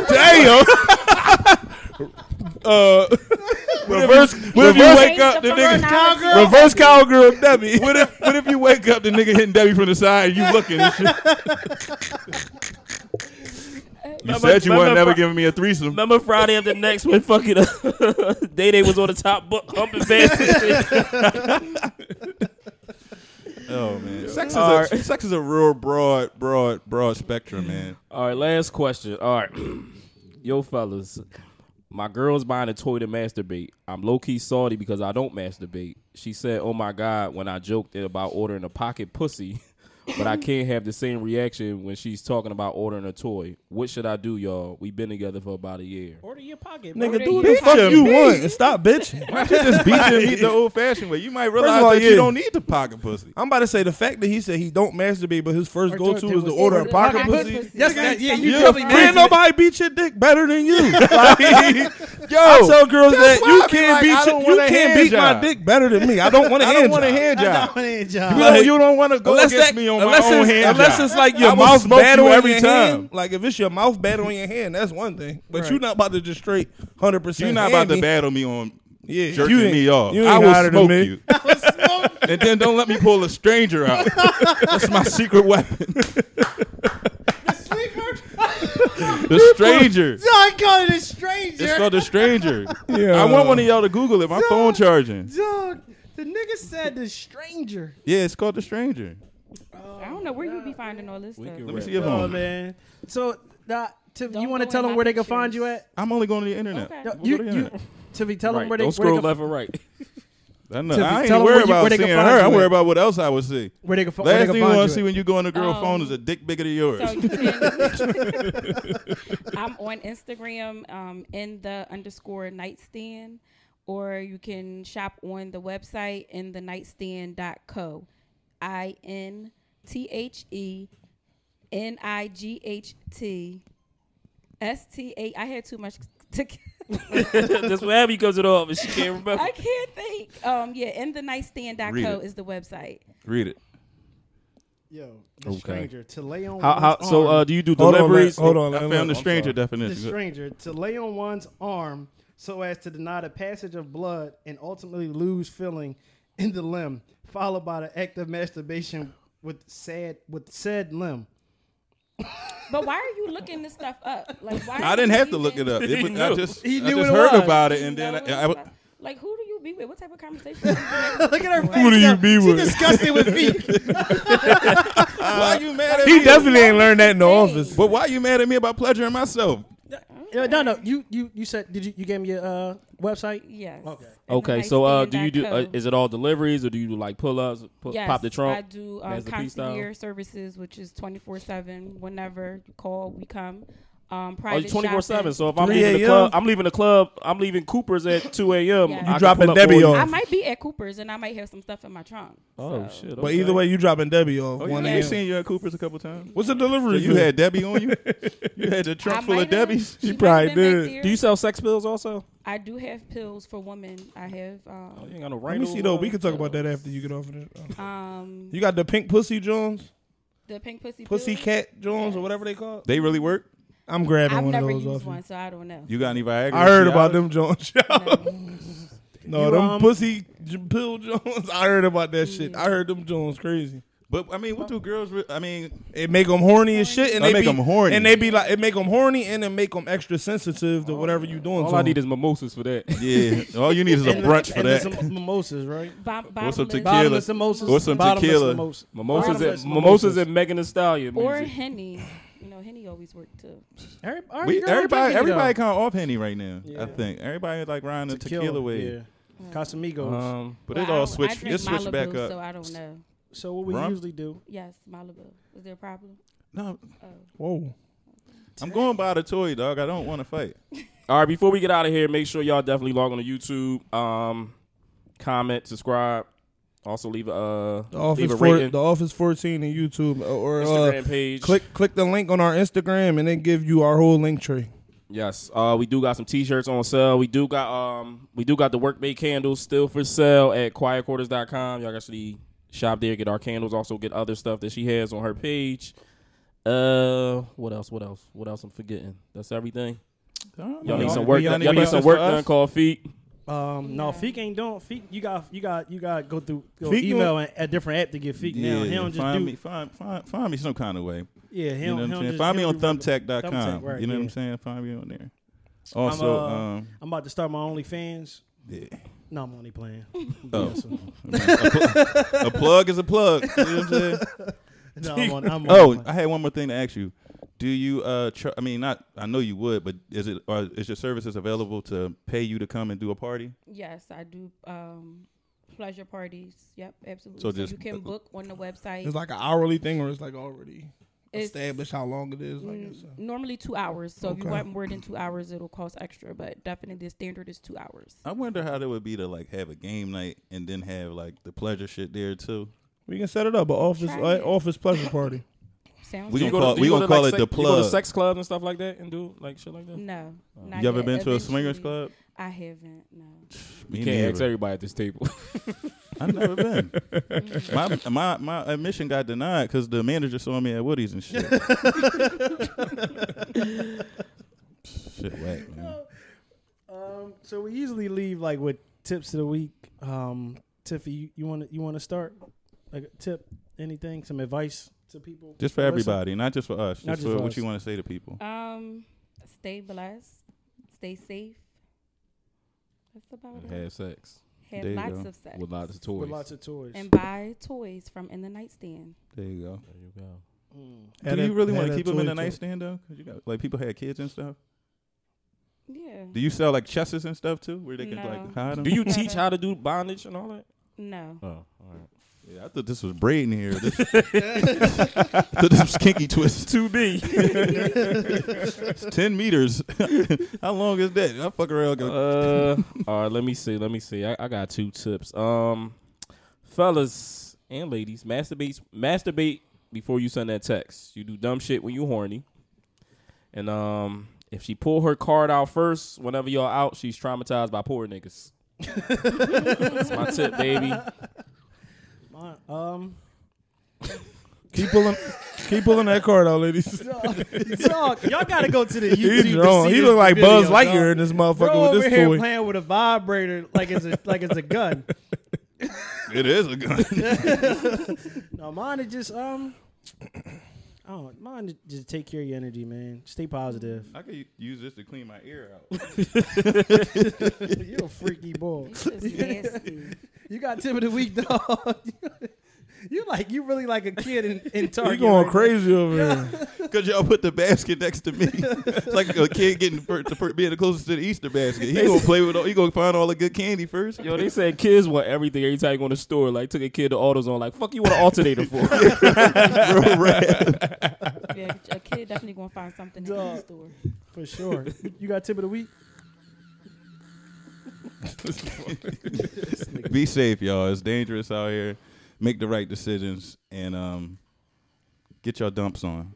S3: Damn. uh, reverse. What if you
S1: reverse-
S3: wake up,
S5: Change the
S3: the nigga?
S5: terminology.
S1: [LAUGHS]
S3: Reverse cowgirl, Debbie.
S1: What if, what if you wake up, the nigga hitting Debbie from the side, and you looking [LAUGHS] and shit? You said you weren't never giving me a threesome.
S4: Remember Friday of the next when fucking [LAUGHS] uh, Day Day was on the top buck humping fast.
S1: Oh man, sex is
S4: All
S1: a, sex is a real broad, broad, broad spectrum, man.
S4: All right, last question. All right, [CLEARS THROAT] yo fellas, my girl's buying a toy to masturbate. I'm low key salty because I don't masturbate. She said, "Oh my god," when I joked about ordering a pocket pussy, [LAUGHS] but I can't have the same reaction when she's talking about ordering a toy. What should I do, y'all? We've been together for about a year.
S2: Order your pocket, bro.
S3: Nigga, do what the fuck you want and stop bitching.
S1: You just beat your meat the old fashioned way. You might realize
S3: all,
S1: that
S3: yeah.
S1: you don't need the pocket pussy.
S3: I'm about to say the fact that he said he don't masturbate, but his first go to
S2: Or
S3: is to order a pocket pussy.
S2: That's not, yeah, you
S1: Yeah,
S2: probably
S1: free
S2: did.
S3: Ain't nobody beat your dick better than you. Like, I tell girls
S8: that's
S3: that
S8: why
S3: you
S8: I be like, I don't
S3: can't beat you
S8: want a
S3: can't
S8: hand
S3: beat my
S8: job.
S3: dick better than me. I don't want to
S8: I
S3: hand
S8: don't want a
S3: job.
S8: hand job.
S2: Not on any job.
S8: You don't- you don't want to go
S3: unless
S8: against
S3: that,
S8: me on
S3: unless
S8: my own
S3: it's,
S8: hand
S3: unless
S8: job.
S3: it's like
S8: I
S3: your
S8: will
S3: mouth
S8: smoke you
S3: bad on
S8: every
S3: your
S8: time.
S3: hand. Like if it's your mouth bad on your hand, that's one thing. But
S2: Right.
S3: you're not about to just straight hundred percent.
S1: You're not about to battle me on
S3: Yeah,
S1: jerking
S3: you ain't-
S1: me off.
S3: you ain't
S1: I will
S3: hotter than
S1: smoke
S3: me. [LAUGHS]
S1: you. and then don't let me pull a stranger out. That's my secret weapon. the stranger.
S2: I call it a stranger.
S1: It's called the stranger.
S3: Yeah.
S1: I want one of y'all to Google it. My phone charging.
S2: Dog, the nigga said the stranger.
S1: Yeah, it's called the stranger.
S5: I don't know where you be finding all this stuff.
S1: Let me see your
S2: Oh
S1: phone.
S2: man. So, uh, Tiff, you
S5: Don't
S2: want to
S5: go
S2: tell
S5: in
S2: them
S5: my
S2: where they can find you
S5: pictures.
S2: at?
S1: I'm only going to the internet.
S5: Okay.
S2: No,
S5: We'll
S2: you,
S1: go to the
S2: you,
S1: internet.
S2: Tiffy, tell them
S4: Right.
S2: where they
S4: Don't
S2: where they
S4: scroll
S2: can-
S4: left and right.
S2: [LAUGHS]
S1: I know.
S2: Tiffy,
S1: I
S2: tell
S1: ain't
S2: 'em
S1: worried
S2: where you-
S1: about
S2: where they can
S1: seeing her.
S2: find you
S1: I worry
S2: at.
S1: about what else I would see.
S2: where they can, fi- where they
S1: Last
S2: can
S1: thing you
S2: find
S1: want
S2: you
S1: to see
S2: at.
S1: when you go on a girl's
S5: Um,
S1: phone is a dick bigger than yours. [LAUGHS]
S5: So you can. I'm on Instagram um, in the underscore nightstand, or you can shop on the website in the nightstand.co. I N T H E N I G H T S T A. I had too much to. [LAUGHS]
S4: That's what happened. He comes it off, and she can't remember.
S5: I can't think. Um, yeah, in the
S1: Read
S5: nightstand.co
S1: it.
S5: is the website.
S1: Read it.
S2: Yo, the stranger to lay on
S4: How, how,
S2: one's
S4: so,
S2: arm.
S4: uh, do you do
S3: Hold on, man.
S4: deliveries?
S3: hold on.
S1: I
S3: man.
S1: found the
S3: I'm
S1: stranger
S3: sorry.
S1: definition.
S2: the stranger to lay on one's arm so as to deny the passage of blood and ultimately lose feeling in the limb, followed by the act of masturbation with sad with said limb. [LAUGHS]
S5: But why are you looking this stuff up? Like, why
S1: I
S5: are
S1: didn't
S5: you
S1: have to look
S5: even-
S1: it up. It was, I
S4: knew.
S1: just,
S2: He
S1: I
S2: knew
S1: just
S2: what it
S1: heard
S2: was.
S1: about it,
S5: You
S1: and then
S5: know
S1: I,
S5: what
S1: I,
S5: it's like. like, who do you be with? What type of conversation?
S4: [LAUGHS]
S5: Look
S2: Look at her face.
S3: Who do you
S2: yo.
S3: be
S2: She
S3: with?
S2: disgusted with me.
S1: [LAUGHS] why you mad at
S3: He
S1: me?
S3: definitely ain't learned that in the office.
S1: But why you mad at me about pleasuring myself?
S2: Yo, Uh, no, no. You, you, you said. Did you? You gave me your uh, website.
S5: Yes.
S2: Okay.
S4: Okay, so uh, do you do? Uh, is it all deliveries, or do you like pull ups, pu-
S5: yes,
S4: pop the trunk?
S5: I do um,
S4: Master P style?
S5: concierge services, which is twenty four seven. Whenever you call, we come.
S4: Oh,
S5: Um, private
S4: it's twenty four seven.
S5: shopping.
S4: So if I'm
S3: 3
S4: leaving the
S3: a.m.?
S4: club, I'm leaving the club. I'm leaving Cooper's at two a.m.
S5: Yeah. You
S4: I can
S3: dropping
S4: pull up
S3: Debbie
S4: for you.
S3: off.
S5: I might be at Cooper's and I might have some stuff in my trunk.
S4: Oh
S5: So-
S4: shit!
S3: But
S4: okay.
S3: either way, you dropping Debbie off.
S1: Oh,
S3: one
S1: you
S3: a.m.
S1: ain't seen you at Cooper's a couple
S3: [LAUGHS]
S1: times.
S3: What's the delivery?
S1: You
S3: fee?
S1: had Debbie on you. You had the
S5: I
S1: trunk full of
S5: might have-
S1: Debbies.
S4: [LAUGHS]
S5: she might
S3: probably
S5: have been back
S3: did.
S5: there.
S4: do you sell sex pills also?
S5: I do have pills for women. I have. Um,
S4: You ain't got no
S3: Let me see though. We can talk about that after you get off of this. Oh.
S5: um,
S3: You got the pink pussy Jones,
S5: the pink pussy.
S3: pussy
S5: pills.
S3: cat Jones, or whatever they call. it.
S1: They really work.
S3: I'm grabbing
S5: I've
S3: one of
S5: never
S3: those
S5: used
S3: off. you.
S5: one, so I don't know.
S1: You got any Viagra?
S3: I heard about
S1: Cialis?
S3: them Jones. [LAUGHS] no,
S2: You,
S3: them
S2: um,
S3: pussy j- pill Jones. [LAUGHS] I heard about that shit. I heard them Jones crazy.
S1: But I mean, what do girls? Re- I mean,
S3: It make them horny as shit, and
S1: That
S3: they
S1: make
S3: be,
S1: 'em horny.
S3: and they be like, it make them horny, and it make them extra sensitive to whatever you doing.
S4: All
S3: to
S4: I
S3: 'em.
S4: need is mimosas for that.
S1: [LAUGHS] yeah. All you need is a brunch for
S2: and
S1: that.
S2: Some mimosas, right?
S1: What's
S5: Bom-
S1: up,
S5: bottomless-
S1: tequila?
S2: Bottomless mimosas.
S1: Or some
S2: bottomless
S1: tequila.
S2: mimosas.
S4: Mimosas,
S2: Bottomless
S4: and, mimosas and Megan Thee Stallion.
S5: or
S4: music.
S5: henny. You know, henny always worked too.
S2: Every- every
S1: [LAUGHS] We,
S2: girl drinking
S1: everybody,
S2: it,
S1: everybody
S2: though.
S1: kind of off henny right now. I
S2: Yeah.
S1: think everybody like riding the tequila, wave,
S2: Yeah. Casamigos.
S4: Um,
S1: but
S5: Well,
S1: it
S5: I
S1: all
S5: don't- I
S1: switched.
S5: drink
S1: It switched
S5: Malibu,
S1: back up.
S5: So I don't know.
S2: so what we
S1: rum?
S2: usually do?
S5: Yes, Malibu. Is there a problem?
S1: no,
S3: Whoa.
S1: I'm going by the toy dog. I don't want to fight.
S4: All right, before we get out of here, make sure y'all definitely log on to YouTube, um, comment, subscribe. Also leave a uh,
S3: The
S4: leave
S3: office,
S4: a
S3: four,
S4: rating,
S3: the office 14 in YouTube, or uh,
S4: Instagram page.
S3: click click the link on our Instagram, and they give you our whole link tree.
S4: Yes, uh, we do got some T-shirts on sale. We do got um, we do got the workmate candles still for sale at QuietQuarters.com. Y'all can actually shop there, get our candles, also get other stuff that she has on her page. Uh, what else? What else? What else? I'm forgetting. That's everything. Y'all need some work.
S2: Y'all
S4: Done.
S2: need
S4: Y'all need some
S1: justice
S4: work
S1: for us?
S4: done. Call feet.
S2: Um, no,
S5: Yeah.
S2: Feek ain't doing Feek. You got you got you got go through go
S3: Feek
S2: email a, a different app to get Feek now. He don't just
S1: find
S2: do
S1: me, find, find, find me some kind of way.
S2: yeah. He
S1: You know
S2: don't,
S1: what
S2: he
S1: I'm
S2: don't
S1: saying?
S2: just,
S1: Find me
S2: he
S1: on
S2: don't do-
S1: thumbtech.com.
S2: Thumbtack, right,
S1: you know what
S2: yeah.
S1: I'm saying? Find me on there. Also,
S2: uh,
S1: um,
S2: I'm about to start my OnlyFans.
S1: yeah.
S2: No, I'm only
S5: [LAUGHS]
S2: playing.
S1: Oh. a, pl- a plug is a plug. You know what I'm saying?
S2: [LAUGHS] No, I'm on. I'm only
S1: Oh,
S2: playing.
S1: I had one more thing to ask you. Do you uh tr- I mean not I know you would, but is it or is your services available to pay you to come and do a party?
S5: Yes, I do. Um, pleasure parties. Yep, absolutely.
S1: So
S5: So,
S1: just-
S5: you can book on the website.
S3: It's like an hourly thing, or it's like already
S5: It's-
S3: established how long it is. Like it's, uh,
S5: Normally two hours. So if you
S3: Okay.
S5: want more than two hours, it'll cost extra. But definitely the standard is two hours.
S1: I wonder how that would be to like have a game night and then have like the pleasure shit there too.
S3: we can set it up, an office
S5: Try
S3: uh,
S5: it.
S2: [LAUGHS]
S3: office pleasure party.
S5: Sounds
S1: We
S5: good.
S1: gonna call- we gonna call it the
S4: You go to
S1: plug.
S4: sex clubs and stuff like that and do like shit like that.
S5: No. not
S1: Oh. You ever
S5: yet.
S1: been to a swingers
S5: Eventually.
S1: club?
S5: I haven't. No.
S1: Me
S4: Can't ask
S1: neither.
S4: everybody at this [LAUGHS] table.
S1: I've never been. [LAUGHS]
S4: [LAUGHS]
S1: my my my admission got denied because the manager saw me at Woody's
S2: [LAUGHS]
S1: and shit. shit, whack, man.
S2: Um, so we usually leave like with tips of the week. Um, Tiffy, you, you want to you want to start? Like a tip, anything, some advice to people?
S1: Just for
S2: Listen,
S1: everybody, not just for us. Just,
S2: Not just
S1: for,
S2: for
S1: what
S2: us.
S1: you want to say to people.
S5: Um, stay blessed. Stay safe. That's about
S4: and
S5: it.
S4: have sex
S5: Have
S1: There you
S5: lots
S1: go.
S5: of sex.
S4: with lots of
S2: With
S4: toys.
S2: lots of toys.
S5: and buy toys from in the nightstand.
S1: There you go.
S4: there you go.
S2: Mm.
S1: Do you really want to keep them in the nightstand though? 'Cause you got like people had kids and stuff.
S5: Yeah.
S1: Do you sell like chesses and stuff too, where they can like
S5: No.
S1: hide them?
S4: Do you teach how to do bondage and all that?
S5: no.
S4: [LAUGHS] Oh, all right.
S1: Yeah, I thought this was braiding here. This, [LAUGHS]
S4: [LAUGHS]
S1: I thought this was kinky twist. [LAUGHS] Two B. ten meters. [LAUGHS] how long is that? I fuck around. Go,
S4: Uh, all right. Let me see. Let me see. I, I got two tips. Um, fellas and ladies, masturbate, masturbate before you send that text. You do dumb shit when you horny. And um, if she pull her card out first, whenever y'all out, she's traumatized by poor niggas. That's my tip, baby.
S2: My- um,
S3: Keep pulling, keep pulling that card out, ladies.
S2: dog, y'all gotta go to the [LAUGHS] YouTube.
S3: He's
S2: to
S3: drawn.
S2: see
S3: [LAUGHS] He
S2: this
S3: look like
S2: video,
S3: Buzz Lightyear
S2: dog.
S3: in this
S2: Bro
S3: motherfucker
S2: over
S3: with
S2: here
S3: this toy.
S2: playing with a vibrator like it's a like it's a gun.
S1: it is a gun.
S2: No, mine is just um. Oh, mine is just take care of your energy, man. Stay
S1: [LAUGHS]
S2: positive.
S1: I could use this to clean my ear out.
S2: You're a freaky
S5: [LAUGHS]
S2: boy.
S5: It's just nasty.
S2: You got tip of the week, dog. you like you really like a kid in,
S3: [LAUGHS]
S2: in Target.
S3: He going
S2: right
S3: crazy over here.
S1: [LAUGHS] Cause y'all put the basket next to me. it's like a kid getting per, to per, being the closest to the Easter basket. He gonna play with. All, he gonna find all the good candy first. [LAUGHS]
S4: Yo, they said kids want everything every time you go in the store. Like, took a kid to AutoZone. Like, fuck, you want an alternator
S2: [LAUGHS]
S4: for?
S1: Real rap.
S5: yeah, a kid definitely gonna find something in
S2: Dog.
S5: the store.
S2: there, For sure. You got tip of the week?
S1: Be safe, y'all. It's dangerous out here. Make the right decisions and um, get your dumps on.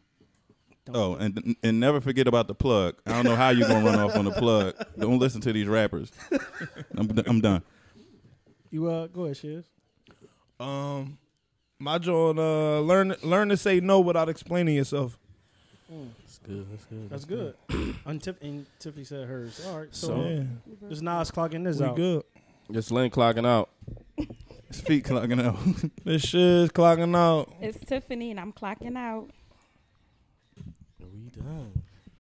S1: Oh, and and never forget about the plug. I don't know how you gonna run off on the plug. Don't listen to these rappers. I'm d- I'm done.
S2: You uh go ahead, Shiz.
S3: Um, my John, uh, learn learn to say no without explaining yourself.
S2: That's good. and, Tiff- and Tiffy said hers. All right. So,
S3: So yeah,
S2: this Nas clocking this
S3: we
S2: out.
S3: good.
S4: Just Lynn clocking out.
S1: His feet clogging out. [LAUGHS]
S3: This shit is clocking out.
S5: It's Tiffany and I'm clocking out.
S4: We done.